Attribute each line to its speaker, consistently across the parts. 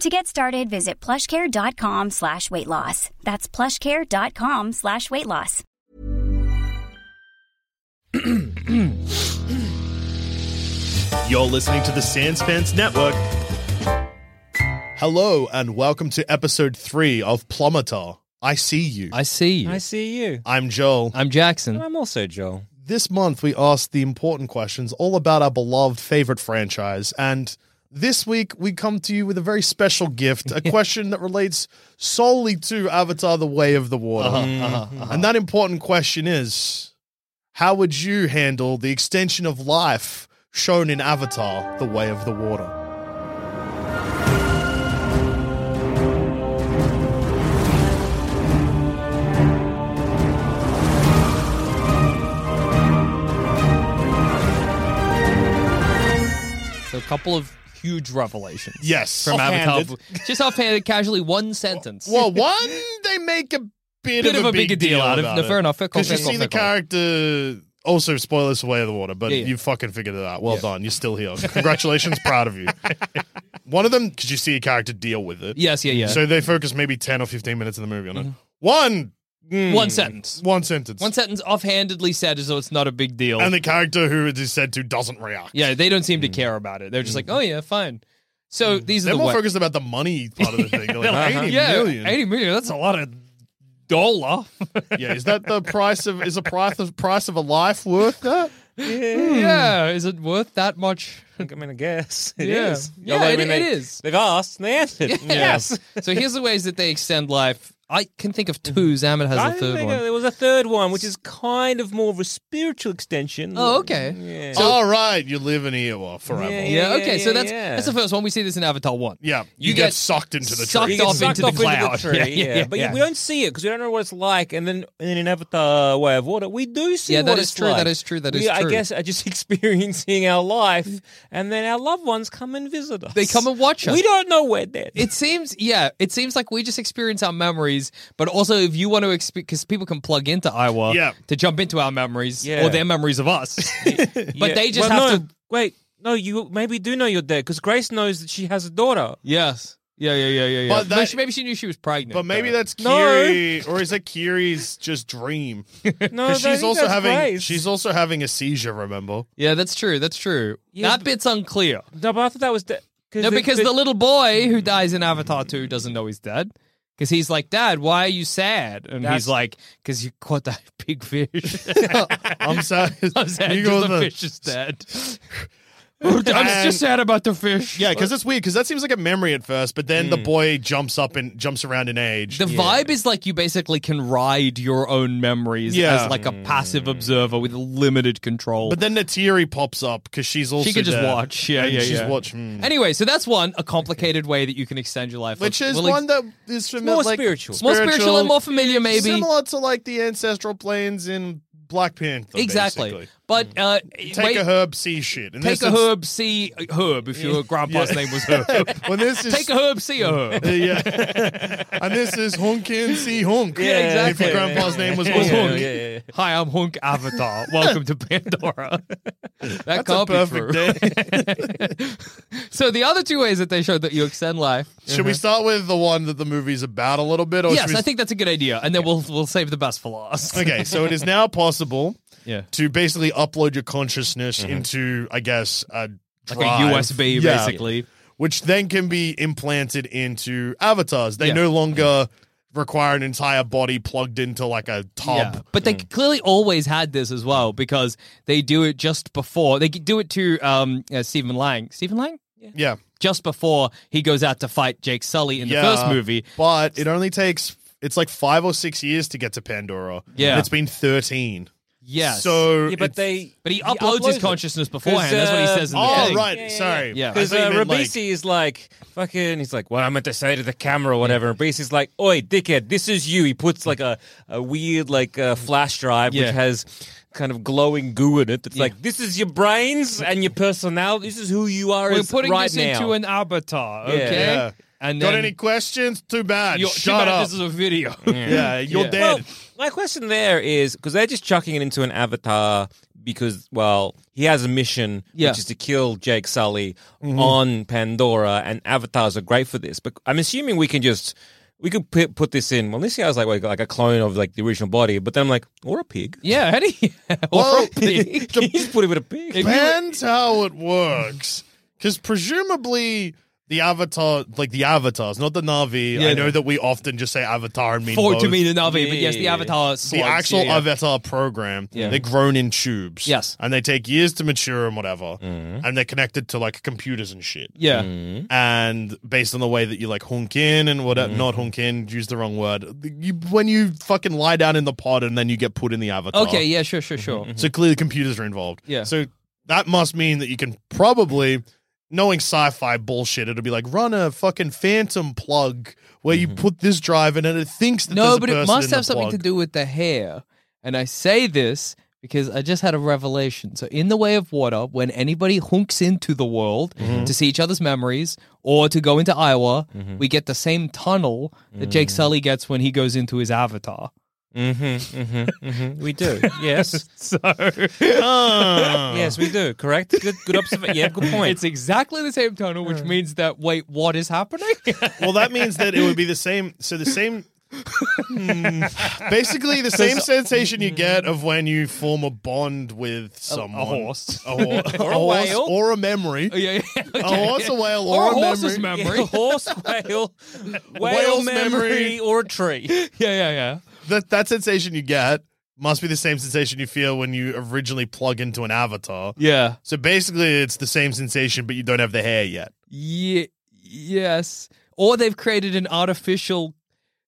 Speaker 1: To get started, visit plushcare.com slash weight loss. That's plushcare.com slash weight loss.
Speaker 2: You're listening to the Sandspans Network.
Speaker 3: Hello and welcome to episode three of Plummeter. I see you.
Speaker 4: I see you.
Speaker 5: I see you.
Speaker 3: I'm Joel.
Speaker 4: I'm Jackson.
Speaker 5: And I'm also Joel.
Speaker 3: This month we asked the important questions all about our beloved favorite franchise, and this week we come to you with a very special gift, a question that relates solely to Avatar: The Way of the Water.
Speaker 4: Uh-huh,
Speaker 3: Mm. And that important question is: How would you handle the extension of life shown in Avatar: The Way of the Water?
Speaker 4: So a couple of huge revelations.
Speaker 3: Yes.
Speaker 4: From Avatar.
Speaker 3: Offhanded.
Speaker 4: Just offhanded, casually, one sentence.
Speaker 3: Well, one, they make a bit, of, a bigger deal, out of
Speaker 4: it.
Speaker 3: it.
Speaker 4: Fair enough. Fair call,
Speaker 3: Because you
Speaker 4: fair call,
Speaker 3: see
Speaker 4: fair
Speaker 3: the
Speaker 4: call.
Speaker 3: character. Also, spoilers for Way of the Water, but
Speaker 4: Yeah, yeah.
Speaker 3: you fucking figured it out. Well done. You're still here. Congratulations. proud of you. One of them, because you see a character deal with it.
Speaker 4: Yes, yeah, yeah.
Speaker 3: So they focus maybe 10 or 15 minutes of the movie on it. One. mm,
Speaker 4: One sentence.
Speaker 3: One sentence.
Speaker 4: One sentence offhandedly said as though it's not a big deal.
Speaker 3: And the character who it is said to doesn't react.
Speaker 4: yeah, they don't seem to care about it. They're just like, oh, yeah, fine. So these are
Speaker 3: They're
Speaker 4: the
Speaker 3: more
Speaker 4: wa-
Speaker 3: focused about the money part of the thing. They're like,
Speaker 4: Uh-huh.
Speaker 3: 80
Speaker 4: yeah,
Speaker 3: million.
Speaker 4: 80 million. That's a lot of dollar.
Speaker 3: Yeah, is that the price of, is the price of, price of a life worth that?
Speaker 4: yeah. Is it worth that much?
Speaker 5: I'm going to guess. it is.
Speaker 4: Yeah. Yeah,
Speaker 5: Although
Speaker 4: it-
Speaker 5: when they,
Speaker 4: it is.
Speaker 5: They've asked and they answered. Yes.
Speaker 4: so here's the ways that they extend life. I can think of two. Zamet has
Speaker 5: I
Speaker 4: a
Speaker 5: think
Speaker 4: third one.
Speaker 5: there was a third one, which is kind of more of a spiritual extension. Mm,
Speaker 4: Oh, okay.
Speaker 5: Yeah.
Speaker 3: All right, you live in Ewa forever.
Speaker 5: Yeah,
Speaker 3: Yeah,
Speaker 4: Yeah,
Speaker 5: yeah,
Speaker 4: okay. so
Speaker 5: yeah,
Speaker 4: that's
Speaker 5: yeah.
Speaker 4: that's the first one. We see this in Avatar One.
Speaker 3: you,
Speaker 4: You
Speaker 3: get,
Speaker 4: get
Speaker 3: sucked into the
Speaker 4: sucked
Speaker 3: tree.
Speaker 5: You get
Speaker 4: off
Speaker 5: sucked
Speaker 4: into the cloud.
Speaker 5: tree,
Speaker 4: Yeah,
Speaker 5: yeah,
Speaker 4: yeah,
Speaker 5: But
Speaker 4: yeah.
Speaker 5: You, we don't see it because we don't know what it's like. And then, and then in Avatar: Way of Water, we do see.
Speaker 4: Yeah, that
Speaker 5: what
Speaker 4: is
Speaker 5: it's
Speaker 4: true, that
Speaker 5: like.
Speaker 4: is true, that
Speaker 5: we,
Speaker 4: is
Speaker 5: I
Speaker 4: true.
Speaker 5: guess are just experiencing our life, and then our loved ones come and visit us.
Speaker 4: They come and watch us.
Speaker 5: We don't know where they're.
Speaker 4: It seems, yeah, it seems like we just experience our memories, but also if you want to experience, because people can plug into Iowa
Speaker 3: Yeah.
Speaker 4: to jump into our memories
Speaker 5: Yeah.
Speaker 4: or their memories of us, but
Speaker 5: Yeah.
Speaker 4: they just
Speaker 5: Well,
Speaker 4: have
Speaker 5: no,
Speaker 4: to.
Speaker 5: Wait, no, you maybe do know your dad because Grace knows that she has a daughter.
Speaker 4: Yes. Yeah, yeah, yeah, yeah. yeah.
Speaker 3: But
Speaker 4: no,
Speaker 3: that-
Speaker 4: she, maybe she knew she was pregnant.
Speaker 3: But maybe
Speaker 4: though.
Speaker 3: that's
Speaker 5: No.
Speaker 3: Kiri, or is it Kiri's just dream?
Speaker 5: No,
Speaker 3: 'Cause
Speaker 5: I
Speaker 3: she's
Speaker 5: think
Speaker 3: also
Speaker 5: that's
Speaker 3: having
Speaker 5: Grace.
Speaker 3: she's also having a seizure. Remember?
Speaker 4: Yeah, that's true. That's true.
Speaker 5: Yeah,
Speaker 4: that
Speaker 5: but-
Speaker 4: bit's unclear.
Speaker 5: no, but I thought that was da- cause
Speaker 4: No,
Speaker 5: the-
Speaker 4: because the little boy who dies in Avatar 2 doesn't know he's dead. Because he's like, Dad, why are you sad? And
Speaker 5: That's-
Speaker 4: he's like, Because you caught that big fish.
Speaker 3: I'm sad.
Speaker 4: I'm sad
Speaker 3: You
Speaker 4: 'cause
Speaker 3: go
Speaker 4: the,
Speaker 3: the-
Speaker 4: fish is dead. I'm
Speaker 3: And-
Speaker 4: just sad about the fish.
Speaker 3: Yeah, because it's weird. Because that seems like a memory at first, but then the boy jumps up and jumps around in age.
Speaker 4: Hmm. The vibe is like you basically can ride your own memories
Speaker 3: Yeah.
Speaker 4: as like a passive observer with limited control.
Speaker 3: but then Natiri pops up because she's also
Speaker 4: she could just
Speaker 3: there,
Speaker 4: watch. Yeah,
Speaker 3: and
Speaker 4: yeah,
Speaker 3: she's hmm.
Speaker 4: yeah.
Speaker 3: watching.
Speaker 4: Anyway, so that's one a complicated way that you can extend your life,
Speaker 3: Which is
Speaker 4: We'll ex-
Speaker 3: one that is familiar,
Speaker 5: more
Speaker 3: like,
Speaker 5: spiritual.
Speaker 4: more spiritual and more familiar, maybe.
Speaker 3: similar to like the ancestral planes in Black Panther.
Speaker 4: exactly,
Speaker 3: basically.
Speaker 4: but uh,
Speaker 3: Take
Speaker 4: wait-
Speaker 3: a herb, see shit. And
Speaker 4: Take
Speaker 3: this
Speaker 4: a
Speaker 3: is-
Speaker 4: herb, see a herb. If your grandpa's name was herb,
Speaker 3: Well, this is
Speaker 4: take a herb, see a herb.
Speaker 3: Uh, yeah. and this is Hunkin C Hunk.
Speaker 5: Yeah, exactly.
Speaker 3: If your grandpa's name was
Speaker 5: Yeah,
Speaker 3: was
Speaker 5: yeah,
Speaker 3: Hunk.
Speaker 5: yeah, yeah, yeah.
Speaker 4: Hi, I'm Hunk Avatar. Welcome to Pandora. That
Speaker 3: That's a
Speaker 4: can't
Speaker 3: perfect day.
Speaker 4: be true. So the other two ways that they showed that you extend life.
Speaker 3: Should we start with the one that the movie's about a little bit? Or should
Speaker 4: Uh-huh. yes,
Speaker 3: we...
Speaker 4: I think that's a good idea, and then we'll we'll save the best for last.
Speaker 3: Okay, so it is now possible
Speaker 4: Yeah.
Speaker 3: to basically upload your consciousness into, I guess, a
Speaker 4: Mm-hmm. Like
Speaker 3: drive.
Speaker 4: a USB,
Speaker 3: Yeah.
Speaker 4: basically.
Speaker 3: which then can be implanted into avatars. They
Speaker 4: Yeah.
Speaker 3: no longer require an entire body plugged into like a tub.
Speaker 4: Yeah, Mm. but they clearly always had this as well because they do it just before they do it to um uh, Stephen Lang. Stephen Lang,
Speaker 3: Yeah.
Speaker 4: just before he goes out to fight Jake Sully in the first movie.
Speaker 3: But it only takes it's like five or six years to get to Pandora.
Speaker 4: Yeah.
Speaker 3: And it's been thirteen.
Speaker 4: Yes,
Speaker 3: So
Speaker 5: Yeah, but they.
Speaker 4: but he uploads his
Speaker 5: it.
Speaker 4: consciousness
Speaker 5: 'Cause,
Speaker 4: beforehand. That's what he
Speaker 5: uh,
Speaker 4: says in the
Speaker 3: Oh
Speaker 4: thing.
Speaker 3: right,
Speaker 5: Yeah, yeah,
Speaker 3: sorry.
Speaker 4: yeah.
Speaker 3: I
Speaker 5: Because
Speaker 3: thought
Speaker 5: uh,
Speaker 3: you meant, like-
Speaker 5: Ribisi is like, fucking, he's like, well, I'm going to say to the camera or whatever. And Ribisi's like, oi, dickhead, this is you. He puts like a, a weird like uh, flash drive
Speaker 4: Yeah.
Speaker 5: which has kind of glowing goo in it. That's like, this is your brains and your personality. This is who you are
Speaker 4: We're
Speaker 5: as-
Speaker 4: putting
Speaker 5: right
Speaker 4: this
Speaker 5: now.
Speaker 4: into an avatar,
Speaker 5: Yeah.
Speaker 4: okay?
Speaker 3: Yeah.
Speaker 4: And
Speaker 3: Got
Speaker 4: then
Speaker 3: any questions? Too bad.
Speaker 4: you're, too
Speaker 3: Shut
Speaker 4: bad
Speaker 3: up.
Speaker 4: This is a video.
Speaker 3: yeah, you're
Speaker 4: Yeah.
Speaker 3: dead.
Speaker 5: Well, my question there is because they're just chucking it into an avatar because, well, he has a mission,
Speaker 4: Yeah.
Speaker 5: which is to kill Jake Sully on Pandora, and avatars are great for this. But I'm assuming we can just. We could put, put this in. Well, this guy's like like, like a clone of like the original body, but then I'm like, or a pig.
Speaker 4: yeah, how do you?
Speaker 3: Well,
Speaker 5: you just put it with a pig.
Speaker 3: depends how it works. Because presumably the avatar, like the avatars, not the Navi.
Speaker 4: Yeah.
Speaker 3: I know that we often just say avatar and mean
Speaker 4: for to
Speaker 3: both.
Speaker 4: me the Navi, but yes, the
Speaker 5: Yeah.
Speaker 4: avatar.
Speaker 3: the
Speaker 4: slots,
Speaker 3: actual
Speaker 4: yeah, yeah.
Speaker 3: avatar program.
Speaker 4: Yeah.
Speaker 3: They're grown in tubes.
Speaker 4: Yes. Mm-hmm.
Speaker 3: and they take years to mature and whatever. And they're connected to like computers and shit.
Speaker 4: Yeah,
Speaker 3: Mm. And based on the way that you like hunk in and whatever,
Speaker 4: Mm-hmm.
Speaker 3: not hunk in, use the wrong word. You, when you fucking lie down in the pod and then you get put in the avatar.
Speaker 4: Okay, yeah, sure, sure, sure.
Speaker 3: So clearly computers are involved.
Speaker 4: Yeah.
Speaker 3: So that must mean that you can probably, knowing sci-fi bullshit, it'll be like run a fucking phantom plug where you put this drive in and it thinks that there's
Speaker 4: Mm-hmm. No,
Speaker 3: a
Speaker 4: but it
Speaker 3: person
Speaker 4: must
Speaker 3: in the
Speaker 4: have something to
Speaker 3: plug.
Speaker 4: do with the hair. And I say this because I just had a revelation. So, in The Way of Water, when anybody hunks into the world to see each other's memories or to go into Iowa, we get the same tunnel that Jake Sully gets when he goes into his avatar.
Speaker 5: Mm-hmm, mm-hmm, mm-hmm. We do. Yes.
Speaker 4: So,
Speaker 5: yes, we do. Correct. Good. Good observation. Yeah. Good point.
Speaker 4: it's exactly the same tunnel, which means that, wait, what is happening?
Speaker 3: Well, that means that it would be the same. So the same. Hmm. basically, the same sensation you get of when you form a bond with someone,
Speaker 4: horse.
Speaker 3: a, hor- a
Speaker 5: Or a
Speaker 3: horse,
Speaker 5: whale.
Speaker 3: or a memory,
Speaker 4: Oh, yeah, yeah, okay.
Speaker 3: a horse, a whale,
Speaker 4: Or
Speaker 3: or,
Speaker 4: a horse's
Speaker 3: memory.
Speaker 4: memory.
Speaker 5: Yeah, horse, whale, whale
Speaker 3: Whale's
Speaker 5: memory,
Speaker 3: memory.
Speaker 5: or a tree.
Speaker 4: yeah, yeah, yeah.
Speaker 3: that that sensation you get must be the same sensation you feel when you originally plug into an avatar.
Speaker 4: Yeah.
Speaker 3: So basically, it's the same sensation, but you don't have the hair yet.
Speaker 4: Ye- yes. Or they've created an artificial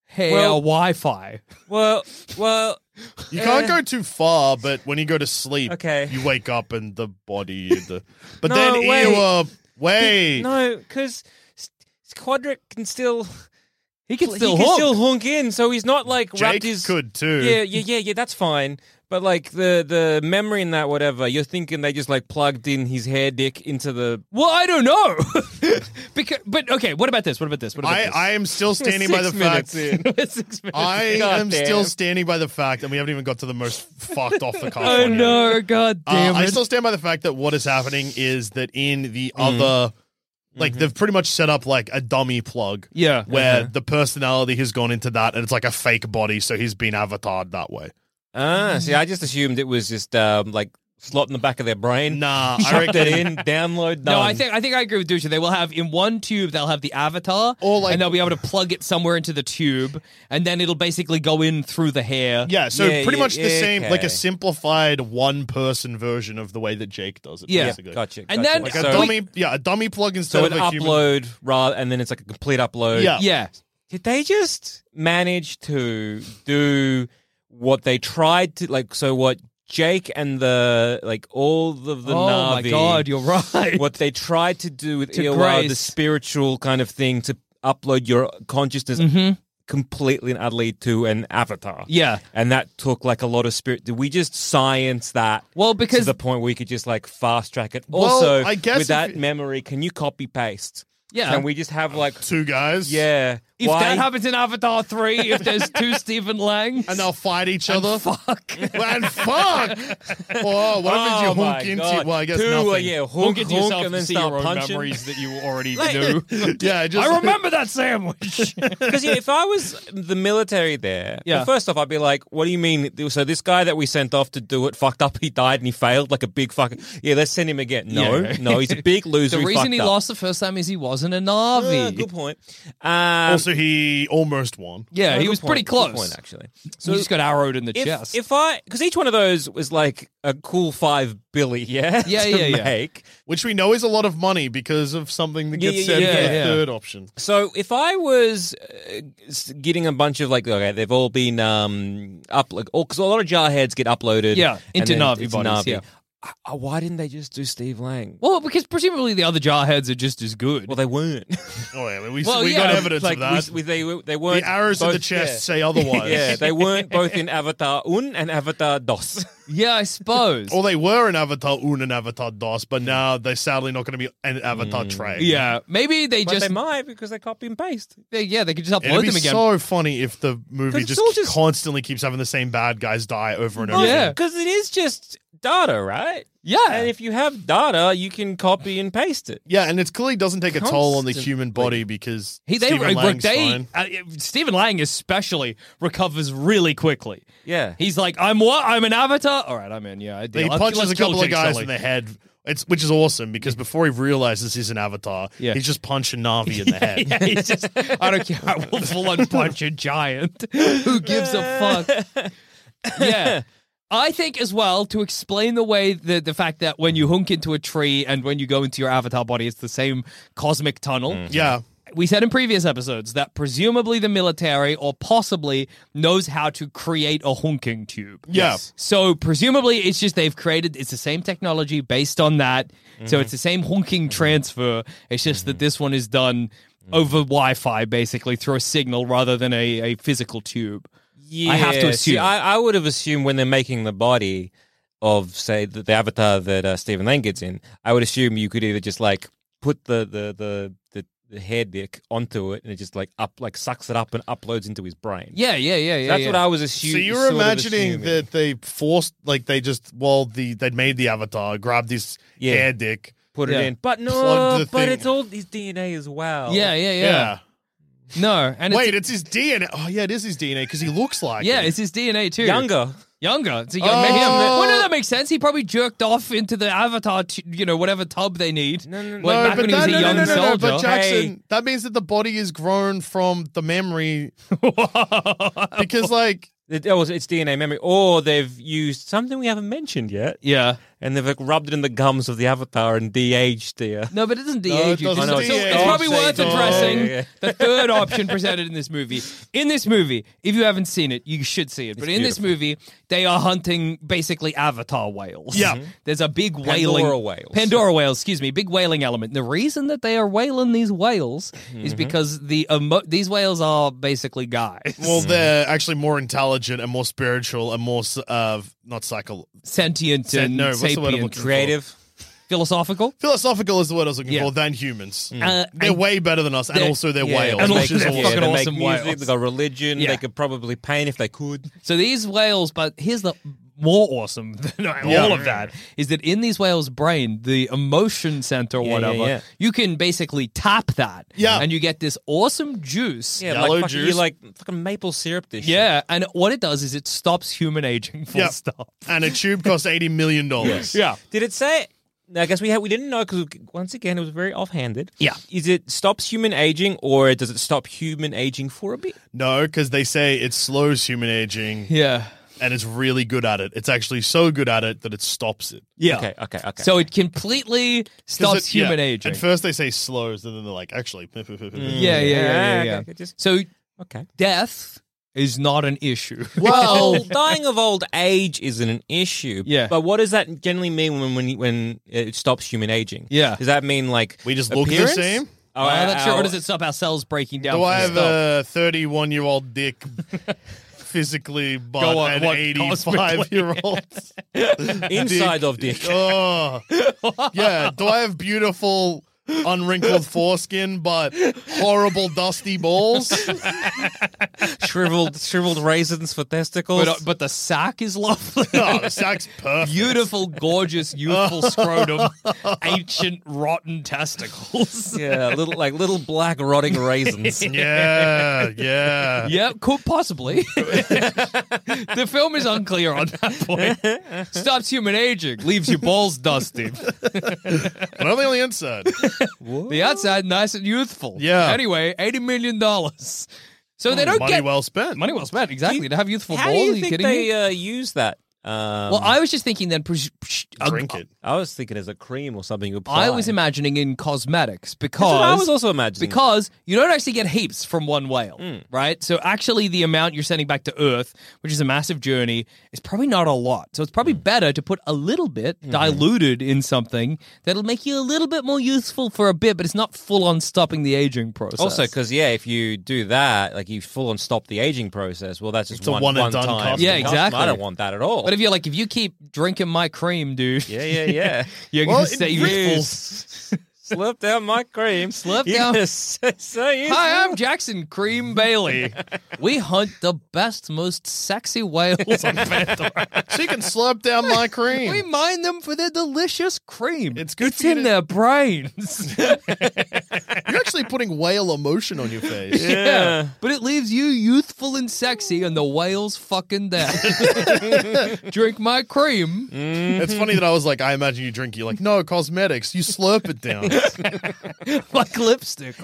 Speaker 4: hair
Speaker 5: Well-
Speaker 4: Wi-Fi.
Speaker 5: Well, well,
Speaker 3: You can't go too far, but when you go to sleep,
Speaker 5: Eh. Okay.
Speaker 3: you wake up and the body. The, but
Speaker 5: No,
Speaker 3: then
Speaker 5: wait.
Speaker 3: you up. Wait,
Speaker 5: No, because Quadric can still
Speaker 4: He can still
Speaker 5: he can
Speaker 4: hook.
Speaker 5: still hunk in, so he's not like
Speaker 3: Jake
Speaker 5: wrapped his.
Speaker 3: could too.
Speaker 5: Yeah, yeah, yeah, yeah. That's fine. But like the the memory in that whatever, you're thinking they just like plugged in his hair dick into the.
Speaker 4: well, I don't know. because, but okay, what about this? What about this? What about
Speaker 3: I,
Speaker 4: this?
Speaker 3: I am still standing by the
Speaker 5: Six
Speaker 3: fact.
Speaker 5: minutes
Speaker 4: We're six minutes.
Speaker 3: I
Speaker 5: God
Speaker 3: am
Speaker 5: damn.
Speaker 3: still standing by the fact, and we haven't even got to the most fucked off the cuff.
Speaker 4: oh
Speaker 3: one yet.
Speaker 4: no! God
Speaker 3: Uh,
Speaker 4: damn
Speaker 3: I
Speaker 4: it!
Speaker 3: still stand by the fact that what is happening is that in the
Speaker 5: Mm.
Speaker 3: other, like
Speaker 5: Mm-hmm.
Speaker 3: they've pretty much set up like a dummy plug.
Speaker 4: yeah.
Speaker 3: Where
Speaker 5: Uh-huh.
Speaker 3: the personality has gone into that, and it's like a fake body, so he's been avatared that way.
Speaker 5: Ah, see, I just assumed it was just um, like slot in the back of their brain.
Speaker 3: Nah, I
Speaker 5: chucked
Speaker 3: reckon.
Speaker 5: it in, download.
Speaker 4: No,
Speaker 5: done.
Speaker 4: I think I think I agree with Dusha. They will have in one tube they'll have the avatar,
Speaker 3: Or, like-
Speaker 4: and they'll be able to plug it somewhere into the tube, and then it'll basically go in through the hair.
Speaker 3: Yeah, so
Speaker 5: Yeah,
Speaker 3: pretty
Speaker 5: yeah,
Speaker 3: much the
Speaker 5: yeah,
Speaker 3: same, like
Speaker 5: okay.
Speaker 3: a simplified one-person version of the way that Jake does it.
Speaker 4: Yeah.
Speaker 3: basically.
Speaker 5: Gotcha.
Speaker 4: And
Speaker 5: gotcha.
Speaker 4: then-
Speaker 3: Like
Speaker 4: So-
Speaker 3: a dummy, yeah, a dummy plug instead
Speaker 5: so an
Speaker 3: of a human.
Speaker 5: upload rather, and then it's like a complete upload.
Speaker 3: Yeah.
Speaker 4: yeah.
Speaker 5: Did they just manage to do what they tried to like? So what Jake and the like all of the
Speaker 4: oh
Speaker 5: Navi,
Speaker 4: my god, you're right.
Speaker 5: what they tried to do with
Speaker 4: To
Speaker 5: Eoward, the
Speaker 4: Grace.
Speaker 5: spiritual kind of thing, to upload your consciousness completely and utterly to an avatar.
Speaker 4: Mm-hmm. Yeah.
Speaker 5: and that took like a lot of spirit. Did we just science that?
Speaker 4: Well, because-
Speaker 5: to the point where we could just like fast track it.
Speaker 3: Well,
Speaker 5: also,
Speaker 3: I guess
Speaker 5: with
Speaker 3: if
Speaker 5: that
Speaker 3: it-
Speaker 5: memory, can you copy paste?
Speaker 4: Yeah.
Speaker 5: can we just have like
Speaker 3: Two guys,
Speaker 5: yeah?
Speaker 4: If
Speaker 5: why-
Speaker 4: that happens in Avatar 3, if there's two Stephen Langs.
Speaker 3: and they'll fight each other.
Speaker 4: fuck.
Speaker 3: and fuck. Whoa, what happens
Speaker 5: Oh
Speaker 3: if you
Speaker 5: my
Speaker 3: honk into?
Speaker 5: God.
Speaker 3: Well, I guess
Speaker 5: Two,
Speaker 3: nothing.
Speaker 5: Uh, yeah, honk,
Speaker 4: Honk into yourself
Speaker 5: honk, and
Speaker 4: to
Speaker 5: then
Speaker 4: see
Speaker 5: start
Speaker 4: your own
Speaker 5: punching.
Speaker 4: memories that you already
Speaker 5: Like-
Speaker 4: knew.
Speaker 3: yeah, just
Speaker 4: I remember that sandwich.
Speaker 5: Because yeah, if I was the military there,
Speaker 4: Yeah.
Speaker 5: well, first off, I'd be like, "What do you mean? So this guy that we sent off to do it fucked up. He died and he failed like a big fucking. Yeah, let's send him again. No,
Speaker 4: Yeah.
Speaker 5: no, he's a big loser.
Speaker 4: the
Speaker 5: he
Speaker 4: reason
Speaker 5: fucked
Speaker 4: he
Speaker 5: up.
Speaker 4: lost the first time is he wasn't a
Speaker 5: Ah,
Speaker 4: Navi.
Speaker 5: good point. Um,
Speaker 3: so he almost won.
Speaker 4: Yeah,
Speaker 5: No,
Speaker 4: he
Speaker 5: good
Speaker 4: was
Speaker 5: point,
Speaker 4: pretty
Speaker 5: good
Speaker 4: close.
Speaker 5: point, actually.
Speaker 4: he just got arrowed in the
Speaker 5: If,
Speaker 4: chest.
Speaker 5: if I, because each one of those was like a cool five billy, yeah,
Speaker 4: Yeah,
Speaker 5: to
Speaker 4: yeah, yeah.
Speaker 5: make.
Speaker 3: Which we know is a lot of money because of something that
Speaker 5: Yeah,
Speaker 3: gets
Speaker 5: yeah,
Speaker 3: said
Speaker 4: yeah,
Speaker 3: for the
Speaker 4: yeah.
Speaker 3: third option.
Speaker 5: So if I was uh, s- getting a bunch of like, okay, they've all been um up, like, because a lot of jarheads get uploaded,
Speaker 4: Yeah,
Speaker 5: and
Speaker 4: into
Speaker 5: then
Speaker 4: Na'vi
Speaker 5: it's
Speaker 4: bodies,
Speaker 5: Na'vi.
Speaker 4: yeah.
Speaker 5: I- I- why didn't they just do Steve Lang?
Speaker 4: well, because presumably the other jarheads are just as good.
Speaker 5: Well, they weren't.
Speaker 3: Oh yeah, we,
Speaker 4: Well,
Speaker 3: we
Speaker 4: yeah,
Speaker 3: got evidence
Speaker 4: like,
Speaker 3: of that.
Speaker 5: We- we- they, were- they weren't.
Speaker 3: the arrows in the
Speaker 5: both-
Speaker 3: chest
Speaker 5: yeah.
Speaker 3: say otherwise.
Speaker 5: Yeah, they weren't both in Avatar Un and Avatar Dos.
Speaker 4: yeah, I suppose.
Speaker 3: Or they were an Avatar Un and Avatar Dos, but now they're sadly not going to be an Avatar Trey.
Speaker 4: Mm. yeah, maybe they
Speaker 5: But
Speaker 4: just
Speaker 5: they might because they copy and paste.
Speaker 4: they- yeah they could just
Speaker 3: It'd
Speaker 4: upload
Speaker 3: be
Speaker 4: them again.
Speaker 3: so funny if the movie
Speaker 5: 'Cause it's
Speaker 3: just,
Speaker 5: all just-
Speaker 3: constantly keeps having the same bad guys die over and over.
Speaker 4: Well,
Speaker 3: again.
Speaker 4: yeah.
Speaker 5: because it is just data, right?
Speaker 4: Yeah.
Speaker 5: and if you have data, you can copy and paste it.
Speaker 3: Yeah, and it clearly doesn't take a toll on the
Speaker 5: Constantly.
Speaker 3: human body because
Speaker 4: he they
Speaker 3: Stephen Lang's
Speaker 4: they
Speaker 3: fine.
Speaker 4: uh, Stephen Lang especially recovers really quickly.
Speaker 5: Yeah,
Speaker 4: He's like, I'm what? I'm an avatar. All right, I'm in. Yeah, I did.
Speaker 3: he
Speaker 4: Let's-
Speaker 3: punches
Speaker 4: let's
Speaker 3: a
Speaker 4: kill
Speaker 3: couple of
Speaker 4: Jake
Speaker 3: guys
Speaker 4: Sully.
Speaker 3: in the head. It's which is awesome because before he realizes he's an avatar,
Speaker 4: Yeah.
Speaker 3: he's just punching Navi in the head.
Speaker 4: yeah, he's just, I don't care. I will full on punch a giant. Who gives a fuck? Yeah. I think as well to explain the way the the fact that when you hunk into a tree and when you go into your avatar body, it's the same cosmic tunnel.
Speaker 3: yeah.
Speaker 4: We said in previous episodes that presumably the military or possibly knows how to create a honking tube.
Speaker 3: Yeah. Yes.
Speaker 4: So presumably it's just they've created it's the same technology based on that. So it's the same honking transfer. It's just that this one is done over Wi-Fi basically through a signal rather than a, a physical tube.
Speaker 5: yeah.
Speaker 4: I have to
Speaker 5: See,
Speaker 4: assume.
Speaker 5: I, I would have assumed when they're making the body of say the, the avatar that uh, Stephen Lang gets in, I would assume you could either just like put the the the the, the head dick onto it and it just like up like sucks it up and uploads into his brain.
Speaker 4: Yeah, yeah, yeah, yeah.
Speaker 5: That's
Speaker 4: yeah.
Speaker 5: what I was
Speaker 3: so
Speaker 5: assu- sort of assuming.
Speaker 3: you're imagining that they forced, like they just, well, the they made the avatar, grabbed this
Speaker 5: Yeah.
Speaker 3: hair dick.
Speaker 5: put
Speaker 4: Yeah.
Speaker 5: it in, but
Speaker 3: Plugged
Speaker 5: no,
Speaker 3: the
Speaker 5: but
Speaker 3: thing.
Speaker 5: it's all his DNA as well.
Speaker 4: Yeah, yeah, yeah. No, and it's,
Speaker 3: Wait, it's his DNA. Oh yeah, it is his DNA because he looks like.
Speaker 4: yeah,
Speaker 3: it.
Speaker 4: it's his DNA too.
Speaker 5: younger.
Speaker 4: Younger. It's a young man.
Speaker 3: Oh.
Speaker 4: Well, no, that makes sense. He probably jerked off into the avatar, t- you know, whatever tub they need.
Speaker 5: No, no, no.
Speaker 4: Well, back when he was
Speaker 3: that-
Speaker 4: a young soldier.
Speaker 3: but Jackson,
Speaker 5: Hey.
Speaker 3: that means that the body is grown from the memory. because like
Speaker 5: It, oh, it's DNA memory, or they've used something we haven't mentioned yet.
Speaker 4: yeah.
Speaker 5: and they've like, rubbed it in the gums of the avatar and de-aged uh, her.
Speaker 4: No, but it doesn't
Speaker 3: it
Speaker 4: de-age you.
Speaker 3: doesn't
Speaker 4: just- so
Speaker 3: de-age. Oh,
Speaker 4: it's probably
Speaker 3: Don't say
Speaker 4: worth
Speaker 3: don't.
Speaker 4: addressing
Speaker 5: Yeah, yeah.
Speaker 4: the third option presented in this movie. In this movie, if you haven't seen it, you should see it. But in this movie, they are hunting basically avatar whales. Mm-hmm.
Speaker 3: Yeah. Mhm.
Speaker 4: There's a big whaling.
Speaker 5: Pandora whales.
Speaker 4: Pandora whales, excuse me. Big whaling element. The reason that they are whaling these whales is
Speaker 3: Mm-hmm.
Speaker 4: because the emo- these whales are basically guys.
Speaker 3: Well, they're actually more intelligent and more spiritual and more uh, not psychol.
Speaker 4: sentient
Speaker 3: Sen-
Speaker 4: and
Speaker 3: no, what's the word I'm
Speaker 4: sapient,
Speaker 3: looking for?
Speaker 5: Creative.
Speaker 4: philosophical.
Speaker 3: Philosophical is the word I was looking
Speaker 4: Yeah.
Speaker 3: for than humans.
Speaker 4: Uh,
Speaker 3: they're
Speaker 4: and-
Speaker 3: way better than us, and
Speaker 4: they're-
Speaker 3: also they're
Speaker 4: yeah,
Speaker 3: whales.
Speaker 4: and
Speaker 3: which
Speaker 4: also
Speaker 3: is
Speaker 4: they're
Speaker 3: awesome.
Speaker 4: fucking
Speaker 5: they
Speaker 4: awesome
Speaker 5: make music,
Speaker 4: whales.
Speaker 5: they got religion,
Speaker 4: Yeah.
Speaker 5: they could probably paint if they could.
Speaker 4: So these whales, but here's the more awesome than
Speaker 3: Yeah.
Speaker 4: all of that is that in these whales' brain, the emotion center, or
Speaker 5: Yeah, yeah,
Speaker 4: whatever,
Speaker 5: yeah.
Speaker 4: you can basically tap that,
Speaker 3: Yeah.
Speaker 4: and you get this awesome juice.
Speaker 5: Yeah,
Speaker 3: Yellow
Speaker 5: like fucking,
Speaker 3: juice.
Speaker 5: you like fucking maple syrup this shit.
Speaker 4: Yeah, and what it does is it stops human aging. Full
Speaker 3: Yep.
Speaker 4: stop.
Speaker 3: And a tube costs eighty million dollars.
Speaker 4: Yeah.
Speaker 5: Did it say I guess we had, we didn't know because once again it was very offhanded.
Speaker 4: Yeah.
Speaker 5: Is it stops human aging or does it stop human aging for a bit?
Speaker 3: No, because they say it slows human aging,
Speaker 4: Yeah.
Speaker 3: and it's really good at it. It's actually so good at it that it stops it.
Speaker 4: Yeah.
Speaker 5: Okay, okay, okay.
Speaker 4: So it completely
Speaker 3: 'Cause
Speaker 4: stops
Speaker 3: it- yeah,
Speaker 4: human aging. Mm.
Speaker 3: At first they say slows, and then they're like, actually,
Speaker 4: yeah, yeah, yeah, yeah.
Speaker 5: Yeah,
Speaker 4: yeah.
Speaker 5: okay, just-
Speaker 4: so
Speaker 5: Okay.
Speaker 4: death is not an issue.
Speaker 5: Well, dying of old age isn't an issue.
Speaker 4: Yeah.
Speaker 5: But what does that generally mean when when, when it stops human aging?
Speaker 4: Yeah.
Speaker 5: Does that mean like
Speaker 3: We just look the
Speaker 5: appearance?
Speaker 3: same?
Speaker 5: Oh,
Speaker 4: I'm not sure.
Speaker 5: our-
Speaker 4: Or does it stop our cells breaking down?
Speaker 3: Do I
Speaker 4: from
Speaker 3: have
Speaker 4: stuff?
Speaker 3: a 31 year old dick physically, but
Speaker 4: Go on,
Speaker 3: an
Speaker 4: what,
Speaker 3: 85 year old
Speaker 5: inside of dick?
Speaker 3: Oh, yeah. Do I have beautiful, unwrinkled foreskin, but horrible, dusty balls?
Speaker 5: shriveled shriveled raisins for testicles.
Speaker 4: But, uh, but the sack is lovely.
Speaker 3: Oh, the sack's perfect.
Speaker 4: Beautiful, gorgeous, youthful scrotum, ancient, rotten testicles.
Speaker 5: yeah, little like little black rotting raisins.
Speaker 3: Yeah, yeah.
Speaker 4: Yeah, could possibly. the film is unclear on that point. Stops human aging, leaves your balls dusty.
Speaker 3: But only on the inside.
Speaker 4: the outside, nice and youthful.
Speaker 3: Yeah.
Speaker 4: Anyway, eighty million dollars. So they don't
Speaker 3: money
Speaker 4: get
Speaker 3: well spent.
Speaker 4: money well spent. Exactly to have youthful
Speaker 5: How
Speaker 4: balls.
Speaker 5: do
Speaker 4: are
Speaker 5: you
Speaker 4: you
Speaker 5: think
Speaker 4: kidding
Speaker 5: they
Speaker 4: me?
Speaker 5: uh, use that? Um,
Speaker 4: well, I was just thinking then. pres- pres-
Speaker 3: Drink it.
Speaker 5: I was thinking as a cream or something. You apply.
Speaker 4: I was imagining in cosmetics
Speaker 5: That's
Speaker 4: because
Speaker 5: what I was also imagining.
Speaker 4: because you don't actually get heaps from one whale,
Speaker 5: Mm.
Speaker 4: right? So actually, the amount you're sending back to Earth, which is a massive journey, is probably not a lot. So it's probably
Speaker 5: Mm.
Speaker 4: better to put a little bit
Speaker 5: Mm-hmm.
Speaker 4: diluted in something that'll make you a little bit more useful for a bit, but it's not full on stopping the aging process.
Speaker 5: also because yeah, if you do that, like you full on stop the aging process. Well, that's just
Speaker 3: It's a
Speaker 5: one
Speaker 3: one and
Speaker 5: one
Speaker 3: done
Speaker 5: time.
Speaker 3: custom.
Speaker 4: Yeah,
Speaker 5: custom.
Speaker 4: exactly.
Speaker 5: I don't want that at all.
Speaker 4: but if you're like, if you keep drinking my cream, dude,
Speaker 5: yeah, yeah, yeah.
Speaker 4: you're
Speaker 3: Well,
Speaker 4: gonna
Speaker 3: it
Speaker 4: stay
Speaker 3: really-
Speaker 4: useful.
Speaker 5: Slip down my cream. Slip
Speaker 4: down-
Speaker 5: so, so useful.
Speaker 4: Hi, I'm Jackson Cream Bailey. we hunt the best, most sexy whales on Pandora.
Speaker 3: She can slurp down my
Speaker 4: We
Speaker 3: cream.
Speaker 4: mine them for their delicious cream.
Speaker 3: It's good
Speaker 4: It's
Speaker 3: for you
Speaker 4: in
Speaker 3: to-
Speaker 4: their brains.
Speaker 3: You're actually putting whale emotion on your face.
Speaker 4: yeah. But it leaves you youthful and sexy, and the whales fucking dead. Drink my cream.
Speaker 3: Mm. It's funny that I was like, I imagine you drink. You're like, no, cosmetics. You slurp it down.
Speaker 4: like lipstick.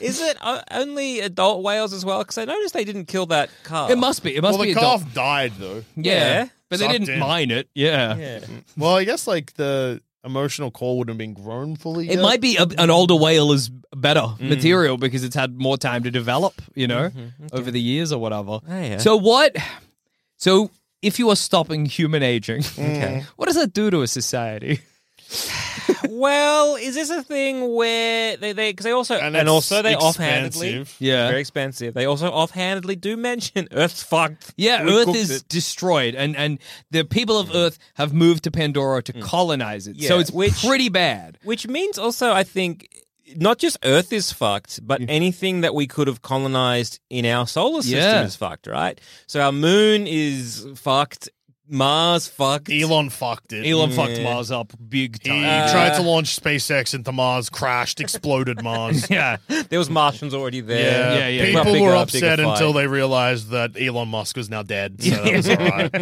Speaker 5: Is it uh, only adult whales as well? Because I noticed they didn't kill that calf.
Speaker 4: it must be. It must
Speaker 3: well,
Speaker 4: be
Speaker 3: the
Speaker 4: a dog.
Speaker 3: calf died though.
Speaker 4: Yeah.
Speaker 5: Yeah.
Speaker 4: But they
Speaker 3: Sucked
Speaker 4: didn't
Speaker 3: in.
Speaker 4: mine it. Yeah.
Speaker 5: Yeah.
Speaker 3: Well, I guess like the emotional core wouldn't have been grown fully.
Speaker 4: It
Speaker 3: yet.
Speaker 4: might be a, an older whale is better
Speaker 3: Mm.
Speaker 4: material because it's had more time to develop, you know,
Speaker 3: Mm-hmm.
Speaker 4: over the years or whatever.
Speaker 3: Ah,
Speaker 5: Oh, yeah.
Speaker 4: So what? So if you are stopping human aging, what does that do to a society?
Speaker 5: Well, is this a thing where they they because they also
Speaker 3: And
Speaker 5: and,
Speaker 3: it's
Speaker 5: also they offhandedly
Speaker 3: expensive.
Speaker 4: Yeah.
Speaker 5: very expensive. They also offhandedly do mention Earth's fucked.
Speaker 4: Yeah,
Speaker 5: We
Speaker 4: Earth
Speaker 5: cooked
Speaker 4: is
Speaker 5: it.
Speaker 4: destroyed, and and the people of Earth have moved to Pandora to colonize it. so
Speaker 5: Yeah,
Speaker 4: it's
Speaker 5: which-
Speaker 4: pretty bad.
Speaker 5: which means also I think not just Earth is fucked, but anything that we could have colonized in our solar system
Speaker 4: Yeah.
Speaker 5: is fucked, right? So our moon is fucked, Mars fucked.
Speaker 3: Elon fucked it.
Speaker 4: Elon fucked Mars up big
Speaker 3: He
Speaker 4: time.
Speaker 3: tried to launch SpaceX into Mars, crashed, exploded Mars.
Speaker 4: yeah,
Speaker 5: There was Martians already there.
Speaker 4: Yeah, yeah, yeah.
Speaker 3: People
Speaker 5: Bigger-
Speaker 3: were
Speaker 5: bigger
Speaker 3: upset
Speaker 5: fight.
Speaker 3: until they realized that Elon Musk was now dead. So that was all right.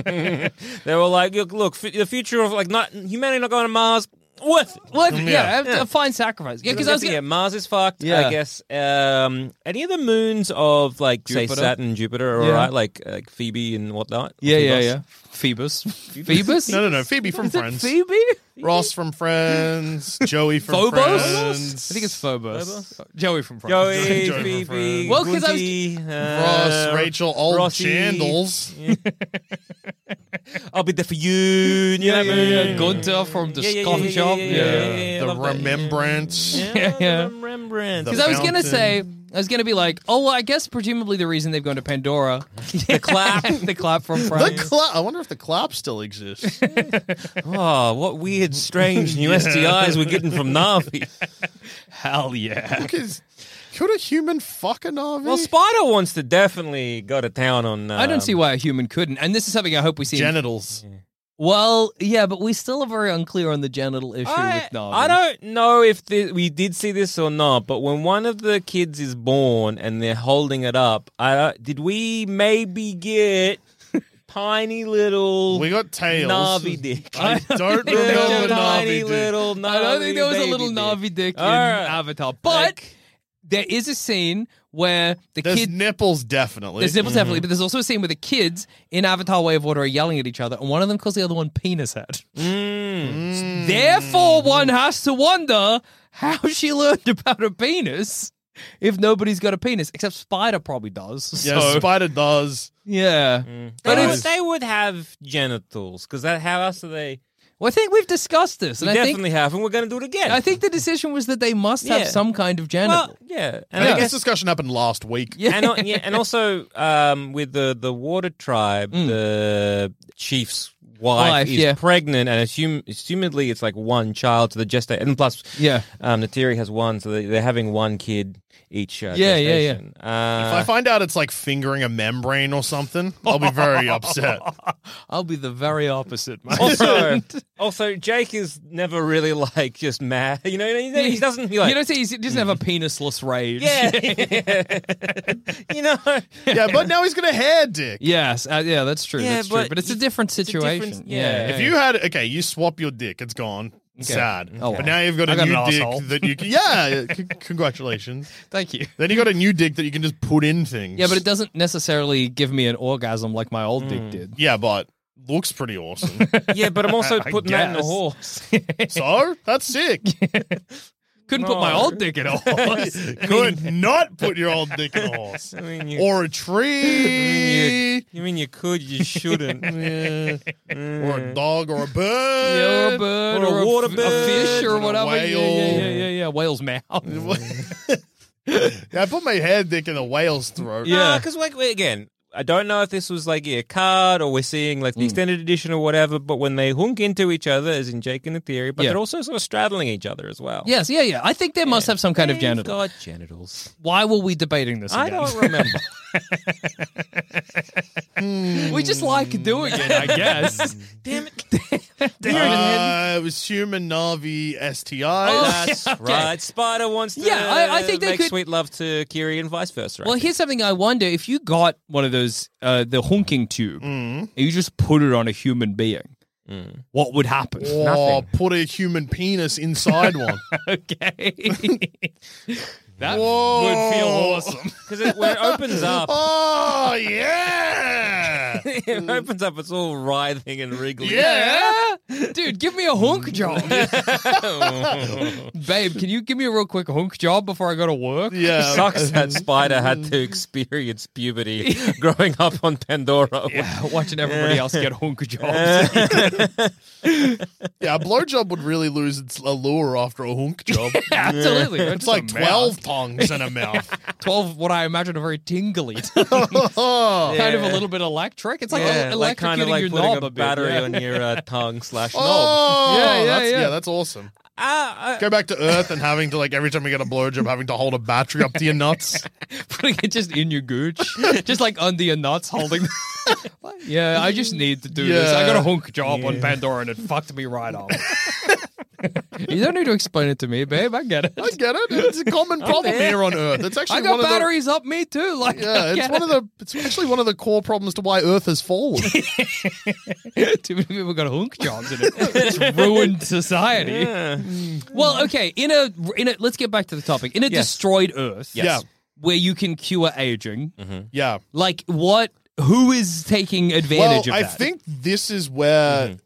Speaker 5: They were like, look, look, f- the future of like not humanity not going to Mars. Worth it.
Speaker 4: what? Yeah,
Speaker 3: Yeah.
Speaker 4: a- a fine sacrifice. Yeah, because I was
Speaker 5: yeah,
Speaker 4: gonna,
Speaker 5: Mars is fucked.
Speaker 4: Yeah.
Speaker 5: I guess um, any of the moons of like say
Speaker 4: Jupiter?
Speaker 5: Saturn, Jupiter, are all
Speaker 4: Yeah.
Speaker 5: right, like like Phoebe and whatnot.
Speaker 4: yeah, yeah,
Speaker 5: Phoebus.
Speaker 4: yeah. Phoebus, Phoebus.
Speaker 3: No, no, no. Phoebe from Friends.
Speaker 4: Phoebe?
Speaker 3: Ross from Friends. Joey from
Speaker 4: Phobos?
Speaker 3: Friends.
Speaker 4: I think it's Phobos.
Speaker 5: Phobos?
Speaker 4: Joey from France.
Speaker 5: Joey,
Speaker 3: Joey from
Speaker 5: Phoebe,
Speaker 3: Friends.
Speaker 4: Well, 'cause I was-
Speaker 5: Gunty, uh,
Speaker 3: Ross, Rachel, old
Speaker 5: Rossi.
Speaker 3: Chandles.
Speaker 5: I'll be there for you. you
Speaker 4: Yeah,
Speaker 5: know
Speaker 4: yeah,
Speaker 5: what I mean?
Speaker 4: yeah, Gunther from the
Speaker 5: Yeah, yeah,
Speaker 4: coffee
Speaker 5: yeah,
Speaker 4: shop.
Speaker 5: yeah,
Speaker 4: Yeah.
Speaker 5: yeah, yeah,
Speaker 3: the
Speaker 5: love that, yeah.
Speaker 3: Remembrance.
Speaker 4: Yeah, yeah.
Speaker 5: Rem- Rembrandt.
Speaker 4: Because I was gonna say, I was gonna be like, oh, well, I guess presumably the reason they've gone to Pandora, the clap, the clap from
Speaker 3: The
Speaker 4: France.
Speaker 3: cla- I wonder if the clap still exists.
Speaker 5: Oh, what weird, strange new STIs we're getting from Navi.
Speaker 3: Oh,
Speaker 4: Hell yeah!
Speaker 3: Because could a human fuck a Navi?
Speaker 5: Well, Spider wants to definitely go to town on. Um,
Speaker 4: I don't see why a human couldn't. And this is something I hope we see. in-
Speaker 3: genitals.
Speaker 4: well, yeah, but we still are very unclear on the genital issue
Speaker 5: I,
Speaker 4: with Navi.
Speaker 5: I don't know if thi- we did see this or not, but when one of the kids is born and they're holding it up, I don't- did we maybe get tiny little
Speaker 3: We got tails.
Speaker 5: Navi dick?
Speaker 3: I don't
Speaker 4: Little
Speaker 3: remember
Speaker 5: tiny
Speaker 3: Navi. Dude.
Speaker 5: little Navi
Speaker 4: I don't think there was a
Speaker 5: baby
Speaker 4: little
Speaker 5: dick.
Speaker 4: Navi dick in
Speaker 5: All right.
Speaker 4: Avatar, but
Speaker 5: Like-
Speaker 4: there is a scene where the
Speaker 3: There's Mm-hmm.
Speaker 4: kid
Speaker 3: nipples, definitely.
Speaker 4: There's nipples definitely, but there's also a scene where the kids in Avatar Way of Water are yelling at each other, and one of them calls the other one penis head.
Speaker 3: Mm.
Speaker 5: Mm.
Speaker 4: Mm. Therefore, one has to wonder how she learned about a penis if nobody's got a penis, except Spider probably does.
Speaker 3: yeah, Mm.
Speaker 4: so-
Speaker 3: Spider does.
Speaker 4: yeah.
Speaker 5: They,
Speaker 4: But
Speaker 5: would-
Speaker 4: it's,
Speaker 5: they would have genitals because that how else do they?
Speaker 4: well, I think we've discussed this,
Speaker 5: We
Speaker 4: and I
Speaker 5: definitely
Speaker 4: think
Speaker 5: have, and we're going to do it again.
Speaker 4: I think the decision was that they must have
Speaker 5: Yeah.
Speaker 4: some kind of genital.
Speaker 5: Well, yeah,
Speaker 3: I think
Speaker 5: and I
Speaker 3: this
Speaker 5: guess.
Speaker 3: discussion happened last week.
Speaker 4: yeah.
Speaker 5: and, al- yeah, and also um, with the, the water tribe, the chief's wife,
Speaker 4: Mm. Wife,
Speaker 5: is
Speaker 4: yeah.
Speaker 5: pregnant, and assume, assumedly it's like one child to the gestation. And plus,
Speaker 4: Yeah.
Speaker 5: um, Natiri has one, so they, they're having one kid each. Uh,
Speaker 4: Yeah, yeah, yeah.
Speaker 5: yeah.
Speaker 3: if I find out it's like fingering a membrane or something, I'll be very upset.
Speaker 4: I'll be the very opposite. man.
Speaker 5: also, also, Jake is never really like just mad. You know, he, he doesn't. He like,
Speaker 4: you don't say he's- he doesn't have a penisless rage.
Speaker 5: yeah, you know,
Speaker 3: yeah, but now he's got a hair dick.
Speaker 4: Yes, uh, yeah, that's true.
Speaker 5: Yeah,
Speaker 4: that's true.
Speaker 5: but
Speaker 4: But it's a
Speaker 5: you-
Speaker 4: different
Speaker 5: different-
Speaker 4: situation.
Speaker 5: yeah.
Speaker 4: yeah.
Speaker 3: If you had, okay, you swap your dick, it's gone. Sad.
Speaker 4: Oh,
Speaker 3: But
Speaker 4: wow.
Speaker 3: now you've got a
Speaker 6: I got
Speaker 3: new
Speaker 6: an
Speaker 3: dick
Speaker 6: asshole.
Speaker 3: that you can. Yeah, c- congratulations.
Speaker 4: Thank you.
Speaker 3: Then you got a new dick that you can just put in things.
Speaker 4: Yeah, but it doesn't necessarily give me an orgasm like my old
Speaker 5: Mm.
Speaker 4: dick did.
Speaker 3: Yeah, but looks pretty awesome.
Speaker 5: Yeah, but I'm also putting that in the
Speaker 6: guess.
Speaker 5: horse.
Speaker 3: so that's sick.
Speaker 4: Couldn't put my
Speaker 5: No.
Speaker 4: old dick in a horse.
Speaker 3: Could not put your old dick in a horse
Speaker 5: I mean, you,
Speaker 3: or a tree
Speaker 5: you mean you could, you shouldn't.
Speaker 3: or a dog or a bird.
Speaker 4: Yeah, a bird
Speaker 5: Or a
Speaker 4: or, a,
Speaker 5: water
Speaker 4: f-
Speaker 5: bird,
Speaker 4: a fish
Speaker 3: or
Speaker 4: or
Speaker 3: a
Speaker 4: whatever. Yeah, yeah,
Speaker 3: whale.
Speaker 4: yeah, yeah, yeah. Whale's mouth.
Speaker 3: Yeah, I put my head dick in a whale's throat.
Speaker 5: Yeah, because like we- again, I don't know if this was like a card or we're seeing like the
Speaker 4: Mm.
Speaker 5: extended edition or whatever. But when they hunk into each other, as in Jake and the theory, but
Speaker 4: Yeah.
Speaker 5: they're also sort of straddling each other as well.
Speaker 4: Yes, yeah, yeah. I think they must have some kind of genital.
Speaker 5: Got genitals.
Speaker 4: Why were we debating this? Again?
Speaker 5: I don't remember.
Speaker 4: We just like doing it, I guess.
Speaker 5: Damn it!
Speaker 3: Uh, it was human Navi STIs.
Speaker 4: Oh.
Speaker 5: That's right. Spider wants to.
Speaker 4: Yeah, I- I think they
Speaker 5: make
Speaker 4: could-
Speaker 5: sweet love to Kiri and vice versa. I
Speaker 4: well,
Speaker 5: think.
Speaker 4: here's something I wonder: if you got one of those, uh, the honking tube,
Speaker 3: Mm.
Speaker 4: and you just put it on a human being, what would happen?
Speaker 3: Or put a human penis inside one.
Speaker 4: Okay, that
Speaker 3: Whoa.
Speaker 4: would feel awesome.
Speaker 5: because it, when it opens up,
Speaker 3: Oh yeah,
Speaker 5: it opens up. It's all writhing and wriggling.
Speaker 4: Yeah, Uh, dude, give me a honk job, babe. Can you give me a real quick honk job before I go to work?
Speaker 3: yeah.
Speaker 5: Sucks that Spider had to experience puberty growing up on Pandora.
Speaker 4: Yeah, watching everybody else get honk jobs.
Speaker 3: Yeah, a blowjob would really lose its allure after a hunk job.
Speaker 4: Absolutely,
Speaker 3: It's like
Speaker 4: a
Speaker 3: twelve
Speaker 4: mouth.
Speaker 3: tongues in a mouth.
Speaker 4: 12 what I imagine are very tingly.
Speaker 3: oh,
Speaker 4: Kind of a little bit electric. It's like
Speaker 5: Yeah,
Speaker 4: el-
Speaker 5: like
Speaker 4: electrocuting
Speaker 5: kind of like
Speaker 4: your
Speaker 5: putting
Speaker 4: knob
Speaker 5: a,
Speaker 4: a bit.
Speaker 5: battery
Speaker 4: yeah.
Speaker 5: on your uh, tongue slash knob.
Speaker 3: Oh,
Speaker 4: Yeah, yeah,
Speaker 3: that's,
Speaker 4: yeah.
Speaker 3: that's awesome. Uh,
Speaker 5: Ah,
Speaker 3: Go back to Earth and having to like every time you get a blowjob, having to hold a battery up to your nuts.
Speaker 4: Putting it just in your gooch. just like under your nuts holding. yeah, I just need to do this. I got a
Speaker 3: Yeah.
Speaker 4: hunk job on Pandora and it fucked me right up. you don't need to explain it to me, babe. I get it.
Speaker 3: I get it. It's a common problem here on Earth. It's actually
Speaker 4: I got
Speaker 3: one of the-
Speaker 4: batteries up me too. Like,
Speaker 3: yeah, it's one of the. It's actually one of the core problems to why Earth has fallen.
Speaker 4: Too many people got hunk jobs in it. It's ruined society. Well, okay. In a in a let's get back to the topic. In a
Speaker 5: Yes.
Speaker 4: destroyed Earth,
Speaker 5: Yes.
Speaker 3: Yeah.
Speaker 4: where you can cure aging,
Speaker 3: yeah.
Speaker 4: like what? Who is taking
Speaker 3: Well,
Speaker 4: advantage of
Speaker 3: I
Speaker 4: that?
Speaker 3: think this is where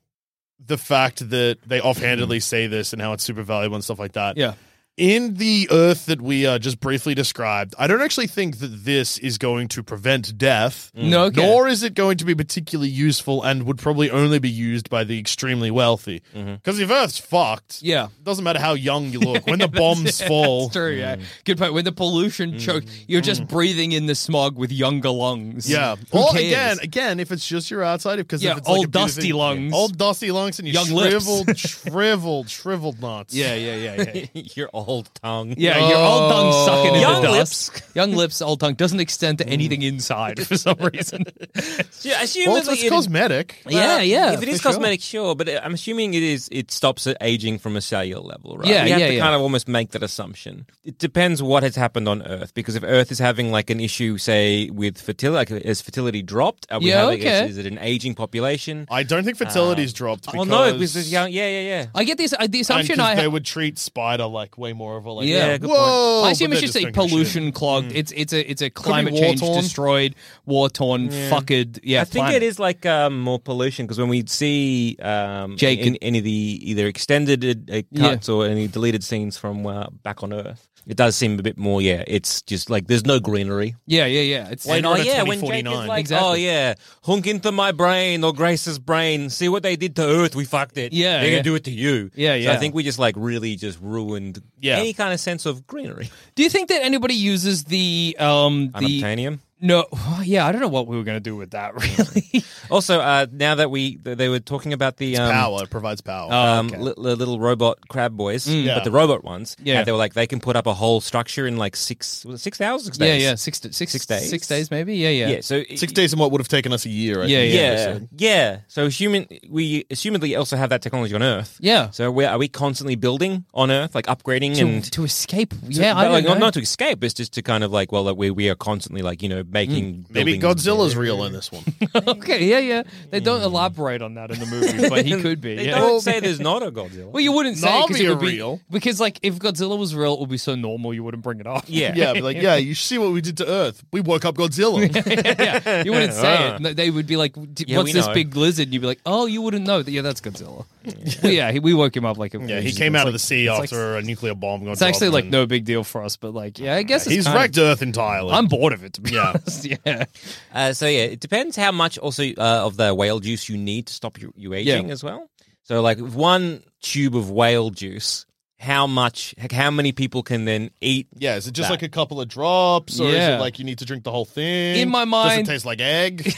Speaker 3: the fact that they offhandedly say this and how it's super valuable and stuff like that.
Speaker 4: yeah.
Speaker 3: In the Earth that we uh, just briefly described, I don't actually think that this is going to prevent death.
Speaker 4: Mm. No, okay.
Speaker 3: Nor is it going to be particularly useful and would probably only be used by the extremely wealthy. Because if Earth's fucked,
Speaker 4: Mm-hmm. Yeah.
Speaker 3: it doesn't matter how young you look. When the bombs fall,
Speaker 4: That's true.
Speaker 5: Mm.
Speaker 4: Yeah. Good point. When the pollution chokes, you're just breathing in the smog with younger lungs.
Speaker 3: Yeah.
Speaker 4: Who
Speaker 3: or
Speaker 4: cares?
Speaker 3: again, again, if it's just your outside, because
Speaker 4: Yeah,
Speaker 3: if it's like
Speaker 4: old
Speaker 3: a beautiful-
Speaker 4: dusty lungs.
Speaker 3: old dusty lungs, and you
Speaker 4: Young lips.
Speaker 3: shriveled, shriveled, shriveled nuts.
Speaker 4: Yeah. Yeah. Yeah. Yeah.
Speaker 5: your old tongue.
Speaker 4: Yeah, your old tongue sucking in
Speaker 5: Young Mm.
Speaker 4: the dust. Young lips, old tongue doesn't extend to anything inside for some reason.
Speaker 5: Yeah, assumedly
Speaker 3: Well, it's, it's
Speaker 5: it-
Speaker 3: cosmetic.
Speaker 4: yeah,
Speaker 5: well,
Speaker 4: yeah.
Speaker 5: If it is
Speaker 4: for sure.
Speaker 5: cosmetic, sure. but it, I'm assuming it is. It stops it aging from a cellular level, right?
Speaker 4: Yeah,
Speaker 5: you have
Speaker 4: yeah,
Speaker 5: to
Speaker 4: yeah.
Speaker 5: kind of almost make that assumption. It depends what has happened on Earth, because if Earth is having like an issue, say with fertility, like, is fertility dropped? Are we
Speaker 4: Yeah,
Speaker 5: having,
Speaker 4: okay.
Speaker 5: is, is it an aging population?
Speaker 3: I don't think fertility's
Speaker 4: Uh,
Speaker 3: dropped. Because,
Speaker 5: Oh no, because it's young. Yeah, yeah, yeah.
Speaker 4: I get this. Uh, the
Speaker 3: and 'cause
Speaker 4: assumption I
Speaker 3: they would treat spider like way more of a like.
Speaker 4: Yeah. Yeah,
Speaker 5: good
Speaker 3: Whoa.
Speaker 4: I assume
Speaker 3: but
Speaker 4: it's
Speaker 3: they're
Speaker 4: just a
Speaker 3: drinking shit.
Speaker 4: pollution clogged.
Speaker 5: Mm.
Speaker 4: It's it's a it's a climate
Speaker 3: war
Speaker 4: change
Speaker 3: torn.
Speaker 4: destroyed, war torn, fucked. Yeah,
Speaker 5: I think
Speaker 4: planet.
Speaker 5: it is like um, more pollution because when we see um,
Speaker 4: Jake
Speaker 5: in
Speaker 4: and-
Speaker 5: any of the either extended uh, cuts or any deleted scenes from uh, back on Earth, it does seem a bit more. Yeah, it's just like there's no greenery.
Speaker 4: Yeah, yeah, yeah. It's
Speaker 3: Wait, Later
Speaker 5: And, oh
Speaker 3: on in
Speaker 5: yeah, when Jake is
Speaker 3: 2049.
Speaker 5: like,
Speaker 4: Exactly.
Speaker 5: oh yeah, hunk into my brain or Grace's brain. See what they did to Earth. We fucked it.
Speaker 4: Yeah,
Speaker 5: they're
Speaker 4: yeah.
Speaker 5: gonna do it to you.
Speaker 4: Yeah,
Speaker 5: So I
Speaker 4: yeah.
Speaker 5: think we just like really just ruined
Speaker 3: Yeah.
Speaker 5: any kind of sense of greenery.
Speaker 4: do you think that anybody uses the um the
Speaker 5: Unobtainium.
Speaker 4: no? Yeah, I don't know what we were gonna do with that. Really,
Speaker 5: Also, uh, now that we th- they were talking about the um,
Speaker 3: Power it provides power.
Speaker 5: um, li- li- little robot crab boys,
Speaker 3: Yeah.
Speaker 5: but the robot ones.
Speaker 4: Mm. Yeah.
Speaker 5: and they were like they can put up a whole structure in like six was it six hours, six
Speaker 4: yeah,
Speaker 5: days.
Speaker 4: yeah. Six, to- six,
Speaker 5: Six days?
Speaker 4: six days, maybe. Yeah, yeah.
Speaker 5: yeah. So
Speaker 3: Six days and what would have taken us a year. I
Speaker 4: Yeah,
Speaker 3: think.
Speaker 5: yeah, yeah. So human, we assumedly also have that technology on Earth.
Speaker 4: Yeah.
Speaker 5: So we are we constantly building on Earth, like upgrading
Speaker 4: To,
Speaker 5: and.
Speaker 4: to escape. yeah, I
Speaker 5: but,
Speaker 4: don't
Speaker 5: like,
Speaker 4: know.
Speaker 5: Not, not to escape. It's just to kind of like, well, like, we we are constantly like you know
Speaker 4: Mm.
Speaker 5: making
Speaker 3: Maybe
Speaker 5: buildings.
Speaker 3: Godzilla's real in this one.
Speaker 4: okay, yeah, yeah. They don't elaborate on that in the movie, but he could be.
Speaker 5: Hmm. They
Speaker 4: yeah.
Speaker 5: don't say there's not a Godzilla.
Speaker 4: Well, you wouldn't say because
Speaker 3: Navi
Speaker 4: it
Speaker 3: are
Speaker 4: would be
Speaker 3: real.
Speaker 4: because like if Godzilla was real, it would be so normal you wouldn't bring it up.
Speaker 5: yeah,
Speaker 3: yeah, but like, yeah, you see what we did to Earth. We woke up Godzilla.
Speaker 4: yeah. You wouldn't say it. No, They would be like, "D-
Speaker 5: Yeah,
Speaker 4: "What's
Speaker 5: we
Speaker 4: this
Speaker 5: know."
Speaker 4: big lizard?" And you'd be like, "Oh, you wouldn't know that. Yeah, that's Godzilla." Well, yeah, he, we woke him up like.
Speaker 3: yeah, he came out of the sea after a nuclear bomb. Got
Speaker 4: It's actually
Speaker 3: dropped
Speaker 4: like
Speaker 3: and-
Speaker 4: no big deal for us, but like, yeah, I guess it's
Speaker 3: He's
Speaker 4: kind of-
Speaker 3: wrecked Earth entirely.
Speaker 4: I'm bored of it to be
Speaker 3: Yeah.
Speaker 4: honest. Yeah,
Speaker 5: Uh, so yeah, it depends how much also uh, of the whale juice you need to stop you, you aging as well. So like with one tube of whale juice, how much? like, How many people can then eat?
Speaker 3: yeah, is it just
Speaker 5: That.
Speaker 3: like a couple of drops, or is
Speaker 4: Yeah.
Speaker 3: it like you need to drink the whole thing?
Speaker 4: In my mind-
Speaker 3: does it taste like egg?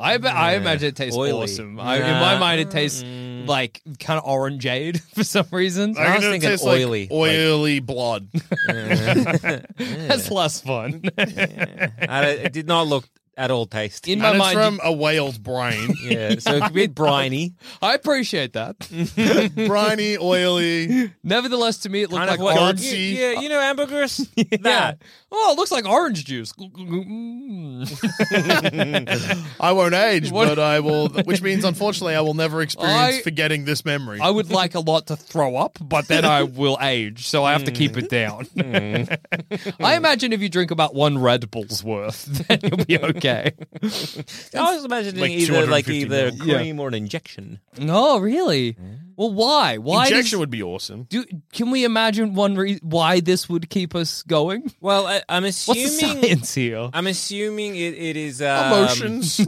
Speaker 4: I be- I imagine it tastes
Speaker 5: Oily.
Speaker 4: awesome. I, in
Speaker 5: Nah.
Speaker 4: my mind, it tastes like kind of orangeade for some reason.
Speaker 5: I was
Speaker 3: reckon it
Speaker 5: thinking
Speaker 3: tastes
Speaker 5: oily, like-
Speaker 3: like oily blood.
Speaker 4: That's less fun.
Speaker 5: I, it did not look at all tasty.
Speaker 4: In my
Speaker 3: and it's
Speaker 4: mind,
Speaker 3: from a whale's brain.
Speaker 5: yeah, so it's a bit briny.
Speaker 4: "Oh, I appreciate that.
Speaker 3: Briny, oily.
Speaker 4: Nevertheless, to me, it looked
Speaker 5: Kind
Speaker 4: like
Speaker 5: of what,
Speaker 4: orange.
Speaker 5: you,
Speaker 3: Gutsy.
Speaker 5: yeah, you know ambergris.
Speaker 4: Yeah.
Speaker 5: That.
Speaker 4: Oh, it looks like orange juice. Mm.
Speaker 3: I won't age,
Speaker 4: What-
Speaker 3: but I will. Which means, unfortunately, I will never experience
Speaker 4: I-
Speaker 3: forgetting this memory.
Speaker 4: I would like a lot to throw up, but then I will age, so I have to keep it down. I imagine if you drink about one Red Bull's worth, then you'll be okay.
Speaker 5: I was imagining
Speaker 3: Like
Speaker 5: either like
Speaker 3: 250
Speaker 5: either
Speaker 3: mil.
Speaker 4: Yeah.
Speaker 5: cream or an injection.
Speaker 4: no, really? Well, why? Why does-
Speaker 3: Injection would be awesome.
Speaker 4: do, can we imagine one re- why this would keep us going?
Speaker 5: Well, I, I'm
Speaker 4: What's
Speaker 5: assuming.
Speaker 4: the science here?
Speaker 5: I'm assuming it, it is um,
Speaker 3: Emotions.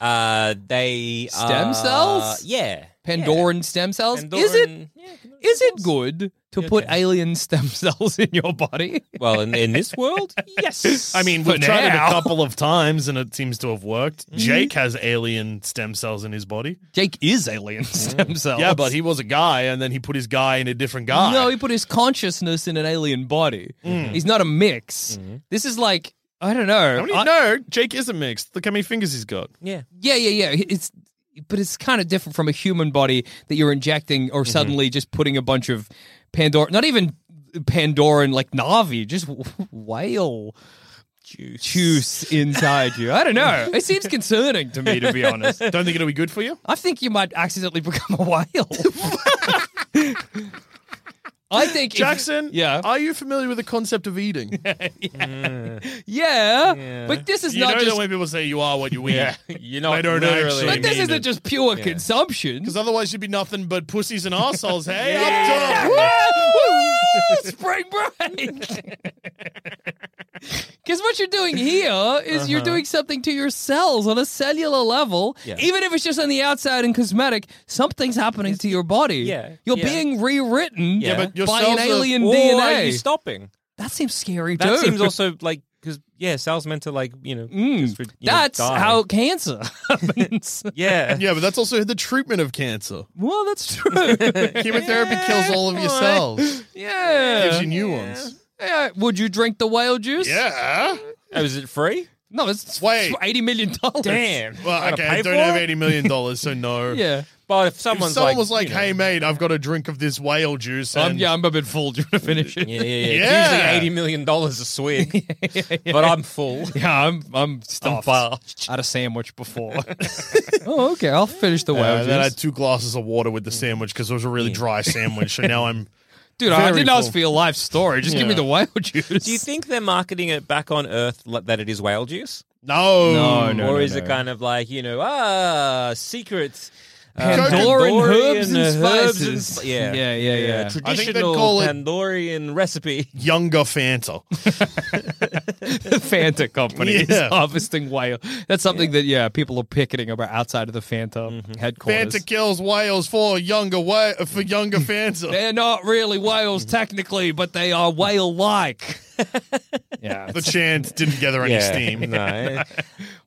Speaker 5: Uh, they
Speaker 4: Stem
Speaker 5: are-
Speaker 4: cells?
Speaker 5: Yeah,
Speaker 4: Pandoran stem cells? Is it
Speaker 5: Pandoran- yeah, Pandoran
Speaker 4: is it
Speaker 5: cells.
Speaker 4: good to put alien stem cells in your body?
Speaker 5: Well, in, in this world, yes.
Speaker 3: I mean,
Speaker 4: For
Speaker 3: we've tried it
Speaker 4: now.
Speaker 3: a couple of times and it seems to have worked. Jake has alien stem cells in his body.
Speaker 4: Jake is alien stem cells.
Speaker 3: Yeah, but he was a guy and then he put his guy in a different guy.
Speaker 4: No, he put his consciousness in an alien body. He's not a mix. This is like I don't know.
Speaker 3: Mm-hmm. How many-
Speaker 4: I-
Speaker 3: no, Jake isn't mixed. Look how many fingers he's got.
Speaker 5: yeah.
Speaker 4: Yeah, yeah, yeah. It's but it's kind of different from a human body that you're injecting or suddenly just putting a bunch of Pandora, not even Pandoran like Navi, just w- whale juice. inside you. I don't know. It seems concerning to me to be honest.
Speaker 3: Don't think it'll be good for you?
Speaker 4: I think you might accidentally become a whale. I think if-
Speaker 3: Jackson,
Speaker 4: yeah.
Speaker 3: are you familiar with the concept of eating?
Speaker 4: Yeah, but this is
Speaker 3: you
Speaker 4: not
Speaker 3: know
Speaker 4: just
Speaker 3: that when people say you are what you eat.
Speaker 5: You know,
Speaker 3: I don't
Speaker 5: literally.
Speaker 3: actually
Speaker 4: But this
Speaker 3: mean
Speaker 4: isn't
Speaker 3: it.
Speaker 4: just pure consumption.
Speaker 3: Because otherwise you'd be nothing but pussies and assholes. Hey, up
Speaker 4: Yeah!
Speaker 3: top.
Speaker 4: Woo! Spring break. Because what you're doing here is you're doing something to your cells on a cellular level.
Speaker 5: Yeah.
Speaker 4: Even if it's just on the outside and cosmetic, something's happening to your body.
Speaker 5: Yeah,
Speaker 4: You're
Speaker 5: yeah.
Speaker 4: being rewritten
Speaker 5: Yeah, but
Speaker 3: your
Speaker 4: by an
Speaker 3: cells are-
Speaker 4: alien
Speaker 5: Or are
Speaker 4: DNA.
Speaker 5: you stopping?
Speaker 4: that seems scary, too.
Speaker 5: That seems also like because yeah, cells meant to like you know.
Speaker 4: Mm.
Speaker 5: just, you know,
Speaker 4: That's
Speaker 5: die.
Speaker 4: how cancer happens.
Speaker 5: Yeah.
Speaker 3: Yeah, but that's also the treatment of cancer.
Speaker 4: well, that's true.
Speaker 3: Chemotherapy kills all of your cells. Gives
Speaker 4: yeah.
Speaker 3: you new ones.
Speaker 4: Yeah. Would you drink the whale juice?
Speaker 3: Yeah.
Speaker 5: Oh, is it free?
Speaker 4: No, it's
Speaker 3: Wait.
Speaker 4: it's eighty million dollars.
Speaker 3: Well,
Speaker 5: Gotta
Speaker 3: okay,
Speaker 5: pay
Speaker 3: I don't
Speaker 5: for
Speaker 3: have
Speaker 5: it?
Speaker 3: eighty million dollars, so no.
Speaker 4: Yeah.
Speaker 5: But if
Speaker 3: If
Speaker 5: someone's
Speaker 3: someone
Speaker 5: like,
Speaker 3: was like, Um,
Speaker 5: you know-
Speaker 3: "Hey, mate, I've got a drink of this whale juice,"
Speaker 4: I'm,
Speaker 3: and uh,
Speaker 4: yeah, I'm a bit full. Do you want to finish it?
Speaker 5: yeah, yeah, yeah.
Speaker 3: Yeah.
Speaker 5: Usually eighty million dollars a swig, but I'm full.
Speaker 4: Yeah, I'm I'm stuffed.
Speaker 5: parched.
Speaker 4: I had a sandwich before. oh, okay. I'll finish the
Speaker 3: Uh,
Speaker 4: whale
Speaker 3: then I had
Speaker 4: juice.
Speaker 3: two glasses of water with the sandwich because it was a really dry sandwich. So now I'm
Speaker 4: Dude, I
Speaker 3: very
Speaker 4: didn't ask
Speaker 3: full.
Speaker 4: for your life story. Just give me
Speaker 3: Yeah.
Speaker 4: the whale juice.
Speaker 5: Do you think they're marketing it back on Earth like that it is whale juice?
Speaker 3: no,
Speaker 4: No, no.
Speaker 5: or is it kind of like you know ah secrets,
Speaker 4: Pandoran herbs and
Speaker 5: herbs and
Speaker 4: spices.
Speaker 5: sp- yeah,
Speaker 4: Yeah, yeah, yeah. I think
Speaker 3: they'd
Speaker 5: Traditional
Speaker 3: call it-
Speaker 5: Pandorian recipe.
Speaker 3: younger Fanta.
Speaker 4: the Fanta company
Speaker 3: Yeah.
Speaker 4: is harvesting whale? That's something that yeah, people are picketing about outside of the Fanta headquarters.
Speaker 3: Fanta kills whales for younger whale for younger Fanta.
Speaker 4: They're not really whales technically, but they are whale-like. yeah,
Speaker 3: the
Speaker 4: it
Speaker 3: chant didn't gather any steam.
Speaker 5: no.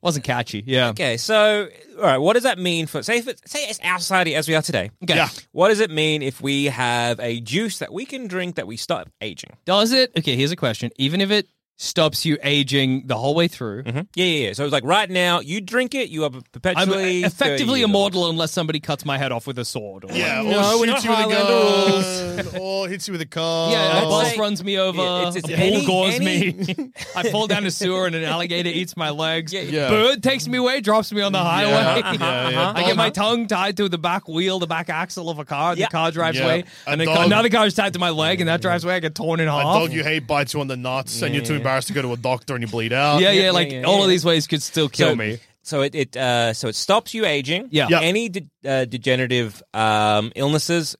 Speaker 4: wasn't catchy. Yeah.
Speaker 5: okay, so all right, what does that mean for say if it, say it's our society as we are today?
Speaker 4: Okay.
Speaker 3: Yeah.
Speaker 5: What does it mean if we have a juice that we can drink that we stop aging?
Speaker 4: Does it? Okay, here's a question. Even if it stops you aging the whole way through.
Speaker 5: Mhm. Yeah, yeah, yeah. So it's like right now, you drink it, you are
Speaker 4: I'm
Speaker 5: perpetually
Speaker 4: effectively
Speaker 5: 30 years old.
Speaker 4: immortal unless somebody cuts my head off with a sword. Or
Speaker 3: Yeah, or
Speaker 5: No, we're
Speaker 3: shoots you
Speaker 5: not
Speaker 3: with a
Speaker 5: Highlander
Speaker 3: gun, or hits you with a car.
Speaker 4: Yeah, a
Speaker 5: Oh.
Speaker 4: bus
Speaker 5: Like-
Speaker 4: runs me over.
Speaker 5: Yeah, it's- it's
Speaker 4: a bull
Speaker 5: any-
Speaker 4: gores
Speaker 5: any-
Speaker 4: me. I fall down a sewer and an alligator eats my legs.
Speaker 5: Yeah, Uh-huh. yeah.
Speaker 4: Bird takes me away, drops me on the highway. Uh-huh.
Speaker 3: yeah, yeah. Uh-huh.
Speaker 4: I get my tongue tied to the back wheel, the back axle of a car.
Speaker 5: Yeah.
Speaker 4: The car drives
Speaker 3: Yeah.
Speaker 4: away,
Speaker 3: A
Speaker 4: and the
Speaker 3: dog-
Speaker 4: car, another car is tied to my leg, and that drives away. I get torn in half.
Speaker 3: A dog you hate bites you on the nuts, and you're too embarrassed to go to a doctor, and you bleed out.
Speaker 4: yeah, yeah,
Speaker 5: Yeah,
Speaker 4: like
Speaker 5: yeah,
Speaker 4: all of
Speaker 5: yeah.
Speaker 4: these ways could still kill
Speaker 5: so,
Speaker 4: me.
Speaker 5: So it, it uh, so it stops you aging.
Speaker 4: Yeah. Yeah.
Speaker 5: Any de- uh, degenerative um, illnesses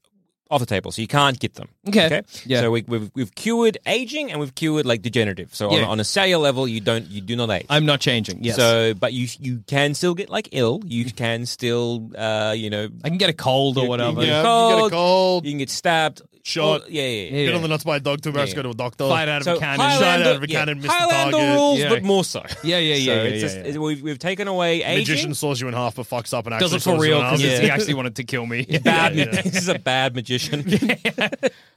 Speaker 5: off the table, so you can't get them.
Speaker 4: Okay. Yeah.
Speaker 5: Yeah. So we, we've we've cured aging and we've cured like degenerative. So
Speaker 4: Yeah.
Speaker 5: on, on a cellular level, you don't you do not age.
Speaker 4: I'm not changing. Yes.
Speaker 5: So, but you you can still get like ill. You can still uh, you know
Speaker 4: I can get a cold or
Speaker 3: You
Speaker 4: whatever.
Speaker 3: can get a cold,
Speaker 5: You can get stabbed.
Speaker 3: Shot.
Speaker 5: All- yeah, yeah.
Speaker 4: Yeah.
Speaker 5: yeah.
Speaker 3: get on the nuts by a dog, too embarrassed
Speaker 5: Yeah.
Speaker 3: to go to a doctor.
Speaker 4: Fight out of a
Speaker 5: So
Speaker 4: cannon.
Speaker 3: Shot out of
Speaker 5: Highlander,
Speaker 3: a
Speaker 5: yeah,
Speaker 3: cannon, missed the
Speaker 5: Highlander
Speaker 3: target.
Speaker 5: rules,
Speaker 4: Yeah.
Speaker 5: but more so.
Speaker 4: Yeah, yeah, yeah,
Speaker 5: So
Speaker 4: yeah,
Speaker 5: it's
Speaker 4: yeah,
Speaker 5: just-
Speaker 4: yeah.
Speaker 5: it- We've, we've taken away aging.
Speaker 3: Magician saws you in half, but fucks up and actually
Speaker 4: Does it
Speaker 3: saws
Speaker 4: for
Speaker 3: you
Speaker 4: real
Speaker 3: in half.
Speaker 4: because
Speaker 5: Yeah.
Speaker 4: he actually wanted to kill me.
Speaker 5: Bad.
Speaker 3: Yeah, yeah.
Speaker 5: this is a bad magician.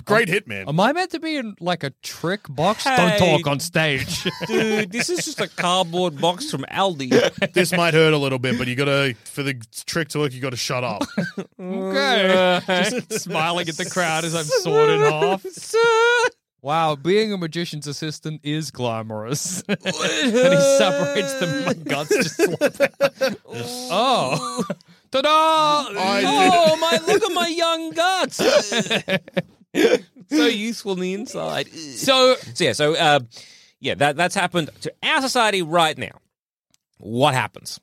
Speaker 3: Great hit, man.
Speaker 4: Am I meant to be in like a trick box?
Speaker 5: Hey.
Speaker 4: Don't talk on stage.
Speaker 5: Dude, this is just a cardboard box from Aldi.
Speaker 3: this might hurt a little bit, but you gotta for the trick to work, you gotta shut up.
Speaker 4: okay. Just smiling at the crowd as I'm sawed in half. Wow, being a magician's assistant is glamorous. and he separates them. My guts just slap out. Oh. Ta-da!
Speaker 3: I-
Speaker 5: oh my! Look at my young guts. so youthful on the inside.
Speaker 4: So,
Speaker 5: So yeah, so uh, yeah, that that's happened to our society right now. What happens?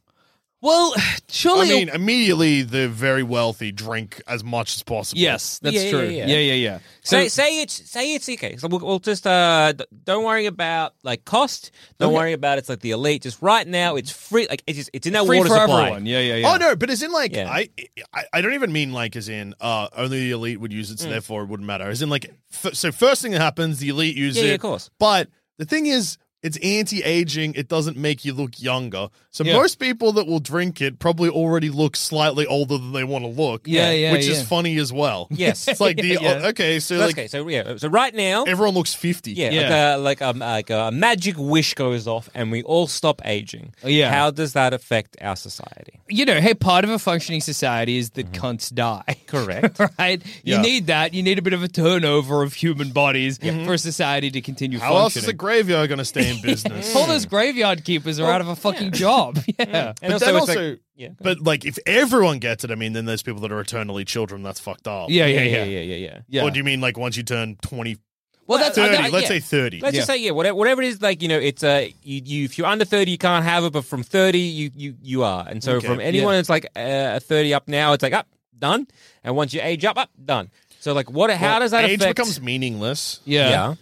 Speaker 4: well,
Speaker 3: I
Speaker 4: surely...
Speaker 3: mean, immediately the very wealthy drink as much as possible.
Speaker 4: yes, that's
Speaker 5: Yeah, yeah,
Speaker 4: true.
Speaker 5: yeah,
Speaker 4: Yeah,
Speaker 5: yeah.
Speaker 4: yeah, yeah. uh,
Speaker 5: say say it's say it's okay. So we'll, we'll just uh, d- don't worry about like cost. Don't worry about it's like the elite. Just right now, it's free. Like it's just, it's in our
Speaker 4: Free
Speaker 5: water
Speaker 4: for
Speaker 5: supply.
Speaker 4: everyone. Yeah, yeah, yeah.
Speaker 3: Oh no, but as in like
Speaker 5: Yeah.
Speaker 3: I, I I don't even mean like as in uh only the elite would use it,
Speaker 5: Mm.
Speaker 3: so therefore it wouldn't matter. As in like f- so first thing that happens, the elite use
Speaker 5: Yeah,
Speaker 3: it.
Speaker 5: yeah, of course.
Speaker 3: But the thing is it's anti-aging. It doesn't make you look younger. So
Speaker 4: Yeah.
Speaker 3: most people that will drink it probably already look slightly older than they want to look.
Speaker 4: Yeah, yeah,
Speaker 3: which
Speaker 4: yeah.
Speaker 3: is funny as well.
Speaker 5: Yes.
Speaker 3: it's like the
Speaker 4: Yeah.
Speaker 3: okay. So
Speaker 5: That's
Speaker 3: like
Speaker 5: okay. So yeah, so right now,
Speaker 3: everyone looks fifty.
Speaker 5: yeah,
Speaker 4: Yeah.
Speaker 5: Like, a, like um like a magic wish goes off and we all stop aging.
Speaker 4: Yeah.
Speaker 5: How does that affect our society?
Speaker 4: you know, hey, part of a functioning society is that cunts die.
Speaker 5: Correct.
Speaker 4: right? You
Speaker 3: Yeah.
Speaker 4: need that. You need a bit of a turnover of human bodies for society to continue
Speaker 3: Mm-hmm. How else is
Speaker 4: functioning. Mm.
Speaker 3: the graveyard going to stay in business?
Speaker 4: All those graveyard keepers are out of a fucking job. Yeah.
Speaker 3: Mm. But
Speaker 5: And
Speaker 3: then
Speaker 5: it's like-
Speaker 3: also-
Speaker 5: yeah. go
Speaker 3: But like, if everyone gets it, I mean, then there's people that are eternally children. That's fucked up.
Speaker 4: Yeah, yeah,
Speaker 5: ahead.
Speaker 4: yeah.
Speaker 5: yeah, yeah, yeah, yeah. Uh,
Speaker 4: Yeah.
Speaker 3: Or do you mean like once you turn 20,
Speaker 4: well, that's
Speaker 3: 30,
Speaker 4: I- I-
Speaker 3: let's
Speaker 4: yeah.
Speaker 3: say 30?
Speaker 5: Let's just
Speaker 4: Yeah.
Speaker 5: say yeah, whatever, whatever it is, like you know, it's uh, you, you if you're under thirty, you can't have it, but from thirty, you you you are, and so
Speaker 3: Okay.
Speaker 5: from anyone that's like uh, thirty up now, it's like up done, and once you age up, up done. So like, what? How does that
Speaker 3: Age
Speaker 5: affect?
Speaker 3: becomes meaningless,
Speaker 4: Yeah.
Speaker 5: yeah,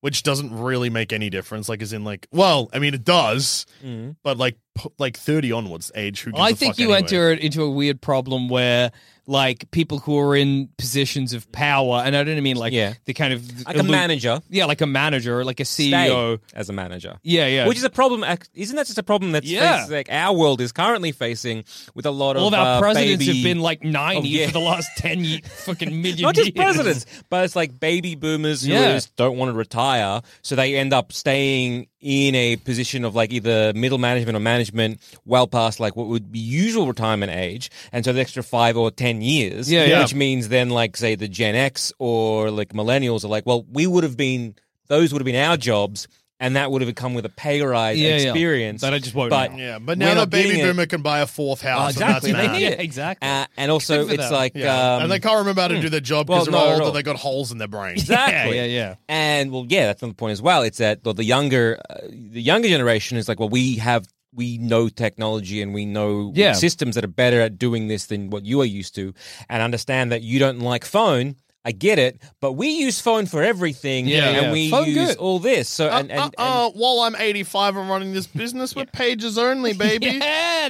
Speaker 3: which doesn't really make any difference. Like, as in, like, well, I mean, it does,
Speaker 5: Mm-hmm.
Speaker 3: but like, p- like 30 onwards, age. Who gives
Speaker 4: I
Speaker 3: a
Speaker 4: think
Speaker 3: fuck
Speaker 4: you
Speaker 3: anyway?
Speaker 4: enter into a weird problem where, like, people who are in positions of power, and I don't mean like
Speaker 5: Yeah.
Speaker 4: the kind of
Speaker 5: like a
Speaker 4: elu-
Speaker 5: manager,
Speaker 4: yeah, like a manager, like a
Speaker 5: stay
Speaker 4: CEO,
Speaker 5: as a manager.
Speaker 4: yeah, yeah,
Speaker 5: Which is a problem. ac- Isn't that just a problem that's
Speaker 4: Yeah.
Speaker 5: faced- like our world is currently facing with a lot of
Speaker 4: all of our
Speaker 5: uh,
Speaker 4: presidents
Speaker 5: baby,
Speaker 4: have been like ninety
Speaker 5: Oh, yeah.
Speaker 4: for the last ten ye- fucking million.
Speaker 5: not just
Speaker 4: years.
Speaker 5: presidents, but it's like baby boomers who
Speaker 4: Yeah.
Speaker 5: just don't want to retire, so they end up staying in a position of like either middle management or management well past like what would be usual retirement age, and so the extra five or ten years,
Speaker 4: Yeah, yeah.
Speaker 5: which means then like say the Gen X or like millennials are like, well, we would have been those would have been our jobs. And that would have come with a pay rise
Speaker 4: Yeah, yeah.
Speaker 5: experience.
Speaker 4: That I just won't
Speaker 5: But
Speaker 4: now.
Speaker 3: Yeah, but
Speaker 5: we're
Speaker 3: now the
Speaker 5: not
Speaker 3: baby
Speaker 5: getting it.
Speaker 3: boomer can buy a fourth house.
Speaker 5: Oh, exactly,
Speaker 3: And
Speaker 5: they
Speaker 3: that's mad.
Speaker 5: need it.
Speaker 4: Yeah, exactly.
Speaker 5: Uh, and also,
Speaker 4: Good for
Speaker 5: it's
Speaker 4: them.
Speaker 5: like
Speaker 3: Yeah.
Speaker 5: um,
Speaker 3: and they can't remember how to do their job because they're
Speaker 5: Well, not at
Speaker 3: old
Speaker 5: all.
Speaker 3: and they got holes in their brain.
Speaker 5: Exactly.
Speaker 4: Yeah, yeah, yeah.
Speaker 5: And well, yeah, that's another point as well. It's that well, the younger, uh, the younger generation is like, well, we have, we know technology and we know
Speaker 4: Yeah.
Speaker 5: systems that are better at doing this than what you are used to, and understand that you don't like phone. I get it, but we use phone for everything,
Speaker 4: Yeah,
Speaker 5: and
Speaker 4: yeah.
Speaker 5: we
Speaker 4: Phone
Speaker 5: use
Speaker 4: good.
Speaker 5: all this. So and, and,
Speaker 3: uh, uh, uh, while I'm 85 and running this business, we're pages only, baby.
Speaker 4: Yeah,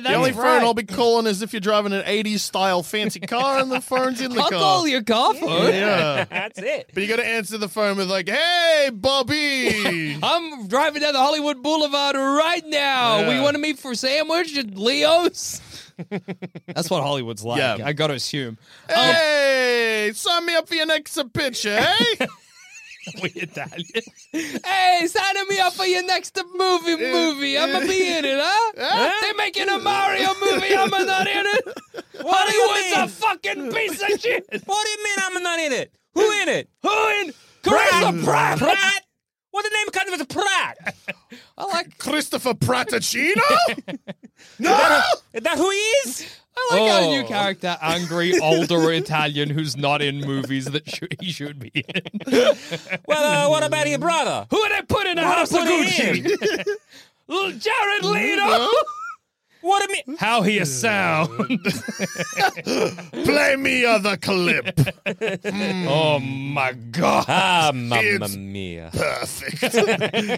Speaker 4: that's
Speaker 3: The only
Speaker 4: right.
Speaker 3: phone I'll be calling is if you're driving an 80s style fancy car and the phone's in the
Speaker 4: I'll
Speaker 3: car. Oh,
Speaker 4: call your car phone.
Speaker 3: Yeah.
Speaker 5: and that's it.
Speaker 3: But you got to answer the phone with, like, hey, Bobby.
Speaker 4: I'm driving down the Hollywood Boulevard right now.
Speaker 3: Yeah.
Speaker 4: We want to meet for a sandwich at Leo's. That's what Hollywood's like.
Speaker 3: Yeah.
Speaker 4: I got to assume.
Speaker 3: hey, sign me up for your next picture, eh? we Italian.
Speaker 4: Hey, signing me up for your next movie. Movie, I'ma be in it, huh? They're making a Mario movie. I'ma not in it.
Speaker 5: What do you mean?
Speaker 4: Hollywood's a fucking piece of shit.
Speaker 5: What do you mean I'm not in it? Who in it?
Speaker 4: Who in Carissa Pratt?
Speaker 5: Pratt? What the name of country was Pratt?
Speaker 4: I like.
Speaker 3: Christopher Prattacino? no!
Speaker 5: Is that who he is?
Speaker 4: I like our new
Speaker 5: Oh.
Speaker 4: character, angry older Italian who's not in movies that sh- he should be in.
Speaker 5: Well, uh, what about your brother?
Speaker 4: Who would I put in a house of
Speaker 5: put him
Speaker 4: Gucci? L- Jared Leto.
Speaker 5: What do you mean?
Speaker 4: How he a sound.
Speaker 3: Play me other clip. Hmm.
Speaker 4: oh my god.
Speaker 5: Ah, mamma
Speaker 3: It's-
Speaker 5: mia.
Speaker 3: Perfect.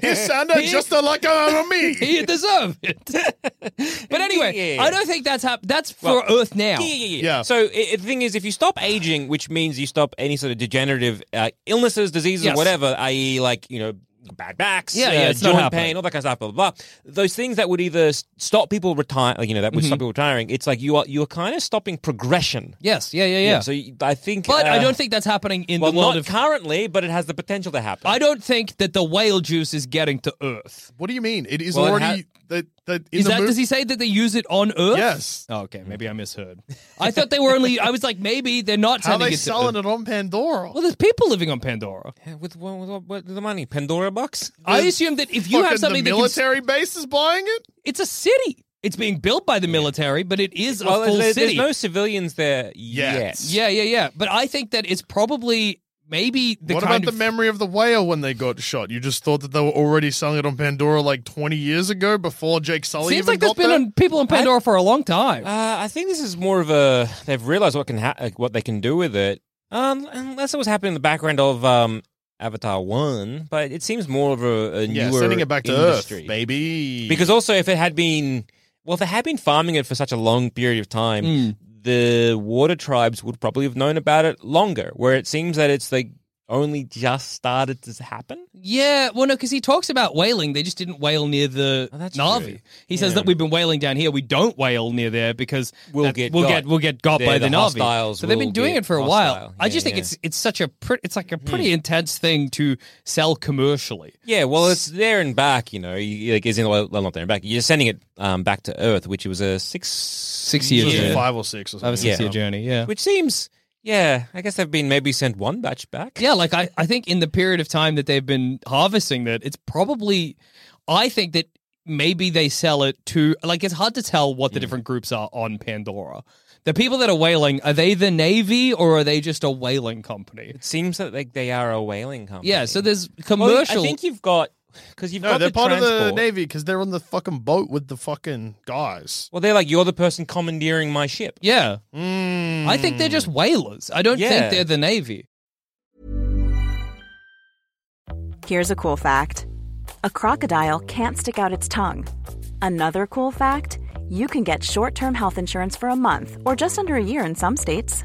Speaker 3: he sounded just like a me.
Speaker 4: He deserved it. But anyway,
Speaker 5: Yeah.
Speaker 4: I don't think that's hap- that's for Earth now.
Speaker 5: Yeah, yeah, yeah.
Speaker 3: Yeah.
Speaker 5: So i i- the thing is, if you stop aging, which means you stop any sort of degenerative uh, illnesses, diseases,
Speaker 4: Yes.
Speaker 5: whatever, i.e., like you know, bad backs,
Speaker 4: Yeah,
Speaker 5: uh,
Speaker 4: yeah, it's not
Speaker 5: joint
Speaker 4: happening.
Speaker 5: pain, all that kind of stuff, blah blah. blah. Those things that would either s- stop people retire, like, you know, that would stop
Speaker 4: Mm-hmm.
Speaker 5: people retiring. It's like you are you are kind of stopping progression.
Speaker 4: Yes, yeah, yeah, yeah.
Speaker 5: So you, I think,
Speaker 4: but I
Speaker 5: uh,
Speaker 4: don't think that's happening in
Speaker 5: well,
Speaker 4: the world
Speaker 5: not
Speaker 4: of.
Speaker 5: currently, but it has the potential to happen.
Speaker 4: I don't think that the whale juice is getting to Earth.
Speaker 3: What do you mean? It is
Speaker 5: Well, it
Speaker 3: already
Speaker 5: ha-
Speaker 3: that that in
Speaker 4: Is
Speaker 3: the
Speaker 4: that?
Speaker 3: mo-
Speaker 4: Does he say that they use it on Earth?
Speaker 3: Yes.
Speaker 4: Oh, okay, maybe I misheard. I thought they were only. I was like, maybe they're not
Speaker 3: How are
Speaker 4: sending
Speaker 3: they
Speaker 4: it to
Speaker 3: selling it
Speaker 4: Earth.
Speaker 3: on Pandora?
Speaker 4: Well, there's people living on Pandora.
Speaker 5: Yeah, with, what, with what, what the money, Pandora box.
Speaker 4: I assume that if you
Speaker 3: Fucking
Speaker 4: have something
Speaker 3: the
Speaker 4: that can s-
Speaker 3: military base is buying it.
Speaker 4: it's a city. It's being built by the military, but it is a full
Speaker 5: there-
Speaker 4: city.
Speaker 5: there's no civilians there
Speaker 3: Yet.
Speaker 5: yet.
Speaker 4: yeah, yeah, yeah. But I think that it's probably maybe the
Speaker 3: what
Speaker 4: kind
Speaker 3: about the
Speaker 4: of
Speaker 3: memory of the whale when they got shot? You just thought that they were already selling it on Pandora like 20 years ago before Jake Sully
Speaker 4: seems
Speaker 3: even
Speaker 4: like there's
Speaker 3: got
Speaker 4: been
Speaker 3: there?
Speaker 4: on, people on Pandora for a long time.
Speaker 5: Uh, I think this is more of a they've realized what can ha- like, what they can do with it. Um, unless it was happening in the background of um, Avatar One, but it seems more of a, a
Speaker 3: yeah,
Speaker 5: newer
Speaker 3: sending it back to
Speaker 5: industry.
Speaker 3: Earth, baby.
Speaker 5: Because also, if it had been well, if they had been farming it for such a long period of time, the water tribes would probably have known about it longer. Where it seems that it's like only just started to happen.
Speaker 4: Yeah, well, no, because he talks about whaling. They just didn't whale near the
Speaker 5: Oh, that's
Speaker 4: Navi.
Speaker 5: true.
Speaker 4: He says that we've been whaling down here. We don't whale near there because
Speaker 5: We'll
Speaker 4: that-
Speaker 5: get
Speaker 4: we'll
Speaker 5: got.
Speaker 4: get we'll get got
Speaker 5: They're
Speaker 4: by the,
Speaker 5: the
Speaker 4: Navi.
Speaker 5: hostiles
Speaker 4: So they've been
Speaker 5: will
Speaker 4: doing
Speaker 5: get
Speaker 4: it for a while.
Speaker 5: hostile.
Speaker 4: I just
Speaker 5: Yeah,
Speaker 4: think
Speaker 5: yeah. Hmm.
Speaker 4: it's it's such a pre- it's like a pretty intense thing to sell commercially.
Speaker 5: Yeah, well, it's there and back, you know. You, like, is in well, not there and back. You're sending it um, back to Earth, which was a six six
Speaker 4: year
Speaker 3: It was
Speaker 4: Yeah.
Speaker 3: five or six or
Speaker 4: That was
Speaker 3: something.
Speaker 4: a
Speaker 5: Yeah.
Speaker 4: six-year journey. Yeah,
Speaker 5: which seems yeah. I guess they've been maybe sent one batch back.
Speaker 4: yeah. Like I, I think in the period of time that they've been harvesting that, it's probably. I think that maybe they sell it to like it's hard to tell what the
Speaker 5: Mm.
Speaker 4: different groups are on Pandora. The people that are whaling are they the Navy or are they just a whaling company?
Speaker 5: it seems that like they are a whaling company.
Speaker 4: Yeah, so there's
Speaker 5: Well,
Speaker 4: commercial.
Speaker 5: I think you've got because you've
Speaker 3: No,
Speaker 5: got
Speaker 3: they're
Speaker 5: the
Speaker 3: part of the
Speaker 5: transport.
Speaker 3: Navy because they're on the fucking boat with the fucking guys.
Speaker 5: Well, they're like you're the person commandeering my ship.
Speaker 4: yeah,
Speaker 3: Mm.
Speaker 4: I think they're just whalers. I don't
Speaker 5: Hmm. Yeah.
Speaker 4: think they're the Navy.
Speaker 7: Here's a cool fact a crocodile can't stick out its tongue. Another cool fact you can get short term health insurance for a month or just under a year in some states.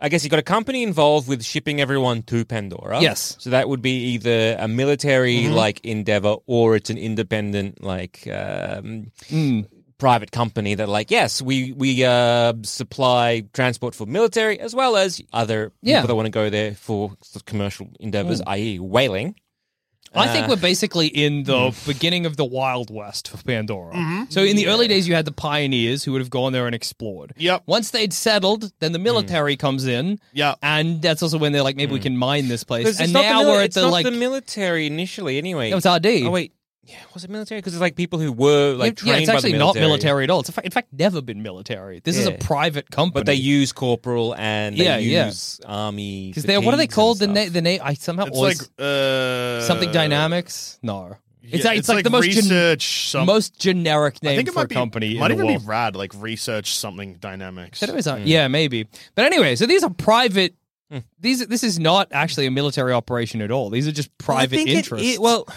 Speaker 5: I guess you've got a company involved with shipping everyone to Pandora.
Speaker 4: Yes. Mm-hmm.
Speaker 5: So that would be either a military like endeavor or it's an independent like um,
Speaker 4: Hmm.
Speaker 5: private company that like yes we we uh, supply transport for military as well as other
Speaker 4: Yeah. Mm.
Speaker 5: people that want to go there for sort of commercial endeavors, i.e. whaling.
Speaker 4: I think we're basically in the beginning of the Wild West for Pandora. So in the early days, you had the pioneers who would have gone there and explored.
Speaker 3: Yep.
Speaker 4: Once they'd settled, then the military comes in.
Speaker 3: Yep.
Speaker 4: And that's also when they're like, maybe we can mine this place.
Speaker 5: 'Cause
Speaker 4: And
Speaker 5: it's not the
Speaker 4: now
Speaker 5: mili-
Speaker 4: we're at
Speaker 5: it's
Speaker 4: the
Speaker 5: not
Speaker 4: like.
Speaker 5: the military initially anyway.
Speaker 4: No, it's RD.
Speaker 5: Oh wait, Was it military? Because it's like people who were like
Speaker 4: yeah,
Speaker 5: trained
Speaker 4: it's
Speaker 5: by
Speaker 4: actually
Speaker 5: the
Speaker 4: not military at all. It's in fact, in fact never been military. This is a
Speaker 5: Yeah.
Speaker 4: private company.
Speaker 5: but they use corporal and they
Speaker 4: Yeah, yeah.
Speaker 5: use army
Speaker 4: because they're what are they
Speaker 5: fatigues and
Speaker 4: called? The na-
Speaker 5: stuff.
Speaker 4: the name I somehow
Speaker 3: It's
Speaker 4: always
Speaker 3: like uh,
Speaker 4: something dynamics. No,
Speaker 3: yeah,
Speaker 4: it's, like, it's like, the most gen-
Speaker 3: research. some-
Speaker 4: most generic name
Speaker 3: I think it
Speaker 4: for
Speaker 3: might be
Speaker 4: a company. in
Speaker 3: Might
Speaker 4: the
Speaker 3: even
Speaker 4: world.
Speaker 3: be rad. Like research something dynamics.
Speaker 4: Said it
Speaker 5: Mm.
Speaker 4: was a- uh, Yeah, maybe. But anyway, so these are private. These this is not actually a military operation at all. These are just
Speaker 5: Well, I
Speaker 4: private
Speaker 5: think it-
Speaker 4: interests.
Speaker 5: it- well,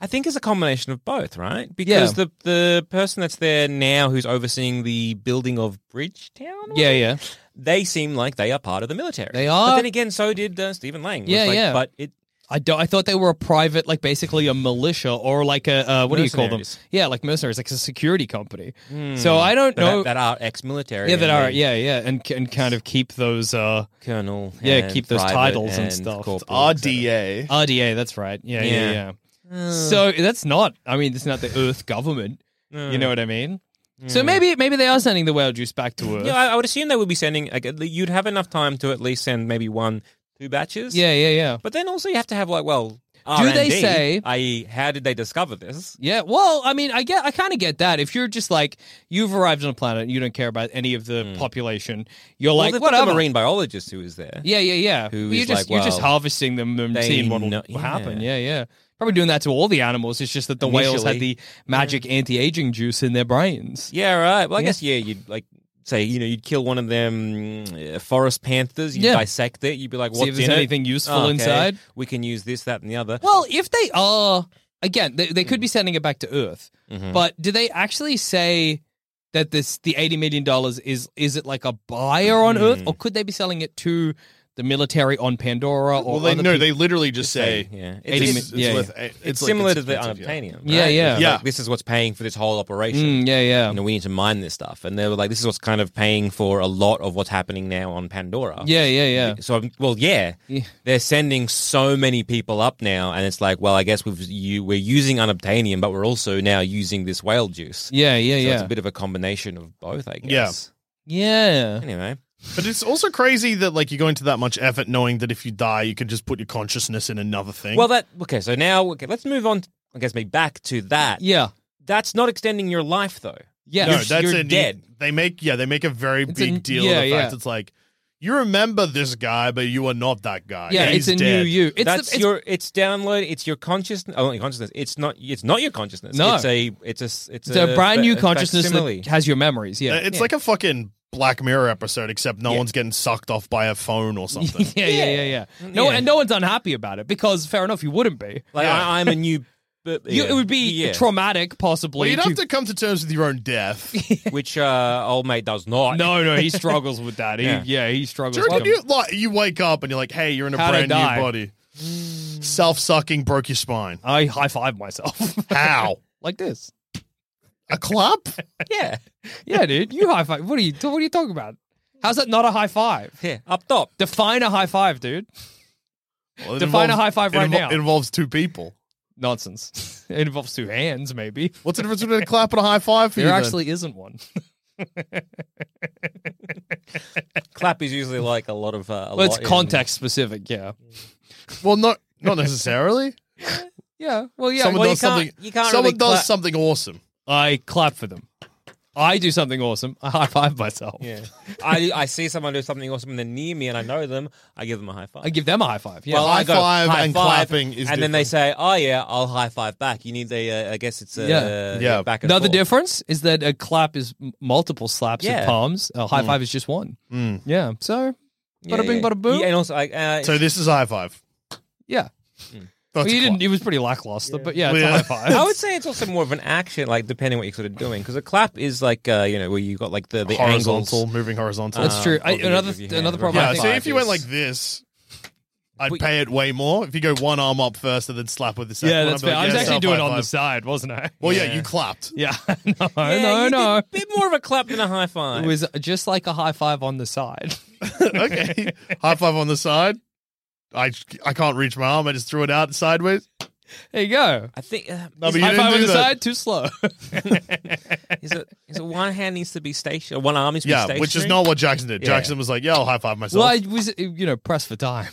Speaker 5: I think it's a combination of both, right?
Speaker 4: Yeah.
Speaker 5: Because the the person that's there now, who's overseeing the building of Bridgetown, was
Speaker 4: yeah,
Speaker 5: it?
Speaker 4: yeah.
Speaker 5: they seem like they are part of the military.
Speaker 4: They are.
Speaker 5: But then again, so did uh, Stephen Lang. It was
Speaker 4: Yeah,
Speaker 5: like-
Speaker 4: yeah.
Speaker 5: But it
Speaker 4: I don't. I thought they were a private, like basically a militia or like a uh, what do you call them?
Speaker 5: Mercenaries. Hmm.
Speaker 4: Yeah, like mercenaries, like a security company. So I don't
Speaker 5: that,
Speaker 4: know.
Speaker 5: that are ex-military.
Speaker 4: yeah, that
Speaker 5: and
Speaker 4: are
Speaker 5: they-
Speaker 4: yeah, yeah, and and kind of keep those uh,
Speaker 5: colonel.
Speaker 4: Yeah,
Speaker 5: and
Speaker 4: keep those
Speaker 5: private
Speaker 4: titles and stuff.
Speaker 5: corporal, et cetera.
Speaker 3: RDA.
Speaker 4: RDA. That's right. Yeah, yeah, yeah.
Speaker 5: Yeah. Oh.
Speaker 4: So that's not. I mean, it's not the Earth government.
Speaker 5: Hmm.
Speaker 4: You know what I mean? So maybe maybe they are sending the whale juice back to Earth.
Speaker 5: Yeah, I, I would assume they would be sending. Like, at le- you'd have enough time to at least send maybe one, two batches.
Speaker 4: yeah, yeah, yeah.
Speaker 5: But then also you have to have like, well,
Speaker 4: Do they
Speaker 5: R&D,
Speaker 4: say-
Speaker 5: I.e., e, how did they discover this?
Speaker 4: Yeah, well, I mean, I get, I kind of get that. If you're just like you've arrived on a planet, and you don't care about any of the population. You're
Speaker 5: Hmm. Well,
Speaker 4: like
Speaker 5: they've got
Speaker 4: whatever.
Speaker 5: the marine biologist who is there.
Speaker 4: Yeah, yeah, yeah.
Speaker 5: Who
Speaker 4: But you're
Speaker 5: is
Speaker 4: just
Speaker 5: like,
Speaker 4: you're just
Speaker 5: well,
Speaker 4: harvesting them and
Speaker 5: they
Speaker 4: seeing what will
Speaker 5: know- yeah.
Speaker 4: happen. Yeah, yeah. Probably doing that to all the animals. It's just that the whales had
Speaker 5: Initially.
Speaker 4: the
Speaker 5: Hmm.
Speaker 4: magic anti-aging juice in their brains.
Speaker 5: Yeah, right. Well, I
Speaker 4: Yeah.
Speaker 5: guess yeah, you'd like say you know you'd kill one of them uh, forest panthers. You
Speaker 4: Yeah.
Speaker 5: would dissect it. You'd be like,
Speaker 4: See
Speaker 5: what's
Speaker 4: if there's
Speaker 5: in it? "Oh,
Speaker 4: anything useful
Speaker 5: okay.
Speaker 4: inside.
Speaker 5: We can use this, that, and the other.
Speaker 4: Well, if they are again, they, they could be sending it back to Earth.
Speaker 5: Mhm.
Speaker 4: But do they actually say that this the eighty million dollars is is it like a buyer on Earth, or could they be selling it to the military on Pandora? Or
Speaker 3: Well, they
Speaker 4: other
Speaker 3: no,
Speaker 4: peop-
Speaker 3: they literally just say
Speaker 5: yeah,
Speaker 4: Eighty
Speaker 3: it's,
Speaker 4: mi-
Speaker 3: it's
Speaker 4: yeah,
Speaker 3: worth- it's
Speaker 5: It's
Speaker 3: like
Speaker 5: similar
Speaker 3: it's
Speaker 5: to the
Speaker 3: expensive, yeah.
Speaker 5: unobtainium.
Speaker 4: Yeah,
Speaker 5: right?
Speaker 4: yeah.
Speaker 5: It's
Speaker 3: Yeah.
Speaker 5: like, this is what's paying for this whole operation.
Speaker 4: Mm, yeah, yeah,
Speaker 5: You know, we need to mine this stuff, and they were like, "This is what's kind of paying for a lot of what's happening now on Pandora."
Speaker 4: yeah, yeah, yeah.
Speaker 5: So, I'm- well, yeah,
Speaker 4: Yeah.
Speaker 5: they're sending so many people up now, and it's like, well, I guess we've you, we're using unobtainium, but we're also now using this whale juice.
Speaker 4: Yeah, yeah,
Speaker 5: So
Speaker 4: yeah.
Speaker 5: it's a bit of a combination of both, I
Speaker 3: Yeah.
Speaker 5: guess.
Speaker 4: yeah.
Speaker 5: Anyway,
Speaker 3: But it's also crazy that like you go into that much effort knowing that if you die, you could just put your consciousness in another thing.
Speaker 5: well, that okay. So now, okay, let's move on. I guess maybe back to that.
Speaker 4: Yeah.
Speaker 5: That's not extending your life though.
Speaker 4: Yeah.
Speaker 3: no,
Speaker 5: you're-
Speaker 3: that's
Speaker 5: you're
Speaker 3: a-
Speaker 4: e
Speaker 5: dead.
Speaker 3: They make yeah, they make a very
Speaker 4: It's
Speaker 3: big
Speaker 4: a-
Speaker 3: deal
Speaker 4: yeah,
Speaker 3: of the fact
Speaker 4: yeah.
Speaker 3: it's like you remember this guy, but you are not that guy.
Speaker 4: yeah,
Speaker 3: He's
Speaker 4: it's a
Speaker 3: dead.
Speaker 4: new you. It's the-
Speaker 5: That's
Speaker 4: it's-
Speaker 5: your. It's download. It's your consciousness. Oh, not your consciousness. It's not. It's not your consciousness.
Speaker 4: No.
Speaker 5: It's a. It's a. It's,
Speaker 4: It's a, brand new
Speaker 5: fa-
Speaker 4: consciousness
Speaker 5: facsimile.
Speaker 4: that has your memories. Yeah.
Speaker 3: Uh, It's like a fucking Black Mirror episode, except no one's getting sucked off by a phone or something.
Speaker 4: yeah, yeah, yeah, yeah, No,
Speaker 5: Yeah.
Speaker 4: and no one's unhappy about it because fair enough, you wouldn't be.
Speaker 5: Like
Speaker 3: Yeah.
Speaker 5: I, I'm a new. But,
Speaker 4: You,
Speaker 5: yeah.
Speaker 4: it would be
Speaker 5: Yeah.
Speaker 4: traumatic, possibly.
Speaker 3: well, you'd
Speaker 4: to-
Speaker 3: have to come to terms with your own death.
Speaker 5: which uh, old mate does not.
Speaker 4: No, no, he struggles with that. He, yeah.
Speaker 5: Yeah.
Speaker 4: he struggles.
Speaker 3: Do you
Speaker 4: with
Speaker 3: reckon you, like, you wake up and you're like, hey, you're in a
Speaker 4: How'd I
Speaker 3: brand new
Speaker 4: die?
Speaker 3: body. Self sucking broke your spine.
Speaker 4: I high five myself
Speaker 3: How?
Speaker 4: like this.
Speaker 3: A clap?
Speaker 5: Yeah.
Speaker 4: Yeah, dude, you high five. What are you? What are you talking about? How's that not a high five?
Speaker 5: Yeah. Up top.
Speaker 4: Define a high five, dude.
Speaker 3: Well, it
Speaker 4: Define a high five
Speaker 3: it
Speaker 4: right now.
Speaker 3: It involves two people.
Speaker 4: Nonsense. it involves two hands, maybe.
Speaker 3: What's the difference between a clap and a high five for
Speaker 4: There
Speaker 3: you? then?
Speaker 4: actually isn't one.
Speaker 5: Clap is usually like a lot of. Uh, a
Speaker 4: Well, it's
Speaker 5: lot in-
Speaker 4: context specific. Yeah.
Speaker 3: Well, not not necessarily.
Speaker 4: Yeah. Well, yeah.
Speaker 3: someone
Speaker 4: well,
Speaker 3: does
Speaker 4: you can't-
Speaker 3: something.
Speaker 5: you can't
Speaker 3: someone
Speaker 5: really
Speaker 3: does
Speaker 5: clap.
Speaker 3: something awesome.
Speaker 4: I clap for them. I do something awesome. I high five myself.
Speaker 5: Yeah. I I see someone do something awesome and they're near me and I know them. I give them a high five.
Speaker 4: I give them a high five. Yeah.
Speaker 5: well,
Speaker 3: high
Speaker 5: I go,
Speaker 3: five
Speaker 5: high
Speaker 3: and
Speaker 5: five,
Speaker 3: clapping is
Speaker 5: and then they say, "Oh yeah, I'll high five back." You need the, uh, I guess it's uh,
Speaker 4: Yeah.
Speaker 3: Yeah.
Speaker 5: back and
Speaker 4: Another
Speaker 5: forth.
Speaker 4: difference is that a clap is m- multiple slaps of
Speaker 5: Yeah.
Speaker 4: palms. A
Speaker 3: Mm.
Speaker 4: high five is just one. Yeah. So, bada bing, bada boom.
Speaker 5: Yeah,
Speaker 4: Yeah.
Speaker 5: and also, like, uh,
Speaker 3: So this is a high five. That's
Speaker 4: Well, you
Speaker 3: a
Speaker 4: didn't.
Speaker 3: clap.
Speaker 4: It was pretty lackluster, but yeah, it's
Speaker 3: Yeah.
Speaker 4: a high
Speaker 5: I
Speaker 4: five.
Speaker 5: would say it's also more of an action, like depending what you're sort of doing, because a clap is like uh, you know where you got like the the
Speaker 3: horizontal,
Speaker 5: angles.
Speaker 3: moving horizontal. Uh,
Speaker 4: That's true. I,
Speaker 5: with your-
Speaker 4: another
Speaker 5: with your hand,
Speaker 4: another
Speaker 5: right?
Speaker 3: yeah.
Speaker 4: problem. I
Speaker 5: high
Speaker 3: See,
Speaker 4: think,
Speaker 5: five
Speaker 3: if you went
Speaker 5: is-
Speaker 3: like this, I'd
Speaker 5: But-
Speaker 3: pay it way more. If you go one arm up first and then slap with the second,
Speaker 4: yeah,
Speaker 3: one,
Speaker 4: that's
Speaker 3: I'd be
Speaker 4: fair.
Speaker 3: like,
Speaker 4: I was
Speaker 3: yeah,
Speaker 4: actually
Speaker 3: self
Speaker 4: doing it
Speaker 3: high
Speaker 4: on the
Speaker 3: five.
Speaker 4: side, wasn't I?
Speaker 3: Well, yeah,
Speaker 5: Yeah.
Speaker 3: you clapped.
Speaker 4: Yeah. No,
Speaker 5: Yeah,
Speaker 4: no,
Speaker 5: you
Speaker 4: no.
Speaker 5: did A bit more of a clap than a high five.
Speaker 4: It was just like a high five on the side.
Speaker 3: okay, high five on the side. I I can't reach my arm. I just threw it out sideways.
Speaker 4: There you go.
Speaker 5: I think uh,
Speaker 3: No, Oh, but you
Speaker 4: High
Speaker 3: didn't
Speaker 4: five on
Speaker 3: do
Speaker 4: the
Speaker 3: that.
Speaker 4: side, too slow.
Speaker 5: is it is it one hand needs to be stationary, one arm needs to be
Speaker 3: Yeah,
Speaker 5: stationary.
Speaker 3: which is not what Jackson did.
Speaker 5: Yeah.
Speaker 3: Jackson was like, "Yeah, I'll high five myself."
Speaker 4: well, I was, you know, pressed for time.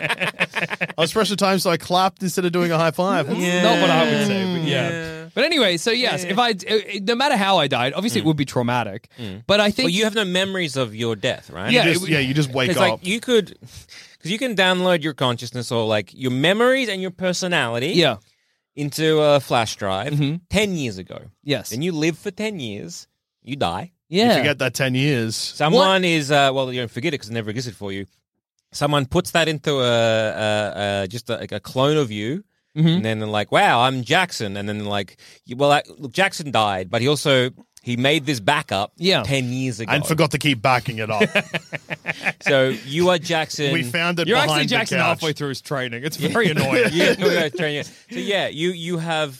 Speaker 3: I was pressed for time, so I clapped instead of doing a high five.
Speaker 5: Yeah.
Speaker 4: Not what I would say, but
Speaker 5: Mm.
Speaker 4: yeah.
Speaker 5: Yeah.
Speaker 4: But anyway, so yes, if I, uh, uh, no matter how I died,
Speaker 3: Mm.
Speaker 4: obviously it would be traumatic. But I think
Speaker 5: Well, you have no memories of your death, right?
Speaker 4: Yeah,
Speaker 3: You just,
Speaker 4: it-
Speaker 3: yeah, you just wake
Speaker 5: It's
Speaker 3: up.
Speaker 5: like you could, because you can download your consciousness or like your memories and your personality
Speaker 4: yeah,
Speaker 5: into a flash drive
Speaker 4: Mhm.
Speaker 5: 10 years ago.
Speaker 4: yes,
Speaker 5: Then you live for 10 years, you die.
Speaker 4: yeah.
Speaker 3: You forget that ten years.
Speaker 5: Someone is uh, well, you don't forget it because it never existed for you. Someone puts that into a, a, a just a, like a clone of you,
Speaker 4: Mm-hmm.
Speaker 5: and then they're like, "Wow, I'm Jackson," and then like, you- "Well, I, look, Jackson died, but he also he made this backup
Speaker 4: Yeah.
Speaker 5: ten years ago,
Speaker 3: And forgot to keep backing it up.
Speaker 5: so you are Jackson.
Speaker 3: we found it
Speaker 4: You're
Speaker 3: behind
Speaker 4: actually
Speaker 3: the
Speaker 4: Jackson
Speaker 3: couch.
Speaker 4: halfway through his training. It's very annoying.
Speaker 5: You- you are turning- so yeah, you you have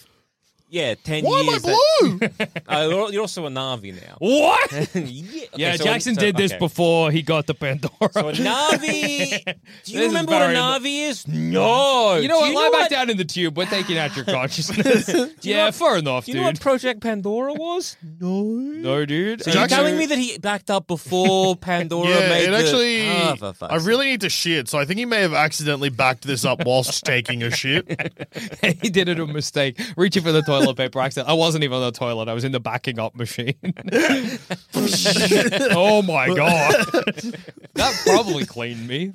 Speaker 5: yeah ten
Speaker 3: Why am I
Speaker 5: years.
Speaker 3: blue?
Speaker 5: that- uh, you're- you're also a Navi now.
Speaker 4: What?
Speaker 5: yeah,
Speaker 4: yeah,
Speaker 5: okay, so-
Speaker 4: Jackson
Speaker 5: so-
Speaker 4: did this
Speaker 5: okay.
Speaker 4: before he got the Pandora.
Speaker 5: So a Navi, do you
Speaker 4: This is
Speaker 5: remember what a
Speaker 4: very-
Speaker 5: Navi is? No.
Speaker 4: you know
Speaker 5: Do
Speaker 4: what? Lie back down in the tube. We're taking out your consciousness. yeah,
Speaker 5: what-
Speaker 4: fair enough,
Speaker 5: Do you
Speaker 4: dude.
Speaker 5: know what Project Pandora was? no.
Speaker 4: no, dude.
Speaker 5: So
Speaker 4: Uh,
Speaker 5: you're
Speaker 3: Jackson-
Speaker 5: telling me that he backed up before Pandora
Speaker 3: Yeah,
Speaker 5: made
Speaker 3: it
Speaker 5: the-
Speaker 3: actually.
Speaker 5: Ah, for fuck's
Speaker 3: I really need to shit, so I think he may have accidentally backed this up whilst taking a shit.
Speaker 4: he did it a mistake, reaching for the toilet paper accident. I wasn't even on the toilet. I was in the backing up machine. oh my god, that probably cleaned me.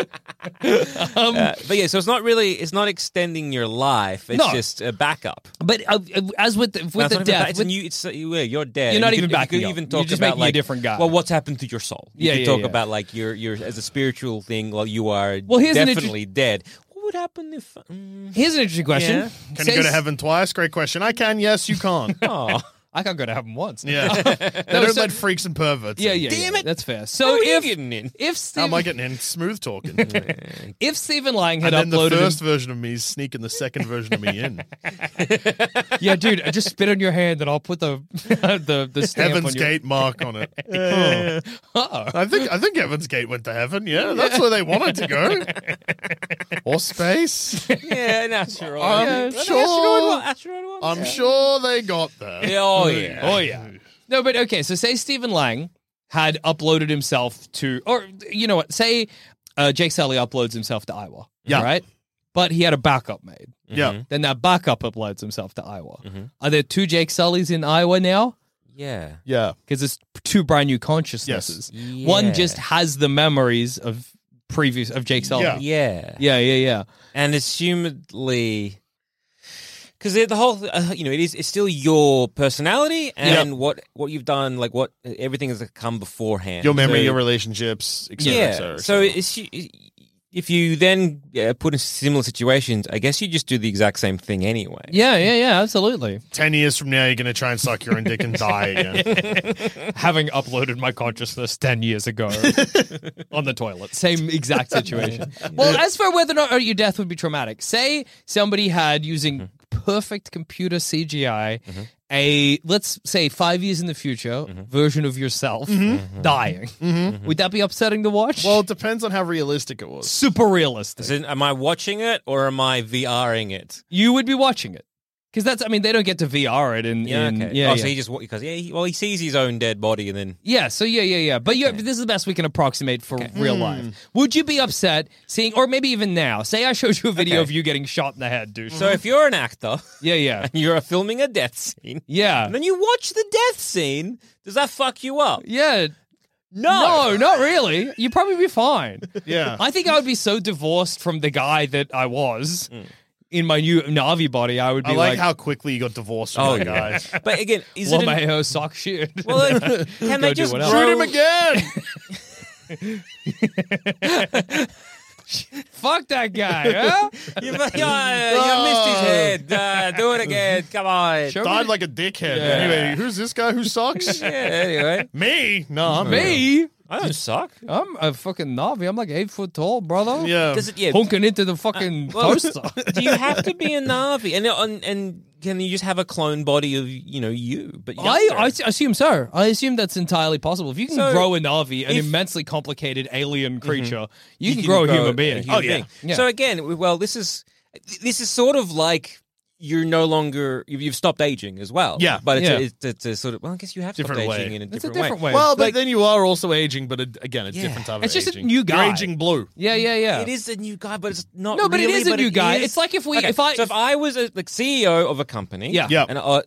Speaker 4: um,
Speaker 5: sake. Uh, but yeah, so it's not really, it's not extending your life. It's
Speaker 4: No.
Speaker 5: just a backup.
Speaker 4: but uh, uh, as with the,
Speaker 5: No,
Speaker 4: with
Speaker 5: it's
Speaker 4: the
Speaker 5: not even back-
Speaker 4: death,
Speaker 5: it's
Speaker 4: with-
Speaker 5: a new, it's, uh, yeah, you're dead.
Speaker 4: You're not
Speaker 5: You
Speaker 4: even
Speaker 5: could-
Speaker 4: backing
Speaker 5: You could
Speaker 4: up.
Speaker 5: even
Speaker 4: You're
Speaker 5: talk
Speaker 4: just
Speaker 5: about
Speaker 4: making you a
Speaker 5: like
Speaker 4: different guy.
Speaker 5: Well, what's happened to your soul? You
Speaker 4: Yeah,
Speaker 5: could
Speaker 4: yeah,
Speaker 5: talk
Speaker 4: yeah.
Speaker 5: about like your your as a spiritual thing. Well, you are
Speaker 4: Well, here's an
Speaker 5: definitely dead. What would happen if? mm,
Speaker 4: here's an interesting question.
Speaker 5: Yeah.
Speaker 3: Can
Speaker 4: Says-
Speaker 3: you go to heaven twice? Great question. I can. Yes, you can.
Speaker 5: oh,
Speaker 4: I can't go to heaven once.
Speaker 3: Yeah, they don't
Speaker 4: so-
Speaker 3: let freaks and perverts.
Speaker 4: yeah,
Speaker 3: in.
Speaker 4: yeah.
Speaker 5: Damn
Speaker 4: yeah,
Speaker 5: it.
Speaker 4: that's fair. So
Speaker 5: so
Speaker 4: if
Speaker 5: if getting in.
Speaker 4: if
Speaker 3: How am I
Speaker 4: Stephen,
Speaker 3: getting in? Smooth talking. and
Speaker 4: if Stephen Lang had
Speaker 3: then the
Speaker 4: uploaded,
Speaker 3: first version of me is sneaking the second version of me in.
Speaker 4: yeah, dude, just spit on your hand and I'll put the the the stamp
Speaker 3: Heaven's
Speaker 4: on your-
Speaker 3: Gate mark on it.
Speaker 4: Oh.
Speaker 3: I think I think Heaven's Gate went to heaven. Yeah, that's where they wanted to go. or space.
Speaker 5: Yeah, an asteroid.
Speaker 3: I'm
Speaker 5: Yeah, an
Speaker 3: sure-
Speaker 5: asteroid one- asteroid one,
Speaker 3: I'm
Speaker 5: yeah.
Speaker 3: sure they got there.
Speaker 5: Yeah, oh yeah.
Speaker 4: Oh yeah. No, but okay. So say Stephen Lang had uploaded himself to, or you know what? Say uh, Jake Sully uploads himself to Iowa.
Speaker 3: Yeah. Mm-hmm.
Speaker 4: Right. But he had a backup made.
Speaker 3: Yeah.
Speaker 4: Then that backup uploads himself to Iowa.
Speaker 3: Mm-hmm.
Speaker 4: Are there two Jake Sullys in Iowa now?
Speaker 5: Yeah.
Speaker 3: Yeah.
Speaker 4: Because it's two brand new consciousnesses.
Speaker 5: Yes.
Speaker 4: One
Speaker 5: Yeah.
Speaker 4: just has the memories of previous of Jake Sully.
Speaker 3: Yeah.
Speaker 5: Yeah.
Speaker 4: yeah, yeah, yeah.
Speaker 5: And assumedly because the whole uh, you know it is it's still your personality and what what you've done like what everything has come beforehand.
Speaker 3: Your memory,
Speaker 5: So-
Speaker 3: your relationships, etc.
Speaker 5: Yeah.
Speaker 3: et cetera, et
Speaker 5: so
Speaker 3: cetera.
Speaker 5: it's, if you then uh, put in similar situations, I guess you just do the exact same thing anyway.
Speaker 4: Yeah, yeah, yeah, absolutely.
Speaker 3: ten years from now, you're gonna try and suck your own dick and die again.
Speaker 4: Having uploaded my consciousness 10 years ago on the toilet. Same exact situation. well, as for whether or not your death would be traumatic, say somebody had using perfect computer CGI. A let's say five years in the future version of yourself dying. Would that be upsetting to watch?
Speaker 3: well, it depends on how realistic it was.
Speaker 4: super realistic.
Speaker 5: So am I watching it or am I VRing it?
Speaker 4: you would be watching it because that's. I mean, they don't get to VR it in.
Speaker 5: Yeah,
Speaker 4: in-
Speaker 5: okay.
Speaker 4: yeah,
Speaker 5: oh,
Speaker 4: yeah.
Speaker 5: so he just because yeah, he, well, he sees his own dead body and then
Speaker 4: Yeah, so yeah, yeah, yeah. But you this is the best we can approximate for real life. Would you be upset seeing, or maybe even now, say I showed you a video
Speaker 5: Okay.
Speaker 4: of you getting shot in the head, douche?
Speaker 5: So if you're an actor
Speaker 4: yeah, yeah,
Speaker 5: and you're filming a death scene,
Speaker 4: yeah,
Speaker 5: and then you watch the death scene, does that fuck you up?
Speaker 4: yeah.
Speaker 5: No.
Speaker 4: no, not really. You'd probably be fine.
Speaker 3: Yeah.
Speaker 4: I think I would be so divorced from the guy that I was
Speaker 5: Mm.
Speaker 4: in my new Navi body. I would be
Speaker 3: I like, Oh,
Speaker 4: like,
Speaker 3: how quickly you got divorced from that guy.
Speaker 5: But again,
Speaker 4: Oh,
Speaker 5: is
Speaker 4: well,
Speaker 5: it?
Speaker 4: my
Speaker 5: An,
Speaker 4: hair sock shit.
Speaker 5: well, then, can
Speaker 4: do
Speaker 5: they just
Speaker 4: what
Speaker 5: grow,
Speaker 4: else.
Speaker 3: Shoot him again.
Speaker 4: Fuck that guy. Huh?
Speaker 5: You, you, you missed his
Speaker 4: Oh.
Speaker 5: head. Uh, do it again. Come on.
Speaker 4: Show
Speaker 3: Died
Speaker 4: me
Speaker 3: like a dickhead. Anyway, who's this guy who sucks?
Speaker 5: Yeah. Anyway,
Speaker 3: Me? No, I'm
Speaker 4: me.
Speaker 5: I don't suck.
Speaker 4: I'm a fucking Navi. I'm like eight foot tall, brother.
Speaker 3: Yeah.
Speaker 5: Does it? Yeah.
Speaker 4: Honking into the fucking
Speaker 5: well-
Speaker 4: toaster.
Speaker 5: Do you have to be a Navi? And uh, and, and can you just have a clone body of you know you? But
Speaker 4: I,
Speaker 5: younger?
Speaker 4: I s- assume so. I assume that's entirely possible. If you can
Speaker 5: So,
Speaker 4: grow a Navi, an
Speaker 5: if-
Speaker 4: immensely complicated alien creature, you, can,
Speaker 5: you
Speaker 4: grow a human being. Oh,
Speaker 5: human being.
Speaker 4: Yeah.
Speaker 5: So again, we- well, this is th- this is sort of like you're no longer you've, you've stopped aging as well.
Speaker 3: Yeah.
Speaker 5: but it's,
Speaker 4: Yeah.
Speaker 5: a, it's, it's a sort of well, I guess you have
Speaker 3: Different
Speaker 5: stopped
Speaker 3: way.
Speaker 5: aging in a
Speaker 4: It's a
Speaker 5: different,
Speaker 4: different way.
Speaker 3: Well, but
Speaker 5: Like-
Speaker 3: then you are also aging, but a, again, a
Speaker 5: Yeah.
Speaker 3: different type of
Speaker 4: It's just a
Speaker 3: aging.
Speaker 4: new guy.
Speaker 3: You're aging blue.
Speaker 4: Yeah, yeah, yeah.
Speaker 5: It is a new guy, but it's not.
Speaker 4: No, but it
Speaker 5: really,
Speaker 4: is a new guy.
Speaker 5: is-
Speaker 4: It's like if we-
Speaker 5: Okay,
Speaker 4: if I-
Speaker 5: so if I was a, like CEO of a company,
Speaker 4: Yeah.
Speaker 3: Yeah.
Speaker 5: and uh,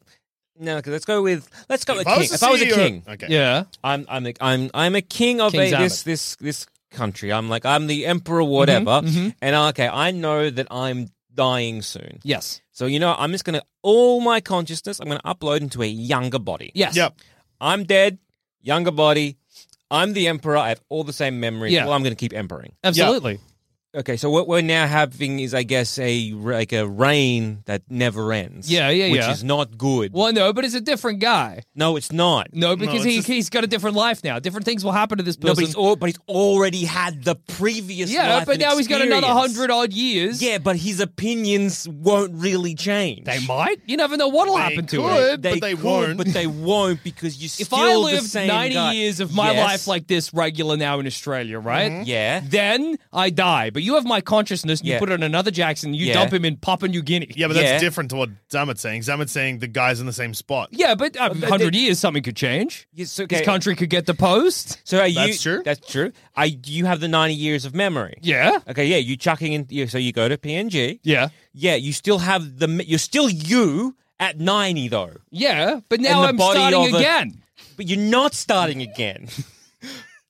Speaker 5: no, 'cause let's go with let's go with
Speaker 3: I
Speaker 5: king.
Speaker 3: was E
Speaker 5: If I was a
Speaker 3: CEO
Speaker 5: king,
Speaker 3: Okay.
Speaker 4: Yeah.
Speaker 5: I'm I'm the, I'm I'm a king of
Speaker 4: King's
Speaker 5: a,
Speaker 4: Abbot.
Speaker 5: this this this country. I'm like I'm the emperor, whatever.
Speaker 4: Mm-hmm,
Speaker 5: And okay, I know that I'm dying soon.
Speaker 4: Yes.
Speaker 5: So you know, I'm just gonna all my consciousness. I'm gonna upload into a younger body.
Speaker 4: Yes.
Speaker 3: Yep.
Speaker 5: I'm dead, younger body. I'm the emperor. I have all the same memories.
Speaker 4: Yeah.
Speaker 5: Well, I'm gonna keep emperoring.
Speaker 4: Absolutely.
Speaker 5: Okay, so what we're now having is, I guess, a like a reign that never ends.
Speaker 4: Yeah, yeah,
Speaker 5: which
Speaker 4: yeah.
Speaker 5: is not good.
Speaker 4: Well, no, but it's a different guy.
Speaker 5: No, it's not.
Speaker 4: No,
Speaker 3: it's
Speaker 4: because he,
Speaker 3: just-
Speaker 4: he's got a different life now. Different things will happen to this
Speaker 5: No,
Speaker 4: person.
Speaker 5: but he's, al- but he's already had the previous.
Speaker 4: yeah,
Speaker 5: life
Speaker 4: but
Speaker 5: and
Speaker 4: now he's got another
Speaker 5: experience.
Speaker 4: hundred odd years.
Speaker 5: Yeah, but his opinions won't really change.
Speaker 4: They might. You never know what'll happen to
Speaker 3: could.
Speaker 4: it.
Speaker 3: but they
Speaker 5: could,
Speaker 3: won't.
Speaker 5: But they won't because you.
Speaker 4: If
Speaker 5: still
Speaker 4: I
Speaker 5: the
Speaker 4: lived
Speaker 5: same
Speaker 4: 90
Speaker 5: guy.
Speaker 4: years of my
Speaker 5: Yes. Mm-hmm.
Speaker 4: life like this regular now in Australia, right?
Speaker 5: Yeah.
Speaker 4: Then I die. But you have my consciousness and
Speaker 5: Yeah.
Speaker 4: you put it on another Jackson, you
Speaker 5: Yeah.
Speaker 4: dump him in Papua New Guinea.
Speaker 3: Yeah, but that's
Speaker 5: Yeah.
Speaker 3: different to what Zamet's saying. Zamet's saying the guy's in the same spot.
Speaker 4: Yeah, but uh,
Speaker 5: but
Speaker 4: 100
Speaker 5: they-
Speaker 4: years, something could change.
Speaker 5: Yes, okay.
Speaker 4: This country could get deposed.
Speaker 5: So are you?
Speaker 3: That's true.
Speaker 5: That's true. Are you have the ninety years of memory?
Speaker 4: Yeah.
Speaker 5: Okay. Yeah. You chucking in. yeah, So you go to PNG.
Speaker 4: Yeah.
Speaker 5: Yeah. You still have the. me- You're still you at ninety though,
Speaker 4: Yeah. But now
Speaker 5: the
Speaker 4: I'm
Speaker 5: body
Speaker 4: starting
Speaker 5: of a-
Speaker 4: again.
Speaker 5: but you're not starting again.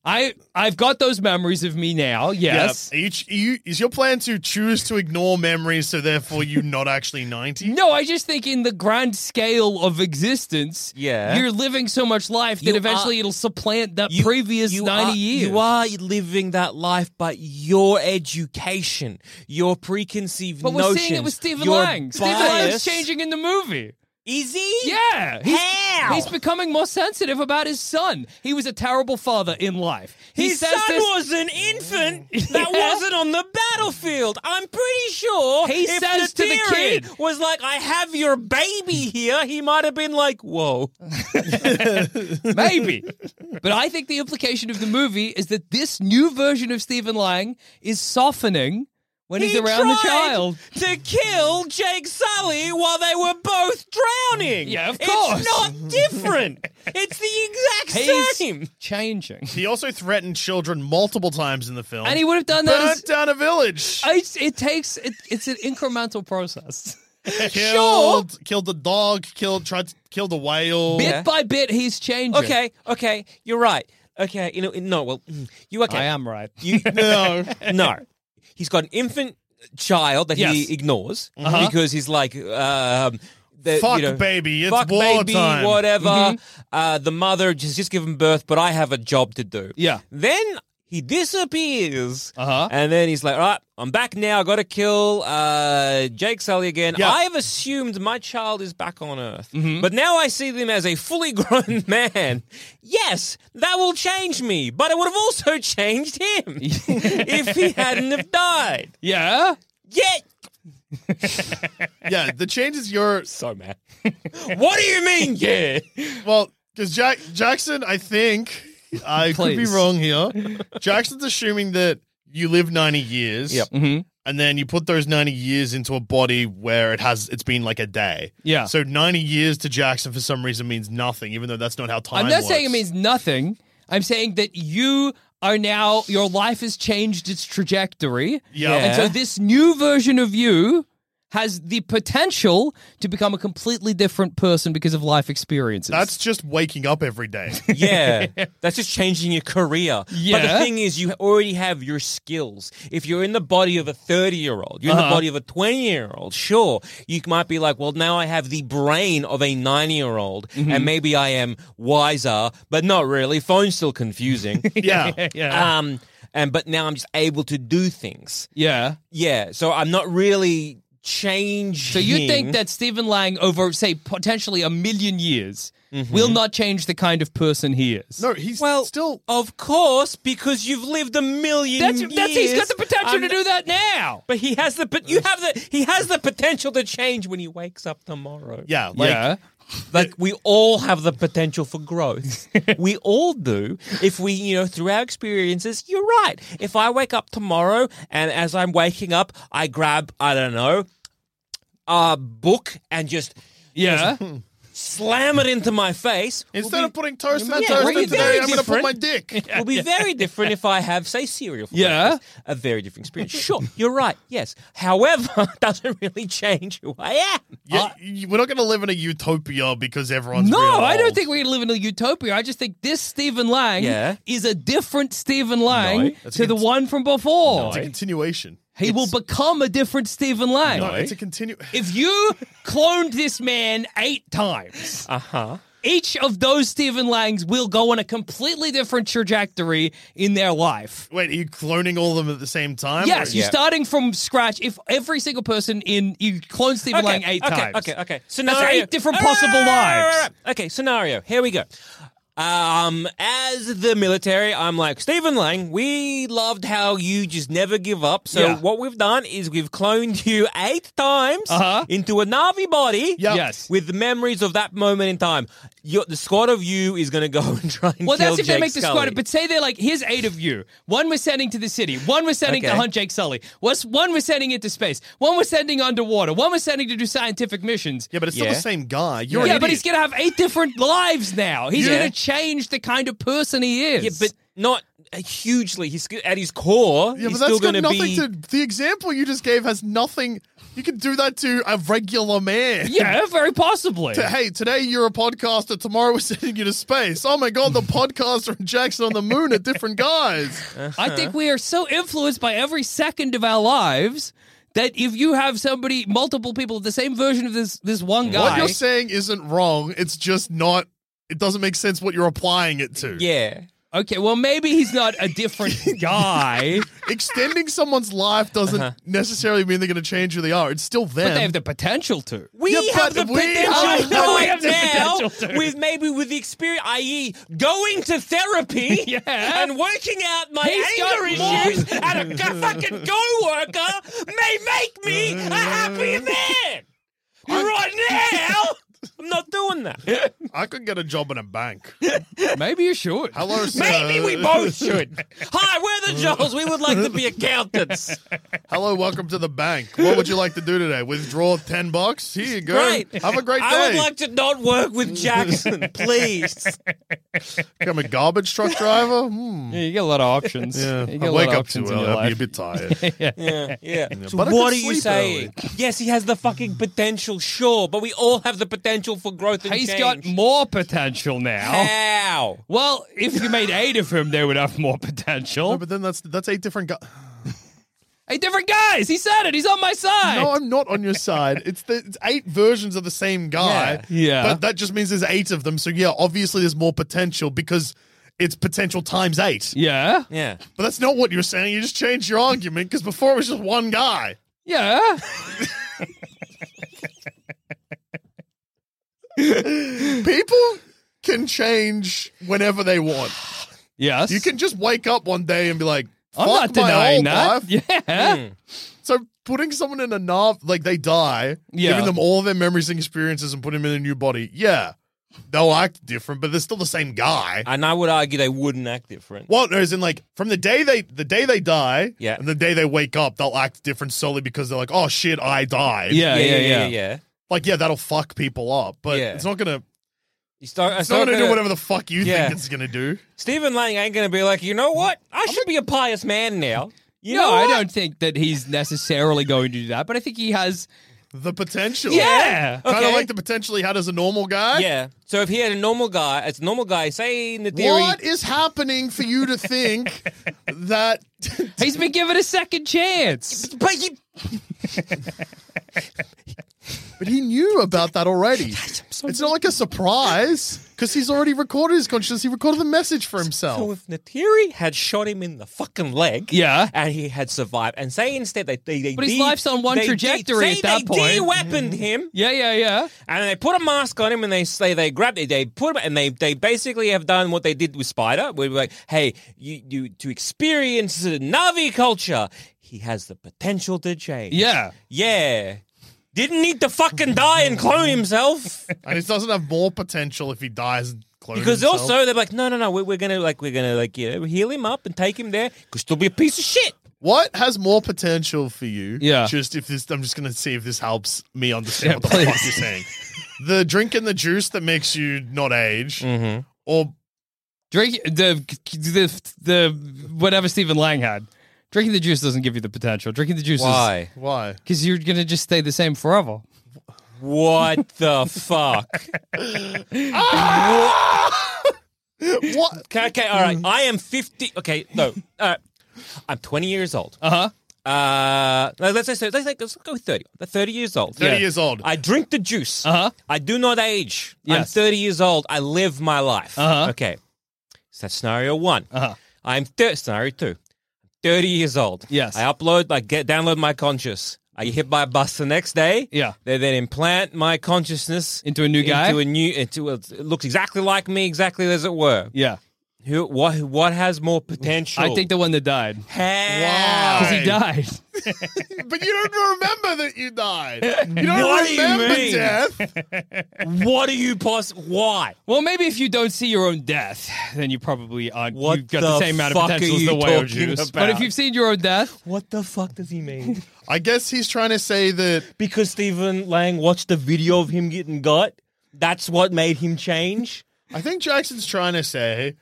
Speaker 4: I I've got those memories of me now. Yes.
Speaker 3: Yeah. Are you, ch- are you, is your plan to choose to ignore memories so therefore you're not actually 90?
Speaker 4: No, I just think in the grand scale of existence,
Speaker 5: Yeah.
Speaker 4: you're living so much life that
Speaker 5: You
Speaker 4: eventually
Speaker 5: are-
Speaker 4: it'll supplant that
Speaker 5: You-
Speaker 4: previous
Speaker 5: you
Speaker 4: 90
Speaker 5: are,
Speaker 4: years.
Speaker 5: You are living that life, but your education, your preconceived
Speaker 4: but we're
Speaker 5: notions.
Speaker 4: seeing it with Stephen
Speaker 5: your
Speaker 4: Lang. Stephen
Speaker 5: bias-
Speaker 4: Lang's changing in the movie.
Speaker 5: Is he?
Speaker 4: Yeah. He's,
Speaker 5: How?
Speaker 4: he's becoming more sensitive about his son. He was a terrible father in life. He
Speaker 5: His
Speaker 4: says
Speaker 5: son
Speaker 4: this,
Speaker 5: was an infant that
Speaker 4: Yeah.
Speaker 5: wasn't on the battlefield. I'm pretty sure
Speaker 4: He
Speaker 5: if
Speaker 4: says
Speaker 5: the
Speaker 4: to the
Speaker 5: theory
Speaker 4: kid-
Speaker 5: was like, "I have your baby here," he might have been like, "Whoa,
Speaker 4: Maybe. But I think the implication of the movie is that this new version of Stephen Lang is softening when he's
Speaker 5: he
Speaker 4: around the
Speaker 5: tried
Speaker 4: child.
Speaker 5: to kill Jake Sully while they were both drowning."
Speaker 4: Yeah, of
Speaker 5: It's
Speaker 4: course.
Speaker 5: not different. it's the exact
Speaker 4: He's
Speaker 5: same.
Speaker 4: changing.
Speaker 3: He also threatened children multiple times in the film.
Speaker 4: And he would have done that.
Speaker 3: burnt
Speaker 4: As,
Speaker 3: down a village.
Speaker 4: I, it takes, it, it's an incremental process.
Speaker 3: killed, killed the dog, killed, tried to kill the whale.
Speaker 4: Bit by bit, he's changing.
Speaker 5: Okay, okay, you're right. Okay, you know, no, well, mm, you okay?
Speaker 4: I am right.
Speaker 5: You
Speaker 3: No.
Speaker 5: no. He's got an infant child that
Speaker 4: Yes.
Speaker 5: he ignores because he's like, um, the,
Speaker 3: Uh-huh. Fuck,
Speaker 5: you know,
Speaker 3: baby, it's
Speaker 5: fuck baby,
Speaker 3: wartime." Mm-hmm.
Speaker 5: whatever. Uh, the mother has just given birth, but I have a job to do.
Speaker 4: Yeah.
Speaker 5: Then he disappears,
Speaker 4: Uh-huh.
Speaker 5: and then he's like, "All right, I'm back now. I got to kill uh, Jake Sully again.
Speaker 3: Yeah.
Speaker 5: I've assumed my child is back on Earth, but now I see them as a fully grown man. Yes, that will change me, but it would have also changed him if he hadn't have died.
Speaker 4: Yeah?
Speaker 5: Yet,
Speaker 3: Yeah, the changes your
Speaker 5: so mad. what do you mean? Yeah,
Speaker 3: well, because Jack Jackson, I think I could be
Speaker 4: Please.
Speaker 3: wrong here. Jackson's assuming that you live ninety years,
Speaker 5: Yep.
Speaker 4: Mhm.
Speaker 3: and then you put those ninety years into a body where it has it's been like a day.
Speaker 4: Yeah.
Speaker 3: So ninety years to Jackson for some reason means nothing, even though that's not how time.
Speaker 4: I'm not
Speaker 3: works.
Speaker 4: saying it means nothing. I'm saying that you are now your life has changed its trajectory.
Speaker 3: Yeah.
Speaker 4: And so this new version of you has the potential to become a completely different person because of life experiences.
Speaker 3: That's just waking up every day.
Speaker 5: Yeah, that's just changing your career. But
Speaker 4: Yeah.
Speaker 5: the thing is, you already have your skills. If you're in the body of a 30 year old, you're in
Speaker 4: Uh-huh.
Speaker 5: the body of a 20 year old, sure, you might be like, well, now I have the brain of a nine year old,
Speaker 4: Mm-hmm.
Speaker 5: and maybe I am wiser, but not really. Phone's still confusing.
Speaker 3: yeah.
Speaker 4: yeah.
Speaker 5: um, and But now I'm just able to do things.
Speaker 4: yeah.
Speaker 5: Yeah, so I'm not really changing.
Speaker 4: So you think that Stephen Lang over say potentially a million years will not change the kind of person he is.
Speaker 3: Mm-hmm. No, he's
Speaker 5: Well,
Speaker 3: still
Speaker 4: uh,
Speaker 5: Of course, because you've lived a million
Speaker 4: That's,
Speaker 5: years.
Speaker 4: that's he's got the potential
Speaker 5: I'm-
Speaker 4: to do that now.
Speaker 5: But he has the but you have the he has the potential to change when he wakes up tomorrow.
Speaker 3: yeah, like
Speaker 4: Yeah.
Speaker 5: Like we all have the potential for growth. we all do. If we, you know, through our experiences, you're right. If I wake up tomorrow and as I'm waking up, I grab, I don't know, a book and just
Speaker 4: Yeah.
Speaker 5: slam it into my face. we'll
Speaker 3: Instead
Speaker 5: be-
Speaker 3: of putting toast in
Speaker 5: Yeah,
Speaker 3: the toaster
Speaker 5: we're
Speaker 3: today,
Speaker 5: very
Speaker 3: I'm going to put
Speaker 5: different.
Speaker 3: my dick.
Speaker 5: will be very different if I have, say, cereal. For
Speaker 4: Yeah.
Speaker 5: breakfast. a very different experience. Sure, you're right. Yes, however, it doesn't really change who I am.
Speaker 3: Yeah, you- we're not going to live in a utopia because everyone's
Speaker 4: Uh, No,
Speaker 3: real
Speaker 4: I don't
Speaker 3: old.
Speaker 4: think we live in a utopia. I just think this Stephen Lang
Speaker 5: Yeah.
Speaker 4: is a different Stephen Lang
Speaker 5: No.
Speaker 3: That's
Speaker 4: to the
Speaker 3: against-
Speaker 4: one from before.
Speaker 3: It's a continuation.
Speaker 4: he will become a different Stephen Lang.
Speaker 3: No, it's a continu.
Speaker 4: If you cloned this man eight times,
Speaker 5: Uh huh.
Speaker 4: each of those Stephen Langs will go on a completely different trajectory in their life.
Speaker 3: Wait, are you cloning all of them at the same time?
Speaker 4: Yes,
Speaker 3: Or-
Speaker 4: you're
Speaker 5: Yeah.
Speaker 4: starting from scratch. If every single person in you clone Stephen Lang eight
Speaker 5: okay,
Speaker 4: times,
Speaker 5: Okay, okay. Scenario. Ah,
Speaker 4: eight different possible
Speaker 5: All right, all right, all
Speaker 4: lives.
Speaker 5: right. Okay, scenario. Here we go. Um, as the military, I'm like Stephen Lang. We loved how you just never give up. So
Speaker 4: Yeah.
Speaker 5: what we've done is we've cloned you eight times
Speaker 4: Uh-huh.
Speaker 5: into a Navi body.
Speaker 3: Yeah.
Speaker 4: Yes.
Speaker 5: With the memories of that moment in time, Your the squad of you is going to go and try and
Speaker 4: Well,
Speaker 5: kill
Speaker 4: that's if
Speaker 5: Jake
Speaker 4: they make the
Speaker 5: Scully.
Speaker 4: squad. But say they're like, here's eight of you. One we're sending to the city. One we're sending to
Speaker 5: Okay.
Speaker 4: hunt Jake Sully. What's one we're sending into space. One we're sending underwater. One we're sending to do scientific missions.
Speaker 3: Yeah, but it's still
Speaker 5: Yeah.
Speaker 3: the same guy. You're
Speaker 4: yeah,
Speaker 3: an
Speaker 4: but he's
Speaker 3: idiot.
Speaker 4: gonna have eight different lives now. He's
Speaker 5: Yeah.
Speaker 4: gonna change the kind of person he is.
Speaker 5: yeah, but not hugely. He's at his core.
Speaker 3: Yeah,
Speaker 5: he's
Speaker 3: but that's
Speaker 5: still going
Speaker 3: got
Speaker 5: to
Speaker 3: nothing
Speaker 5: be.
Speaker 3: to. The example you just gave has nothing. You can do that to a regular man.
Speaker 4: yeah, very possibly.
Speaker 5: Uh-huh.
Speaker 3: To- hey, today you're a podcaster. Tomorrow we're sending you to space. Oh my god, the podcaster and Jackson on the moon are different guys.
Speaker 4: I think we are so influenced by every second of our lives that if you have somebody, multiple people, the same version of this this one
Speaker 3: What
Speaker 4: guy,
Speaker 3: you're saying isn't wrong. It's just not. It doesn't make sense what you're applying it to.
Speaker 5: yeah.
Speaker 4: okay, well maybe he's not a different guy,
Speaker 3: Extending someone's life doesn't
Speaker 5: Uh-huh.
Speaker 3: necessarily mean they're going to change who they are. It's still them.
Speaker 4: but they have the potential to.
Speaker 5: We
Speaker 3: Yeah,
Speaker 5: have the
Speaker 3: but we
Speaker 4: have
Speaker 5: potential
Speaker 4: the
Speaker 5: right
Speaker 4: potential
Speaker 5: now,
Speaker 4: to.
Speaker 5: with maybe with the experience, i.e., going to therapy
Speaker 4: Yeah.
Speaker 5: and working out my
Speaker 4: He's got
Speaker 5: anger
Speaker 4: more-
Speaker 5: issues at a g- fucking co-worker may make me a happy man. Right now, I'm not doing that.
Speaker 3: I could get a job in a bank.
Speaker 4: Maybe you should.
Speaker 3: Hello, sir.
Speaker 5: Maybe we both should. Hi, we're the Joels. We would like to be accountants.
Speaker 3: Hello, welcome to the bank. What would you like to do today? Withdraw ten bucks. Here you go.
Speaker 5: Great.
Speaker 3: Have a great day.
Speaker 5: I would like to not work with Jackson, please.
Speaker 3: Become a garbage truck driver. Hmm.
Speaker 4: Yeah, you get a lot of options.
Speaker 3: Yeah,
Speaker 4: you
Speaker 3: I
Speaker 4: get a lot
Speaker 3: wake
Speaker 4: of
Speaker 3: up too
Speaker 4: options in
Speaker 3: early.
Speaker 4: your
Speaker 3: I'd be a
Speaker 4: life.
Speaker 3: bit tired.
Speaker 5: Yeah, yeah. So
Speaker 3: But I
Speaker 5: what are
Speaker 3: could
Speaker 5: you
Speaker 3: sleep
Speaker 5: saying? Yes, he has the fucking potential, sure, but we all have the potential for growth and
Speaker 4: He's got
Speaker 5: change.
Speaker 4: more potential now.
Speaker 5: How?
Speaker 4: Well, if you made eight of him, they would have more potential.
Speaker 3: no, but then that's that's eight different guys.
Speaker 4: Eight different guys. He said it. He's on my side.
Speaker 3: No, I'm not on your side. It's the it's eight versions of the same guy.
Speaker 4: Yeah. Yeah.
Speaker 3: But that just means there's eight of them. So yeah, obviously there's more potential because it's potential times eight.
Speaker 4: yeah.
Speaker 5: Yeah.
Speaker 3: But that's not what you're saying. You just changed your argument because before it was just one guy.
Speaker 4: Yeah.
Speaker 3: People can change whenever they want.
Speaker 4: Yes.
Speaker 3: You can just wake up one day and be like, "Fuck
Speaker 4: I'm not
Speaker 3: my
Speaker 4: denying
Speaker 3: old
Speaker 4: that.
Speaker 3: life."
Speaker 4: Yeah.
Speaker 3: So putting someone in a nav, like they die,
Speaker 4: Yeah.
Speaker 3: giving them all their memories and experiences, and putting them in a new body. Yeah, they'll act different, but they're still the same guy.
Speaker 5: And I would argue they wouldn't act different.
Speaker 3: Well, no, as in like from the day they the day they die,
Speaker 5: Yeah.
Speaker 3: and the day they wake up, they'll act different solely because they're like, oh shit, I died.
Speaker 4: Yeah. Yeah. Yeah.
Speaker 5: yeah.
Speaker 3: like yeah, that'll fuck people up, but
Speaker 5: Yeah.
Speaker 3: it's not gonna
Speaker 5: You start,
Speaker 3: it's not gonna, do whatever the fuck you
Speaker 5: Yeah.
Speaker 3: think it's gonna do.
Speaker 5: Stephen Lang ain't going to be like, you know what? I should be a pious man now. You
Speaker 4: no,
Speaker 5: know
Speaker 4: I
Speaker 5: what?
Speaker 4: don't think that he's necessarily going to do that, but I think he has.
Speaker 3: The potential,
Speaker 4: Yeah.
Speaker 3: kind of
Speaker 5: Okay.
Speaker 3: like the potential he had as a normal guy.
Speaker 5: Yeah. So if he had a normal guy, as a normal guy, say in the theory.
Speaker 3: What is happening for you to think that
Speaker 4: He's been given a second chance.
Speaker 5: But you,
Speaker 3: But he knew about that already. it's not like a surprise because he's already recorded his consciousness. He recorded the message for
Speaker 5: Oh. So
Speaker 3: himself.
Speaker 5: if Natiri had shot him in the fucking leg,
Speaker 4: Yeah.
Speaker 5: and he had survived, and say instead they they, they
Speaker 4: But his
Speaker 5: de-
Speaker 4: life's on one
Speaker 5: they de-
Speaker 4: trajectory
Speaker 5: say
Speaker 4: at that
Speaker 5: they
Speaker 4: point. Mm-hmm.
Speaker 5: de-weaponed him,
Speaker 4: Yeah. Yeah. Yeah.
Speaker 5: and they put a mask on him, and they say they grabbed it, they put him, and they they basically have done what they did with Spider. We're like, hey, you you to experience the Navi culture, he has the potential to change.
Speaker 4: Yeah.
Speaker 5: yeah. Didn't need to fucking die and clone himself.
Speaker 3: And he doesn't have more potential if he dies and clones
Speaker 5: Because
Speaker 3: himself.
Speaker 5: also they're like, no, no, no, we're, we're gonna like, we're gonna like, you know, heal him up and take him there. Could still be a piece of shit.
Speaker 3: What has more potential for you?
Speaker 4: Yeah.
Speaker 3: Just if this, I'm just going to see if this helps me understand
Speaker 4: Yeah,
Speaker 3: what the fuck you're saying. the drinking the juice that makes you not age,
Speaker 5: Mm-hmm.
Speaker 3: or
Speaker 4: Drink the the the whatever Stephen Lang had. Drinking the juice doesn't give you the potential. Drinking the juice is
Speaker 3: why?
Speaker 4: because you're gonna just stay the same forever.
Speaker 5: What the fuck?
Speaker 3: What?
Speaker 5: Okay, okay, all right. I am 50. Okay, no. All right. I'm 20 years old. Uh-huh. Uh no, Let's say, let's, say, let's go with 30. I'm 30 years old.
Speaker 3: 30 years old.
Speaker 5: I drink the juice. Uh-huh. I do not age. I'm
Speaker 4: Yes.
Speaker 5: 30 years old. I live my life. Uh-huh. Okay. So that's scenario one. Uh-huh. I'm thir- scenario two. 30 years old.
Speaker 4: Yes.
Speaker 5: I upload, like, get download my conscious. I get hit by a bus the next day.
Speaker 4: Yeah.
Speaker 5: They then implant my consciousness
Speaker 4: Into a new guy?
Speaker 5: Into a new, into a, it looks exactly like me, exactly as it were.
Speaker 4: Yeah,
Speaker 5: Who? What? What has more potential?
Speaker 4: I think the one that died
Speaker 5: How?
Speaker 4: because he died.
Speaker 3: But you don't remember that you died. You don't
Speaker 5: What do you
Speaker 3: remember
Speaker 5: mean?
Speaker 3: death.
Speaker 5: What are you poss? Why?
Speaker 4: Well, maybe if you don't see your own death, then you probably aren't.
Speaker 5: What
Speaker 4: you've got
Speaker 5: the
Speaker 4: the same amount of
Speaker 5: fuck are
Speaker 4: potential as
Speaker 5: you
Speaker 4: the whale
Speaker 5: talking
Speaker 4: juice.
Speaker 5: about?
Speaker 4: But if you've seen your own death,
Speaker 5: What the fuck does he mean?
Speaker 3: I guess he's trying to say that
Speaker 5: because Stephen Lang watched the video of him getting gut. That's what made him change.
Speaker 3: I think Jackson's trying to say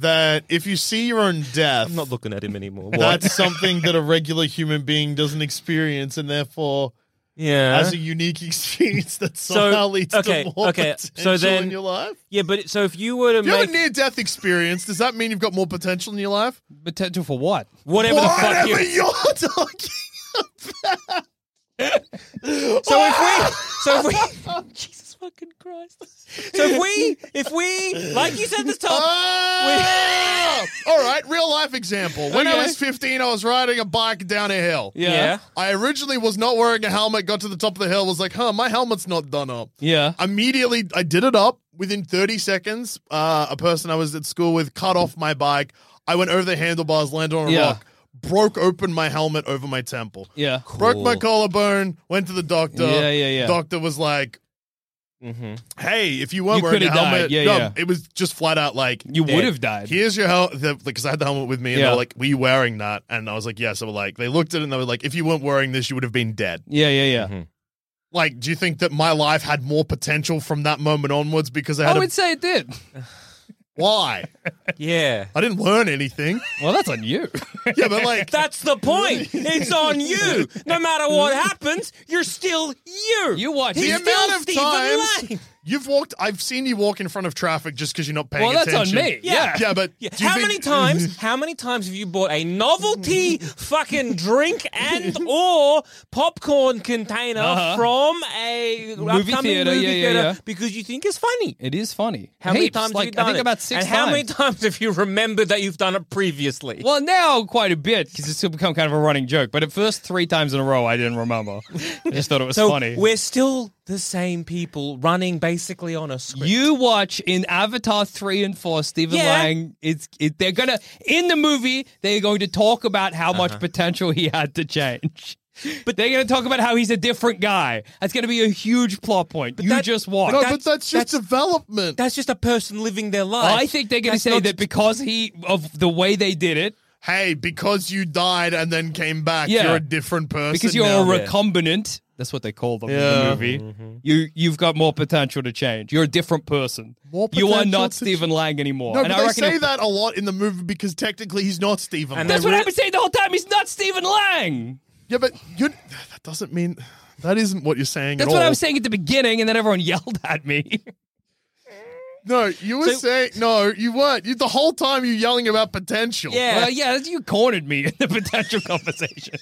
Speaker 3: that if you see your own death,
Speaker 5: I'm not looking at him anymore. What?
Speaker 3: that's something that a regular human being doesn't experience, and therefore,
Speaker 5: yeah.
Speaker 3: as a unique experience that
Speaker 5: So,
Speaker 3: somehow leads
Speaker 5: okay,
Speaker 3: to more
Speaker 5: okay, so
Speaker 3: potential
Speaker 5: then-
Speaker 3: in your life.
Speaker 5: yeah, but so if you were to
Speaker 3: If you have
Speaker 5: make
Speaker 3: a near death experience, does that mean you've got more potential in your life?
Speaker 4: potential for what?
Speaker 5: whatever the fuck you
Speaker 3: you're talking.
Speaker 5: So if we, so if we, Oh, Jesus fucking Christ. So if we, if we, like you said at the top,
Speaker 3: Ah! All right, real life example. When
Speaker 4: Okay.
Speaker 3: I was 15, I was riding a bike down a hill.
Speaker 4: yeah,
Speaker 5: yeah,
Speaker 3: I originally was not wearing a helmet, got to the top of the hill, was like, huh, my helmet's not done up.
Speaker 4: yeah.
Speaker 3: Immediately, I did it up. Within 30 seconds, uh, a person I was at school with cut off my bike. I went over the handlebars, landed on a
Speaker 4: Yeah.
Speaker 3: rock, broke open my helmet over my temple.
Speaker 4: Yeah.
Speaker 3: Broke my collarbone, went to the doctor.
Speaker 4: Yeah, yeah, yeah. Mm-hmm.
Speaker 3: Doctor was like, hey, if you weren't
Speaker 4: You
Speaker 3: wearing a
Speaker 4: could've died.
Speaker 3: helmet,
Speaker 4: Yeah,
Speaker 3: no,
Speaker 4: yeah.
Speaker 3: it was just flat out like,
Speaker 4: You would have died.
Speaker 3: Here's your helmet because I had the helmet with me, and they
Speaker 4: Yeah.
Speaker 3: were like, "Were you wearing that?" And I was like, "Yes." So like, they looked at it and they were like, "If you weren't wearing this, you would have been dead."
Speaker 4: Yeah, yeah, yeah.
Speaker 5: Mm-hmm.
Speaker 3: Like, do you think that my life had more potential from that moment onwards because I had
Speaker 4: I
Speaker 3: a,
Speaker 4: would say it did.
Speaker 3: why?
Speaker 5: yeah.
Speaker 3: I didn't learn anything.
Speaker 4: Well, that's on you.
Speaker 3: yeah,
Speaker 5: Oh,
Speaker 3: but like,
Speaker 5: That's the point. It's on you. No matter what happens, you're still you.
Speaker 4: You watch
Speaker 5: He's
Speaker 4: it.
Speaker 3: the
Speaker 5: still
Speaker 3: amount of
Speaker 5: Stephen
Speaker 3: times
Speaker 5: Lang.
Speaker 3: you've walked, I've seen you walk in front of traffic just because you're not paying
Speaker 4: Well, that's
Speaker 3: attention.
Speaker 4: on me.
Speaker 5: Yeah.
Speaker 4: Yeah.
Speaker 3: Yeah, but
Speaker 5: Yeah.
Speaker 3: do you
Speaker 5: How
Speaker 3: think-
Speaker 5: many times? How many times have you bought a novelty fucking drink and or popcorn container from a
Speaker 4: Uh-huh. Movie
Speaker 5: upcoming
Speaker 4: theater,
Speaker 5: movie
Speaker 4: yeah, yeah,
Speaker 5: theater
Speaker 4: yeah.
Speaker 5: because you think it's funny?
Speaker 4: It is funny.
Speaker 5: How many
Speaker 4: Heaps.
Speaker 5: times
Speaker 4: Like
Speaker 5: have you done
Speaker 4: I think
Speaker 5: it?
Speaker 4: about six
Speaker 5: and
Speaker 4: times.
Speaker 5: how many times have you remembered that you've done it previously?
Speaker 4: Well, now quite a bit because it's become kind of a running joke. But at first, three times in a row, I didn't remember. I just thought it was
Speaker 5: so
Speaker 4: funny.
Speaker 5: we're still the same people running basically on a script.
Speaker 4: You watch in Avatar three and four, Stephen
Speaker 5: Yeah.
Speaker 4: Lang. It's it, they're gonna in the movie. They're going to talk about how
Speaker 5: Uh-huh.
Speaker 4: much potential he had to change. But they're going to talk about how he's a different guy. That's going to be a huge plot point. you
Speaker 5: that-
Speaker 4: just
Speaker 3: No,
Speaker 4: watch.
Speaker 3: but
Speaker 5: That's-
Speaker 3: that's, just
Speaker 5: that's-
Speaker 3: development.
Speaker 5: That's just a person living their life.
Speaker 4: I think they're going to
Speaker 5: That's
Speaker 4: say
Speaker 5: not-
Speaker 4: that because he of the way they did it,
Speaker 3: hey, because you died and then came back,
Speaker 4: Yeah.
Speaker 3: you're a different person.
Speaker 4: because you're
Speaker 3: now.
Speaker 4: a Mm-hmm. recombinant. That's what they call them in
Speaker 3: Yeah.
Speaker 4: the movie. You you've got more potential to change. You're a different person.
Speaker 3: More
Speaker 4: you are
Speaker 3: potential
Speaker 4: not
Speaker 3: to
Speaker 4: Stephen Lang anymore.
Speaker 3: No,
Speaker 4: and
Speaker 3: but
Speaker 4: I
Speaker 3: they
Speaker 4: reckon
Speaker 3: say
Speaker 4: if-
Speaker 3: that a lot in the movie because technically he's not Stephen. Lang.
Speaker 5: And
Speaker 4: That's what
Speaker 5: They re-
Speaker 4: I've been saying the whole time. He's not Stephen Lang.
Speaker 3: yeah, but you that doesn't mean that isn't what you're saying.
Speaker 4: That's
Speaker 3: at
Speaker 4: what
Speaker 3: all.
Speaker 4: I was saying at the beginning, and then everyone yelled at me.
Speaker 3: No, you were
Speaker 4: So-
Speaker 3: saying no. You weren't. You, the whole time you're yelling about potential.
Speaker 5: Yeah.
Speaker 4: Well, Uh, yeah, you cornered me in the potential conversation.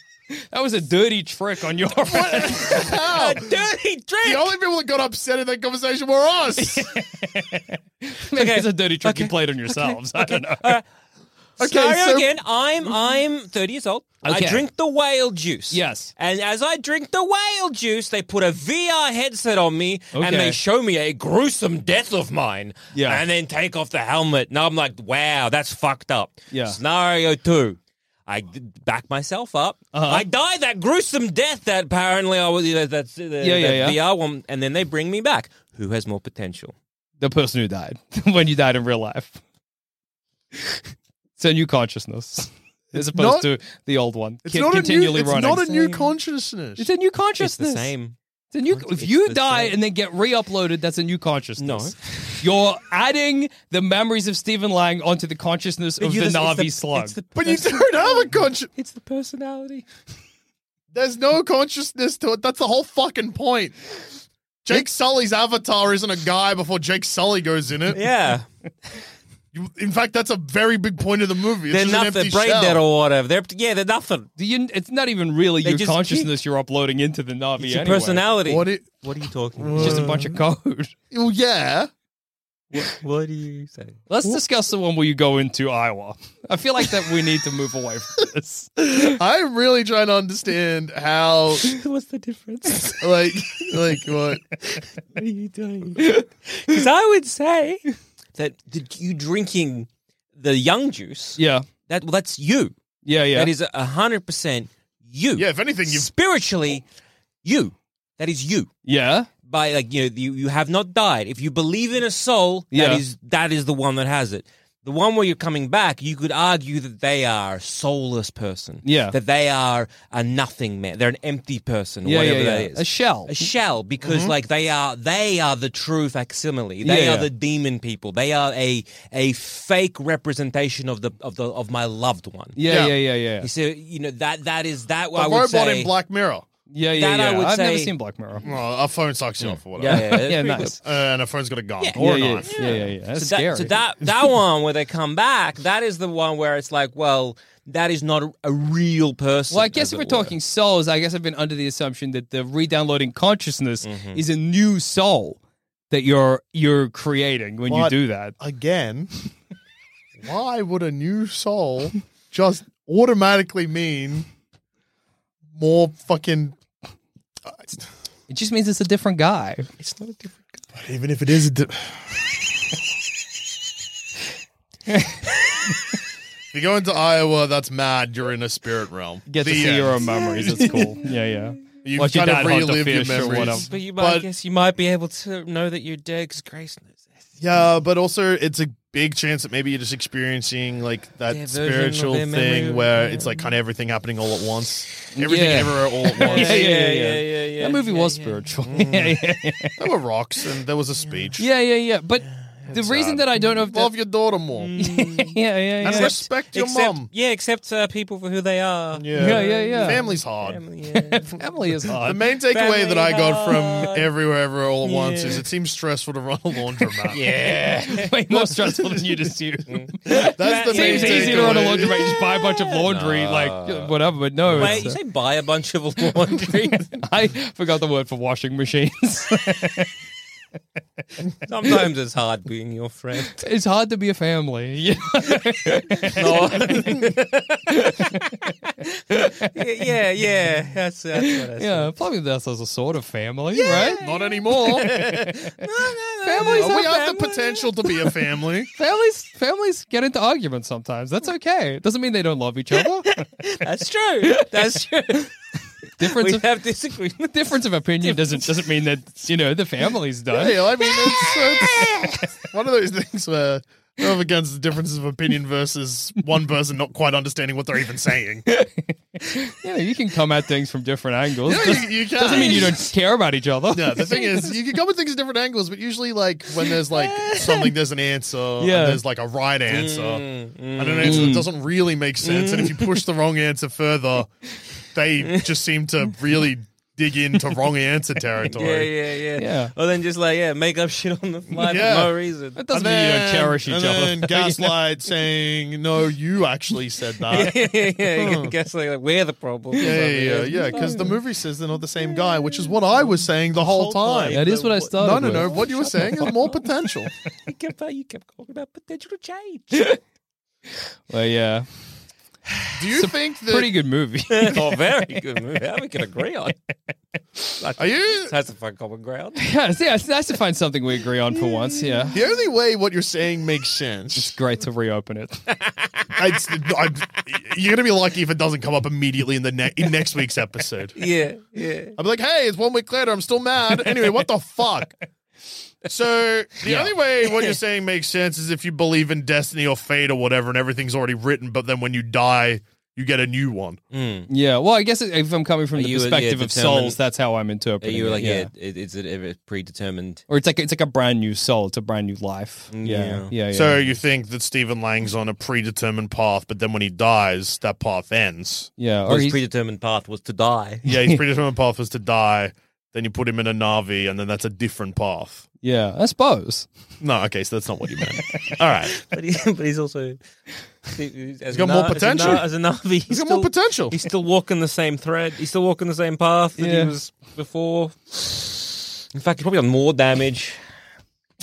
Speaker 4: That was a dirty trick on your end.
Speaker 3: How?
Speaker 5: a dirty drink.
Speaker 3: The only people that got upset in that conversation were us.
Speaker 4: Maybe
Speaker 5: Okay.
Speaker 4: it's a dirty trick
Speaker 5: Okay.
Speaker 4: you played on yourselves. I don't know.
Speaker 3: okay,
Speaker 5: Scenario
Speaker 3: so
Speaker 5: again. I'm I'm 30 years old. I
Speaker 4: Mm-hmm. Okay.
Speaker 5: drink the whale juice.
Speaker 4: Yes.
Speaker 5: And as I drink the whale juice, they put a VR headset on me and
Speaker 4: Okay.
Speaker 5: they show me a gruesome death of mine.
Speaker 4: Yeah.
Speaker 5: And then take off the helmet. Now I'm like, wow, that's fucked up.
Speaker 4: Yeah.
Speaker 5: Scenario two. I d- back myself up.
Speaker 4: Uh-huh.
Speaker 5: I die that gruesome death that apparently I was. You know, that's uh,
Speaker 4: yeah,
Speaker 5: that
Speaker 4: yeah.
Speaker 5: VR one, and then they bring me back. Who has more potential?
Speaker 4: the person who died when you died in real life. it's a new consciousness as
Speaker 3: not-
Speaker 4: opposed to the old one.
Speaker 3: It's
Speaker 4: Con-
Speaker 3: not a new.
Speaker 4: continually
Speaker 3: It's
Speaker 4: running.
Speaker 3: not a new consciousness.
Speaker 4: It's a new
Speaker 5: It's
Speaker 4: consciousness.
Speaker 5: the same.
Speaker 4: It's a new, if
Speaker 5: It's
Speaker 4: you
Speaker 5: the
Speaker 4: die
Speaker 5: same.
Speaker 4: and then get re-uploaded, that's a new consciousness.
Speaker 5: No.
Speaker 4: You're adding the memories of Stephen Lang onto the consciousness of the Navi slug.
Speaker 3: but you don't have a conscious.
Speaker 4: it's the personality.
Speaker 3: There's no consciousness to it. That's the whole fucking point. Jake Sully's avatar isn't a guy before Jake Sully goes in it.
Speaker 5: yeah,
Speaker 3: You- In fact, that's a very big point of the movie. It's
Speaker 5: they're
Speaker 3: just an
Speaker 5: nothing.
Speaker 3: empty
Speaker 5: Brain
Speaker 3: shell.
Speaker 5: dead or whatever. They're yeah, they're nothing.
Speaker 4: Do you, it's not even really
Speaker 5: They
Speaker 4: your
Speaker 5: just
Speaker 4: consciousness you're uploading into the Navi
Speaker 5: It's your
Speaker 4: anyway.
Speaker 5: personality.
Speaker 3: What it?
Speaker 5: What are you talking?
Speaker 4: It's just a bunch of code.
Speaker 3: Well, yeah.
Speaker 5: What, what do you say?
Speaker 4: Let's discuss the one where you go into Iowa. I feel like that we need to move away from this.
Speaker 3: I'm really trying to understand how,
Speaker 5: What's the difference?
Speaker 3: like, like what?
Speaker 5: What are you doing? Because I would say that the, you drinking the young juice.
Speaker 4: Yeah.
Speaker 5: That well, that's you.
Speaker 4: Yeah, yeah.
Speaker 5: That is a hundred percent you.
Speaker 3: Yeah. If anything, you've
Speaker 5: spiritually you. That is you.
Speaker 4: yeah.
Speaker 5: By like you know you, you have not died. If you believe in a soul,
Speaker 4: Yeah.
Speaker 5: that is that is the one that has it. The one where you're coming back, you could argue that they are a soulless person.
Speaker 4: Yeah.
Speaker 5: That they are a nothing man. They're an empty person. or
Speaker 4: Yeah,
Speaker 5: whatever
Speaker 4: yeah, yeah.
Speaker 5: that is.
Speaker 4: A shell.
Speaker 5: A shell, because like they are they are the true facsimile. They
Speaker 4: Yeah,
Speaker 5: are
Speaker 4: yeah.
Speaker 5: the demon people. They are a a fake representation of the of the of my loved one.
Speaker 4: Yeah, yeah,
Speaker 3: Yeah.
Speaker 4: yeah, yeah.
Speaker 5: You see, you know that that is that.
Speaker 3: a
Speaker 5: I would
Speaker 3: robot
Speaker 5: say,
Speaker 3: in Black Mirror.
Speaker 4: Yeah, yeah,
Speaker 5: That I
Speaker 4: yeah.
Speaker 5: would
Speaker 4: I've never
Speaker 5: say-
Speaker 4: seen Black Mirror.
Speaker 3: Oh, our phone sucks you off or whatever.
Speaker 5: Yeah, yeah, that's
Speaker 4: Yeah,
Speaker 5: pretty
Speaker 4: nice.
Speaker 5: good.
Speaker 3: And a phone's got a gun or
Speaker 4: Yeah,
Speaker 3: a
Speaker 4: yeah,
Speaker 3: knife.
Speaker 4: yeah, yeah, yeah. That's
Speaker 5: so
Speaker 4: scary.
Speaker 5: That, so that that one where they come back, that is the one where it's like, well, that is not a, a real person.
Speaker 4: well, I guess
Speaker 5: as
Speaker 4: if
Speaker 5: it
Speaker 4: we're
Speaker 5: were.
Speaker 4: talking souls, I guess I've been under the assumption that the re-downloading consciousness is a new soul that you're you're creating when you
Speaker 3: But-
Speaker 4: do that.
Speaker 3: Again, why would a new soul just automatically mean more fucking? uh,
Speaker 4: It just means it's a different guy.
Speaker 3: It's not a different. Even if it is, a di- if you go into Iowa, that's mad. You're in a spirit realm.
Speaker 4: Get to
Speaker 3: The
Speaker 4: see
Speaker 3: end.
Speaker 4: your own memories. It's cool. Yeah, yeah.
Speaker 3: You
Speaker 4: Watch your
Speaker 3: kind
Speaker 4: dad
Speaker 3: of
Speaker 4: hunt the
Speaker 3: relive your
Speaker 4: fish or
Speaker 3: memories.
Speaker 4: whatever.
Speaker 5: but you, I
Speaker 3: But-
Speaker 5: guess you might be able to know that you're dead because Grace knows. that.
Speaker 3: Yeah, but also it's a big chance that maybe you're just experiencing like that
Speaker 5: Their version of
Speaker 3: spiritual
Speaker 5: their
Speaker 3: thing
Speaker 5: memory of-
Speaker 3: where
Speaker 5: yeah.
Speaker 3: it's like kind of everything happening all at once, everything
Speaker 4: Yeah.
Speaker 3: everywhere all at once.
Speaker 4: Yeah, yeah, yeah, yeah.
Speaker 5: yeah, yeah.
Speaker 4: That movie
Speaker 5: yeah,
Speaker 4: was
Speaker 5: yeah.
Speaker 4: spiritual. yeah, yeah, yeah.
Speaker 3: There were rocks and there was a speech.
Speaker 4: Yeah, yeah, yeah. But the reason that I don't know if
Speaker 3: Love
Speaker 4: that,
Speaker 3: your daughter more
Speaker 4: yeah, yeah, yeah,
Speaker 3: and respect your
Speaker 5: Except,
Speaker 3: mum.
Speaker 5: yeah, except uh, people for who they are.
Speaker 4: Yeah, yeah, yeah.
Speaker 3: Family's hard.
Speaker 5: Yeah.
Speaker 4: Family is
Speaker 3: The
Speaker 4: hard.
Speaker 3: main takeaway that I got
Speaker 5: hard.
Speaker 3: from everywhere, everywhere, all at once
Speaker 5: Yeah.
Speaker 3: is it seems stressful to run a laundromat.
Speaker 4: Yeah, way more stressful than you just assume.
Speaker 3: that's the main
Speaker 4: Seems easy to run a
Speaker 3: takeaway.
Speaker 4: laundromat. You just buy a bunch of laundry, like whatever. But no,
Speaker 5: Wait,
Speaker 4: it's,
Speaker 5: you
Speaker 4: uh,
Speaker 5: say buy a bunch of laundry?
Speaker 4: I forgot the word for washing machines.
Speaker 5: Sometimes it's hard being your friend.
Speaker 4: it's hard to be a family. Yeah.
Speaker 5: yeah, yeah, that's, that's what I said.
Speaker 4: yeah, probably that's as a sort of family, right?
Speaker 3: Not anymore.
Speaker 4: Families,
Speaker 3: we
Speaker 4: are
Speaker 3: have the
Speaker 4: family.
Speaker 3: potential to be a family.
Speaker 4: families, families get into arguments sometimes. That's okay. It doesn't mean they don't love each other.
Speaker 5: That's true. That's true.
Speaker 4: difference
Speaker 5: we
Speaker 4: of
Speaker 5: have disagreements.
Speaker 4: difference of opinion doesn't doesn't mean that you know the family's done.
Speaker 3: Hey, I mean, it's, it's one of those things where we're up against the differences of opinion versus one person not quite understanding what they're even saying. You
Speaker 4: Yeah, you can come at things from different angles.
Speaker 3: know,
Speaker 4: Does-
Speaker 3: you- you
Speaker 4: doesn't
Speaker 3: can't-
Speaker 4: mean you don't care about each other.
Speaker 3: Yeah, the thing is, you can come at things at different angles, but usually, like when there's like something, there's an answer,
Speaker 4: Yeah. Mm,
Speaker 3: and there's like a right answer, and an answer that doesn't really make sense. And if
Speaker 4: Mm.
Speaker 3: you push the wrong answer further, they just seem to really dig into wrong answer territory.
Speaker 5: Yeah, yeah, yeah,
Speaker 4: Yeah.
Speaker 5: Or then just like, yeah, make up shit on the fly
Speaker 3: Yeah.
Speaker 5: for no reason.
Speaker 4: That doesn't mean you don't cherish each
Speaker 3: and
Speaker 4: other.
Speaker 3: then gaslight saying, "No, you actually said that."
Speaker 5: yeah, yeah, yeah. I guess like, we're the problem.
Speaker 3: Hmm. Yeah, yeah, yeah, yeah. Because the movie says they're not the same guy, which is what I was saying the whole time.
Speaker 4: That is what I started.
Speaker 3: No, no, no.
Speaker 4: with.
Speaker 3: What you were saying is more potential.
Speaker 5: You kept, you kept talking about potential change.
Speaker 4: Well, yeah,
Speaker 3: Do you think that?
Speaker 4: pretty good movie.
Speaker 5: oh, very good movie. How we can agree on.
Speaker 3: Are you?
Speaker 5: That's a fucking common ground.
Speaker 4: yes, yeah, it's nice to find something we agree on for once. Yeah,
Speaker 3: The only way what you're saying makes sense
Speaker 4: it's great to reopen it.
Speaker 3: It's, I, you're gonna be lucky if it doesn't come up immediately in the ne- in next week's episode.
Speaker 5: yeah, yeah.
Speaker 3: I'm like, hey, it's one week later. I'm still mad. Anyway, what the fuck? So the only way what you're saying makes sense is if you believe in destiny or fate or whatever, and everything's already written. But then when you die, you get a new one.
Speaker 4: Yeah, well, I guess if I'm coming from
Speaker 5: Are
Speaker 4: the
Speaker 5: you, uh, yeah,
Speaker 4: perspective of
Speaker 5: determined-
Speaker 4: souls, that's how I'm
Speaker 5: Are
Speaker 4: interpreting.
Speaker 5: you were
Speaker 4: it,
Speaker 5: like, yeah, it, it's a, a predetermined.
Speaker 4: or it's like it's like a brand new soul. It's a brand new life. Yeah, yeah.
Speaker 5: Mm, Yeah.
Speaker 4: yeah,
Speaker 3: So you think that Stephen Lang's on a predetermined path, but then when he dies, that path ends.
Speaker 4: yeah, or
Speaker 5: Or his
Speaker 4: he's,
Speaker 5: predetermined path was to die.
Speaker 3: Yeah, his predetermined path was to die. Then you put him in a Navi, and then that's a different path.
Speaker 4: yeah. I suppose.
Speaker 3: No, okay, so that's not what you meant. All right.
Speaker 5: but, he, but he's also he's
Speaker 3: He's got more potential.
Speaker 5: As a, Na- as a Navi, he's,
Speaker 3: He's got
Speaker 5: still,
Speaker 3: more potential.
Speaker 5: He's still walking the same thread. He's still walking the same path that
Speaker 4: Yeah.
Speaker 5: he was before. In fact, he's probably done more damage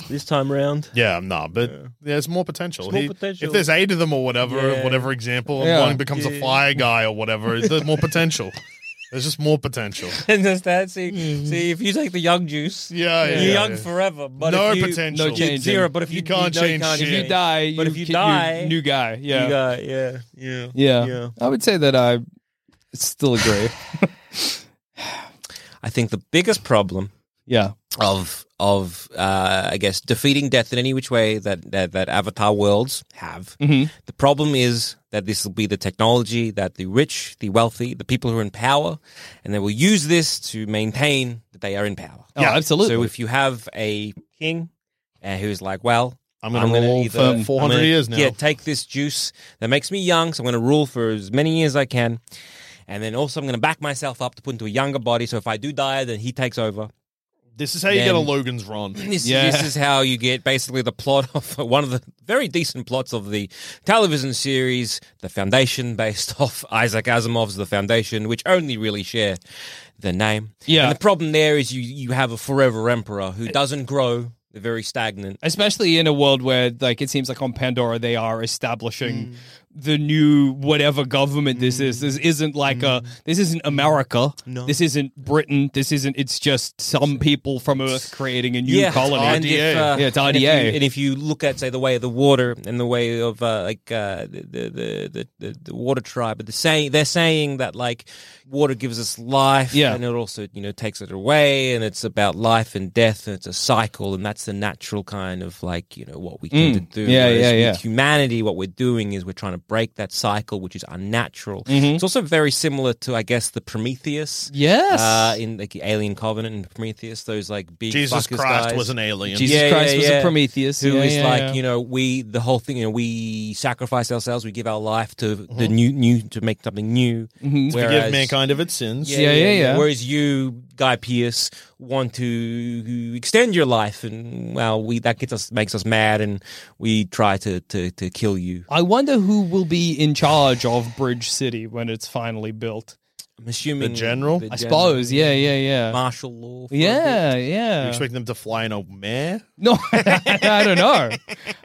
Speaker 5: this time around.
Speaker 3: Yeah, no, but there's more potential.
Speaker 5: There's more
Speaker 3: He-
Speaker 5: potential.
Speaker 3: If there's eight of them or whatever,
Speaker 5: Yeah.
Speaker 3: whatever example,
Speaker 4: Yeah.
Speaker 3: and one becomes a fire guy or whatever, there's more potential. There's just more potential.
Speaker 5: And that's that. See, see, if you take the young juice,
Speaker 3: Yeah, yeah,
Speaker 5: you're
Speaker 3: yeah,
Speaker 5: young
Speaker 3: yeah.
Speaker 5: forever. But
Speaker 3: No
Speaker 5: if you,
Speaker 3: potential.
Speaker 4: No change.
Speaker 5: Zero. But if
Speaker 3: You
Speaker 5: you,
Speaker 3: can't
Speaker 5: no, you
Speaker 3: change
Speaker 5: can't
Speaker 3: shit.
Speaker 4: If you die,
Speaker 5: But if you
Speaker 4: can-
Speaker 5: die-
Speaker 4: new guy. Yeah.
Speaker 5: you got- yeah, yeah,
Speaker 4: yeah, I would say that I still agree.
Speaker 5: I think the biggest problem
Speaker 4: yeah,
Speaker 5: of of uh, I guess defeating death in any which way that that, that Avatar worlds have.
Speaker 3: Mm-hmm.
Speaker 5: The problem is that this will be the technology that the rich, the wealthy, the people who are in power, and they will use this to maintain that they are in power.
Speaker 4: Oh,
Speaker 3: Yeah.
Speaker 4: absolutely.
Speaker 5: So if you have a king uh, who's like, well.
Speaker 3: I'm gonna rule for
Speaker 5: either-
Speaker 3: 400
Speaker 5: I'm gonna,
Speaker 3: years now.
Speaker 5: Yeah, take this juice that makes me young, so I'm going to rule for as many years as I can. And then also, I'm going to back myself up to put into a younger body. So if I do die, then he takes over.
Speaker 3: This is how you get
Speaker 5: Then-
Speaker 3: a Logan's run.
Speaker 5: This,
Speaker 4: Yeah.
Speaker 5: this is how you get basically the plot of one of the very decent plots of the television series, The Foundation, based off Isaac Asimov's The Foundation, which only really share the name.
Speaker 4: Yeah.
Speaker 5: And the problem there is you, you have a forever emperor who doesn't grow, they're very stagnant.
Speaker 4: especially in a world where like it seems like on pandora they are establishing the new whatever government this is this isn't like a this isn't america Mm. no. this isn't britain this isn't it's just some people from earth creating a new colony
Speaker 5: and if, uh,
Speaker 4: yeah it's
Speaker 5: and if
Speaker 4: rda
Speaker 5: you- and if you look at, say, the way of the water and the way of uh, like uh, the, the, the, the the water tribe, but the saying they're saying that like water gives us life,
Speaker 4: Yeah.
Speaker 5: and it also you know takes it away, and it's about life and death, and it's a cycle, and that's the natural kind of like you know what we tend
Speaker 4: Mm.
Speaker 5: to do.
Speaker 4: Yeah,
Speaker 5: Whereas
Speaker 4: yeah,
Speaker 5: with
Speaker 4: yeah.
Speaker 5: Humanity, what we're doing is we're trying to break that cycle, which is unnatural.
Speaker 4: Mm-hmm.
Speaker 5: It's also very similar to, I guess, the Prometheus.
Speaker 4: yes
Speaker 5: Uh, in like Alien Covenant and Prometheus, those like big
Speaker 3: Jesus
Speaker 5: fuckers
Speaker 3: Christ
Speaker 5: guys.
Speaker 3: was an alien.
Speaker 4: Jesus
Speaker 5: Yeah,
Speaker 4: Christ
Speaker 5: yeah,
Speaker 4: was a
Speaker 5: yeah.
Speaker 4: Prometheus.
Speaker 5: Who is
Speaker 4: Yeah, yeah,
Speaker 5: like
Speaker 4: yeah.
Speaker 5: you know we the whole thing you know we sacrifice ourselves we give our life to the
Speaker 4: Mm-hmm.
Speaker 5: new new to make something new
Speaker 4: Mhm.
Speaker 3: Forgive mankind of its sins.
Speaker 4: Yeah, yeah, yeah.
Speaker 5: whereas you guy pierce want to extend your life and well we that gets us makes us mad and we try to to, to kill you
Speaker 4: I wonder who will be in charge of Bridge City when it's finally built.
Speaker 5: i'm assuming
Speaker 3: The general?
Speaker 5: the
Speaker 4: I suppose. Yeah, yeah, yeah.
Speaker 5: martial law for a
Speaker 4: yeah,
Speaker 5: bit.
Speaker 3: You
Speaker 4: yeah.
Speaker 3: expect them to fly in a mare?
Speaker 4: No, I don't know.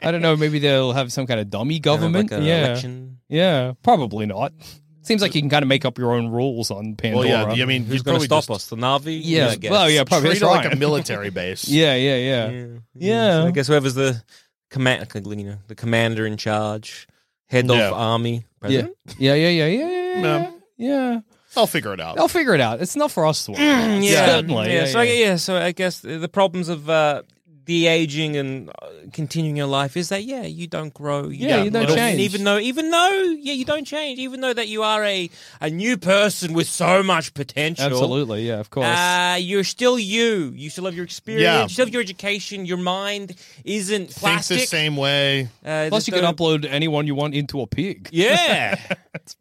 Speaker 4: I don't know. Maybe they'll have some kind of dummy
Speaker 5: Kind of
Speaker 4: government.
Speaker 5: like an
Speaker 4: yeah,
Speaker 5: election.
Speaker 4: yeah, probably not. Seems like you can kind of make up your own rules on
Speaker 3: Well,
Speaker 4: Pandora.
Speaker 3: yeah. I mean,
Speaker 5: who's
Speaker 3: you'd
Speaker 5: going
Speaker 3: probably
Speaker 5: to stop
Speaker 3: just
Speaker 5: us the navi
Speaker 4: yeah.
Speaker 5: I guess.
Speaker 4: Well, yeah, probably
Speaker 3: Treat it like a
Speaker 4: right.
Speaker 3: military base.
Speaker 4: Yeah, yeah, yeah, yeah.
Speaker 5: So I guess whoever's the command, you know, the commander in charge, head
Speaker 3: Yeah.
Speaker 5: of army,
Speaker 4: Yeah,
Speaker 5: president.
Speaker 4: yeah, yeah, yeah, yeah, yeah, yeah.
Speaker 5: Um,
Speaker 3: No.
Speaker 4: yeah.
Speaker 3: I'll figure it out.
Speaker 4: They'll figure it out. It's not for us to worry. about. certainly.
Speaker 5: Mm, Yeah,
Speaker 4: Yeah,
Speaker 5: so I,
Speaker 4: yeah.
Speaker 5: yeah, so I guess the the problems of uh, de aging and uh, continuing your life is that yeah, you don't grow. You
Speaker 4: Yeah, you don't
Speaker 5: learn.
Speaker 4: change.
Speaker 5: Even though, even though, yeah, you don't change. Even though that you are a a new person with so much potential.
Speaker 4: Absolutely. Yeah, of course.
Speaker 5: Uh, you're still you. You still have your experience.
Speaker 3: Yeah.
Speaker 5: You still have your education. Your mind isn't
Speaker 3: Think
Speaker 5: plastic.
Speaker 3: the same way.
Speaker 5: Uh,
Speaker 4: Plus, you can
Speaker 5: don't-
Speaker 4: upload anyone you want into a pig.
Speaker 5: Yeah.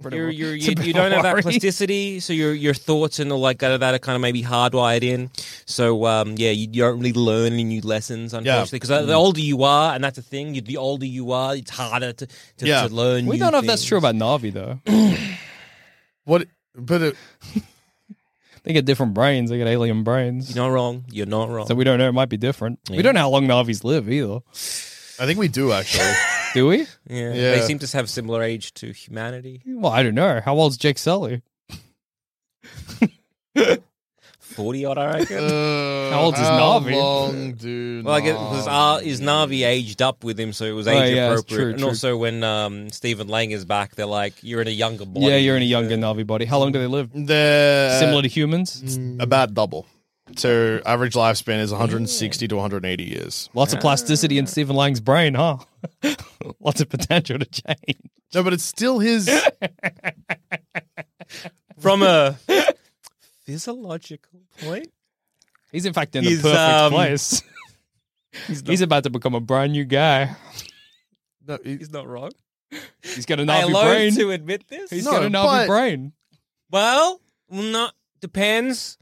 Speaker 4: pretty
Speaker 5: you're,
Speaker 4: much-
Speaker 5: you're,
Speaker 4: it's
Speaker 5: you
Speaker 4: a bit
Speaker 5: you don't have
Speaker 4: worrying.
Speaker 5: that plasticity, so your your thoughts and all like that, that are kind of maybe hardwired in. So um, yeah, you, you don't really learn any new lessons, unfortunately. Because
Speaker 4: Mm.
Speaker 5: the older you are, and that's the thing, you, the older you are, it's harder to to,
Speaker 3: Yeah.
Speaker 5: to learn.
Speaker 4: We
Speaker 5: new
Speaker 4: don't know if that's
Speaker 5: things.
Speaker 4: true about Navi though.
Speaker 3: What? But uh, it,
Speaker 4: They get different brains. They get alien brains.
Speaker 5: You're not wrong. You're not wrong.
Speaker 4: so we don't know. It might be different. We don't know how long Navi's live either.
Speaker 3: I think we do actually.
Speaker 4: Do we?
Speaker 5: yeah.
Speaker 3: Yeah.
Speaker 5: they seem to have similar age to humanity.
Speaker 4: Well, I don't know. How old's Jake Sully?
Speaker 5: forty odd, I reckon.
Speaker 4: Uh, How old is
Speaker 3: How
Speaker 4: Na'vi?
Speaker 3: long do
Speaker 5: Well, I guess because uh, is Navi aged up with him, so it was
Speaker 4: Oh,
Speaker 5: age
Speaker 4: yeah, it's
Speaker 5: appropriate.
Speaker 4: true,
Speaker 5: and
Speaker 4: true.
Speaker 5: also, when um, Stephen Lang is back, they're like, "You're in a younger body."
Speaker 4: Yeah, you're in a younger Navi body. How long do they live?
Speaker 5: Uh,
Speaker 3: they're mm,
Speaker 4: Similar to humans?
Speaker 3: about double. So average lifespan is 160 to 180 years.
Speaker 4: Lots
Speaker 5: uh,
Speaker 4: of plasticity in Stephen Lang's brain, huh? Lots of potential to change.
Speaker 3: No, but it's still his.
Speaker 5: from a physiological point.
Speaker 4: He's in fact in
Speaker 5: He's,
Speaker 4: the perfect
Speaker 5: um,
Speaker 4: place. he's, about to become a brand new guy.
Speaker 3: no, he-
Speaker 5: He's not wrong.
Speaker 4: He's got a
Speaker 5: I
Speaker 4: Navi
Speaker 5: love
Speaker 4: brain.
Speaker 5: to admit this.
Speaker 4: He's
Speaker 3: No,
Speaker 4: got a Navi
Speaker 3: but-
Speaker 4: brain.
Speaker 5: well, not depends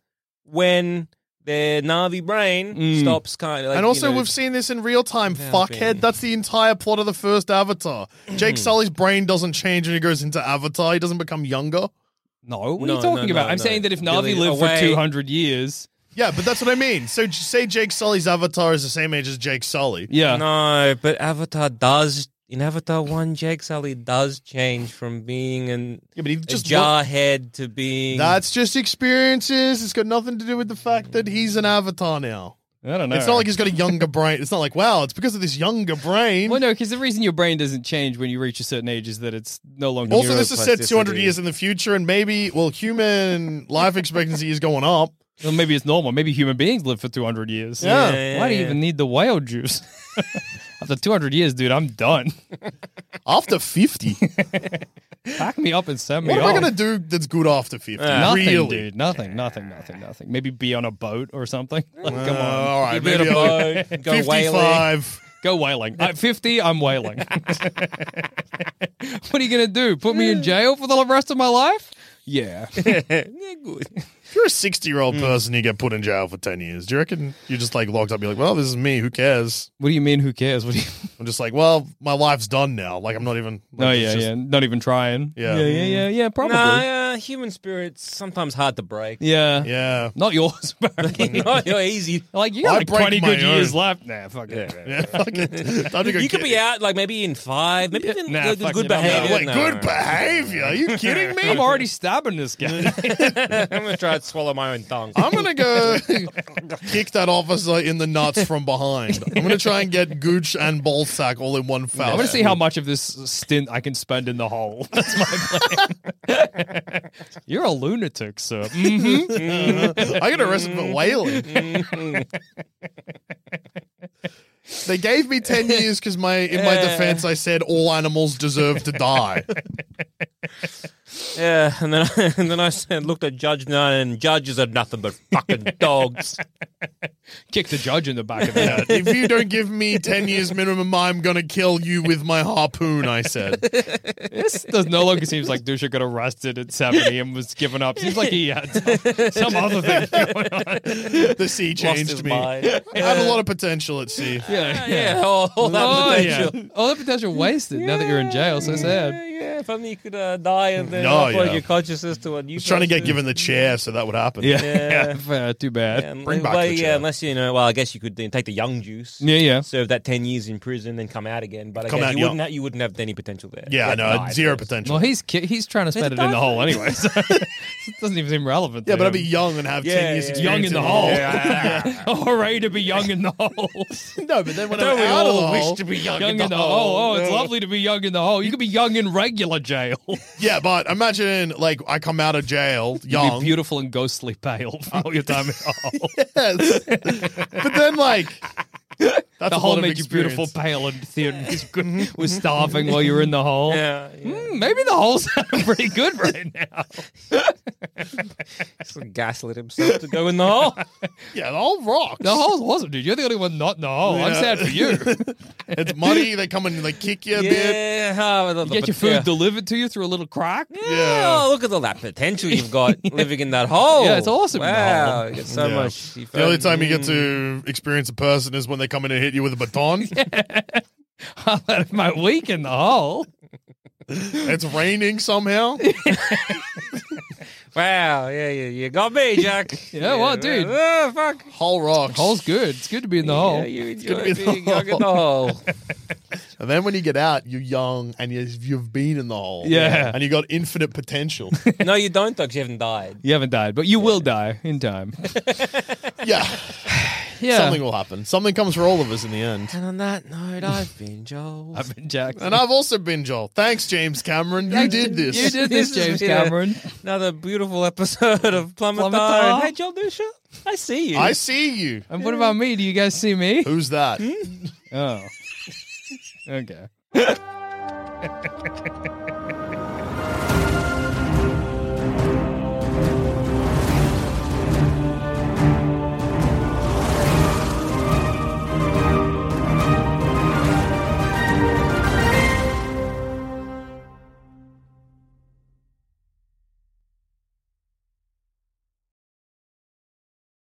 Speaker 5: when their Navi brain
Speaker 4: Mm.
Speaker 5: stops kind of. Like,
Speaker 3: and also,
Speaker 5: you know,
Speaker 3: we've seen this in real time.
Speaker 5: Yeah,
Speaker 3: Fuckhead.
Speaker 5: been-
Speaker 3: That's the entire plot of the first Avatar.
Speaker 5: Hmm.
Speaker 3: Jake Sully's brain doesn't change when he goes into Avatar. He doesn't become younger.
Speaker 4: No, what are
Speaker 5: No,
Speaker 4: you talking
Speaker 5: no,
Speaker 4: about?
Speaker 5: no,
Speaker 4: I'm
Speaker 5: no.
Speaker 4: saying that if Navi
Speaker 5: Billy,
Speaker 4: lived
Speaker 5: away.
Speaker 4: for 200 years,
Speaker 3: Yeah, but that's what I mean. So j- say Jake Sully's Avatar is the same age as Jake Sully.
Speaker 4: yeah.
Speaker 5: No, but Avatar does. In Avatar 1, Jake Sully does change from being an,
Speaker 3: Yeah, but he just
Speaker 5: just jarhead to being.
Speaker 3: That's just experiences. It's got nothing to do with the fact that he's an avatar now.
Speaker 4: I don't know.
Speaker 3: It's not like he's got a younger brain. It's not like, wow, it's because of this younger brain.
Speaker 4: Well, no, because the reason your brain doesn't change when you reach a certain age is that it's no longer.
Speaker 3: also, this is set
Speaker 5: neuroplasticity.
Speaker 3: 200 years in the future, and maybe, well, human life expectancy is going up.
Speaker 4: well, maybe it's normal. Maybe human beings live for 200 years.
Speaker 3: Yeah.
Speaker 4: Why do you even need the wild juice? After 200 years, dude, I'm done.
Speaker 3: After 50.
Speaker 4: Pack me up and send me
Speaker 3: what am I
Speaker 4: off.
Speaker 3: going to do that's good after 50?
Speaker 4: Nothing,
Speaker 3: really?
Speaker 4: dude. Nothing, nothing, nothing, nothing. Maybe be on a boat or something. Like,
Speaker 3: Uh,
Speaker 4: come on.
Speaker 3: all right,
Speaker 5: Bit
Speaker 3: maybe
Speaker 5: of
Speaker 3: I'll-
Speaker 5: both, go whaling.
Speaker 3: 55.
Speaker 4: Go whaling. At 50, I'm whaling. what are you going to do? Put me in jail for the rest of my life? Yeah.
Speaker 5: Yeah, good.
Speaker 3: If you're a 60 year old person, you get put in jail for 10 years. Do you reckon you're just like locked up? You're like, well, this is me. Who cares?
Speaker 4: What do you mean? Who cares? What do you.
Speaker 3: I'm just like, well, my life's done now. Like, I'm not even. Like,
Speaker 4: No,
Speaker 3: it's
Speaker 4: Oh, yeah,
Speaker 3: just-
Speaker 4: yeah. Not even trying.
Speaker 3: Yeah.
Speaker 4: Yeah, yeah, yeah. yeah probably.
Speaker 5: Nah, uh, human spirit's sometimes hard to break.
Speaker 4: yeah.
Speaker 3: Yeah.
Speaker 4: Not yours, apparently.
Speaker 5: Not easy.
Speaker 4: Like, you
Speaker 3: I
Speaker 4: got like
Speaker 3: break
Speaker 4: 20
Speaker 3: my
Speaker 4: good
Speaker 3: own.
Speaker 4: years left. Nah, fuck it.
Speaker 3: Yeah, fuck it. Time to go
Speaker 5: You could
Speaker 3: get-
Speaker 5: be out like maybe in five, maybe even
Speaker 4: nah,
Speaker 5: good-
Speaker 4: fuck
Speaker 5: good
Speaker 4: it, I'm out.
Speaker 3: Yeah,
Speaker 5: behavior.
Speaker 3: wait,
Speaker 5: No.
Speaker 3: good behavior? Are you kidding me?
Speaker 4: I'm already stabbing this guy.
Speaker 5: I'm gonna try to swallow my own tongue.
Speaker 3: I'm gonna go kick that officer in the nuts from behind. I'm gonna try and get Gooch and Ballsack all in one foul.
Speaker 4: I'm gonna see how much of this stint I can spend in the hole. That's my plan. You're a lunatic, sir. Mm.
Speaker 3: I get arrested for whaling. they gave me ten years because my in my defense I said all animals deserve to die.
Speaker 5: Yeah, and then I, and then I said, looked at Judge Nine, and judges are nothing but fucking dogs.
Speaker 4: Kick the judge in the back of the head.
Speaker 3: if you don't give me ten years minimum, I'm gonna kill you with my harpoon. I said.
Speaker 4: This does no longer seems like Dusha got arrested at 70 and was given up. Seems like he had some, some other thing going on.
Speaker 3: The sea
Speaker 5: Lost
Speaker 3: changed
Speaker 5: his
Speaker 3: me.
Speaker 5: mind.
Speaker 3: I have a lot of potential at sea.
Speaker 4: Yeah,
Speaker 5: Yeah, all, all that
Speaker 4: Oh, yeah.
Speaker 5: potential.
Speaker 4: All the potential wasted now that you're in jail. So
Speaker 5: Yeah,
Speaker 4: sad.
Speaker 5: yeah, if only you could uh, die and then
Speaker 3: No,
Speaker 5: upload
Speaker 3: Oh, yeah.
Speaker 5: your consciousness to a new.
Speaker 3: Just trying to get
Speaker 5: person.
Speaker 3: given the chair so that would happen.
Speaker 4: Yeah. yeah. Too bad.
Speaker 5: Yeah, unless-
Speaker 3: Bring back
Speaker 5: well,
Speaker 3: the
Speaker 5: yeah,
Speaker 3: chair.
Speaker 5: unless you know. Well, I guess you could then take the young juice.
Speaker 4: Yeah, yeah.
Speaker 5: Serve that ten years in prison, then come out again. But I
Speaker 3: Come
Speaker 5: guess
Speaker 3: out
Speaker 5: you
Speaker 3: young.
Speaker 5: wouldn't. Ha- you wouldn't have any potential there.
Speaker 3: Yeah, no,
Speaker 5: I
Speaker 3: zero
Speaker 5: suppose.
Speaker 3: potential.
Speaker 4: Well, he's ki- he's trying to spend it in the hole anyway. So it doesn't even seem relevant.
Speaker 3: yeah,
Speaker 4: to
Speaker 3: but I'd
Speaker 4: him.
Speaker 3: be young and have
Speaker 5: Yeah,
Speaker 3: 10 years
Speaker 5: yeah,
Speaker 3: experience.
Speaker 4: young in the hole. Hooray to be young in the hole.
Speaker 3: No, but then when
Speaker 5: Don't
Speaker 3: I'm
Speaker 5: we
Speaker 3: out of the
Speaker 5: all wish
Speaker 3: hole-
Speaker 5: to be young,
Speaker 4: young in the hole. Oh, it's lovely to be young in the hole. You could be young in regular jail.
Speaker 3: Yeah, but imagine, like, I come out of jail
Speaker 4: You'd
Speaker 3: young. Oh,
Speaker 4: be beautiful and ghostly pale from all your time in the hole.
Speaker 3: Yes. but then, like, that's
Speaker 4: the
Speaker 3: a
Speaker 4: hole
Speaker 3: lot of
Speaker 4: made you
Speaker 3: experience. Mm-hmm.
Speaker 4: beautiful, pale, and thin. Was, good, was starving while you were in the hole.
Speaker 5: Yeah, yeah.
Speaker 4: Hmm, maybe the hole's pretty good right now.
Speaker 5: Just gaslit himself to go in the hole.
Speaker 3: Yeah, the whole rocks.
Speaker 4: The hole wasn't, dude. You're the only one not in the hole.
Speaker 3: Yeah.
Speaker 4: I'm sad for you. You
Speaker 3: It's muddy. They come and, like, kick you a bit.
Speaker 5: Yeah, ah, but-
Speaker 4: get
Speaker 5: but-
Speaker 4: your food
Speaker 5: yeah.
Speaker 4: delivered to you through a little crack.
Speaker 3: Yeah.
Speaker 5: Yeah, oh, look at all that potential you've got living in that hole.
Speaker 4: Yeah, it's awesome in the
Speaker 5: Wow,
Speaker 4: hole.
Speaker 5: you get so
Speaker 3: Yeah.
Speaker 5: much.
Speaker 3: The only time you get to
Speaker 4: Mm.
Speaker 3: experience a person is when they come in and hit you with a baton.
Speaker 4: I had my week in the hole.
Speaker 3: It's raining somehow.
Speaker 5: Wow, yeah, yeah, you got me, Jack.
Speaker 4: Yeah, what, dude?
Speaker 5: Oh, fuck.
Speaker 3: Whole rocks.
Speaker 5: Oh.
Speaker 4: Hole's good. It's good to be in the hole.
Speaker 5: Yeah, you enjoy
Speaker 3: be the
Speaker 5: being young in the hole.
Speaker 3: And then when you get out, you're young and you, you've been in the hole.
Speaker 4: Yeah.
Speaker 3: And you got infinite potential.
Speaker 5: no, you don't, though, 'cause you haven't died.
Speaker 4: You haven't died, but you will die in time.
Speaker 3: yeah.
Speaker 4: Yeah.
Speaker 3: Something will happen. Something comes for all of us in the end.
Speaker 5: And on that note, I've been Joel.
Speaker 4: I've been
Speaker 5: Oh,
Speaker 4: Jackson.
Speaker 3: And I've also been Joel. Thanks, James Cameron. You did this.
Speaker 4: You did this,
Speaker 5: has
Speaker 4: James
Speaker 5: been a-
Speaker 4: Cameron.
Speaker 5: Another beautiful episode of Plumber
Speaker 4: Plumber
Speaker 5: Time.
Speaker 4: Time.
Speaker 5: Hey, Joel Dusha, I see you.
Speaker 3: I see you.
Speaker 4: And what about me? Do you guys see me?
Speaker 3: Who's that?
Speaker 4: Oh. Okay.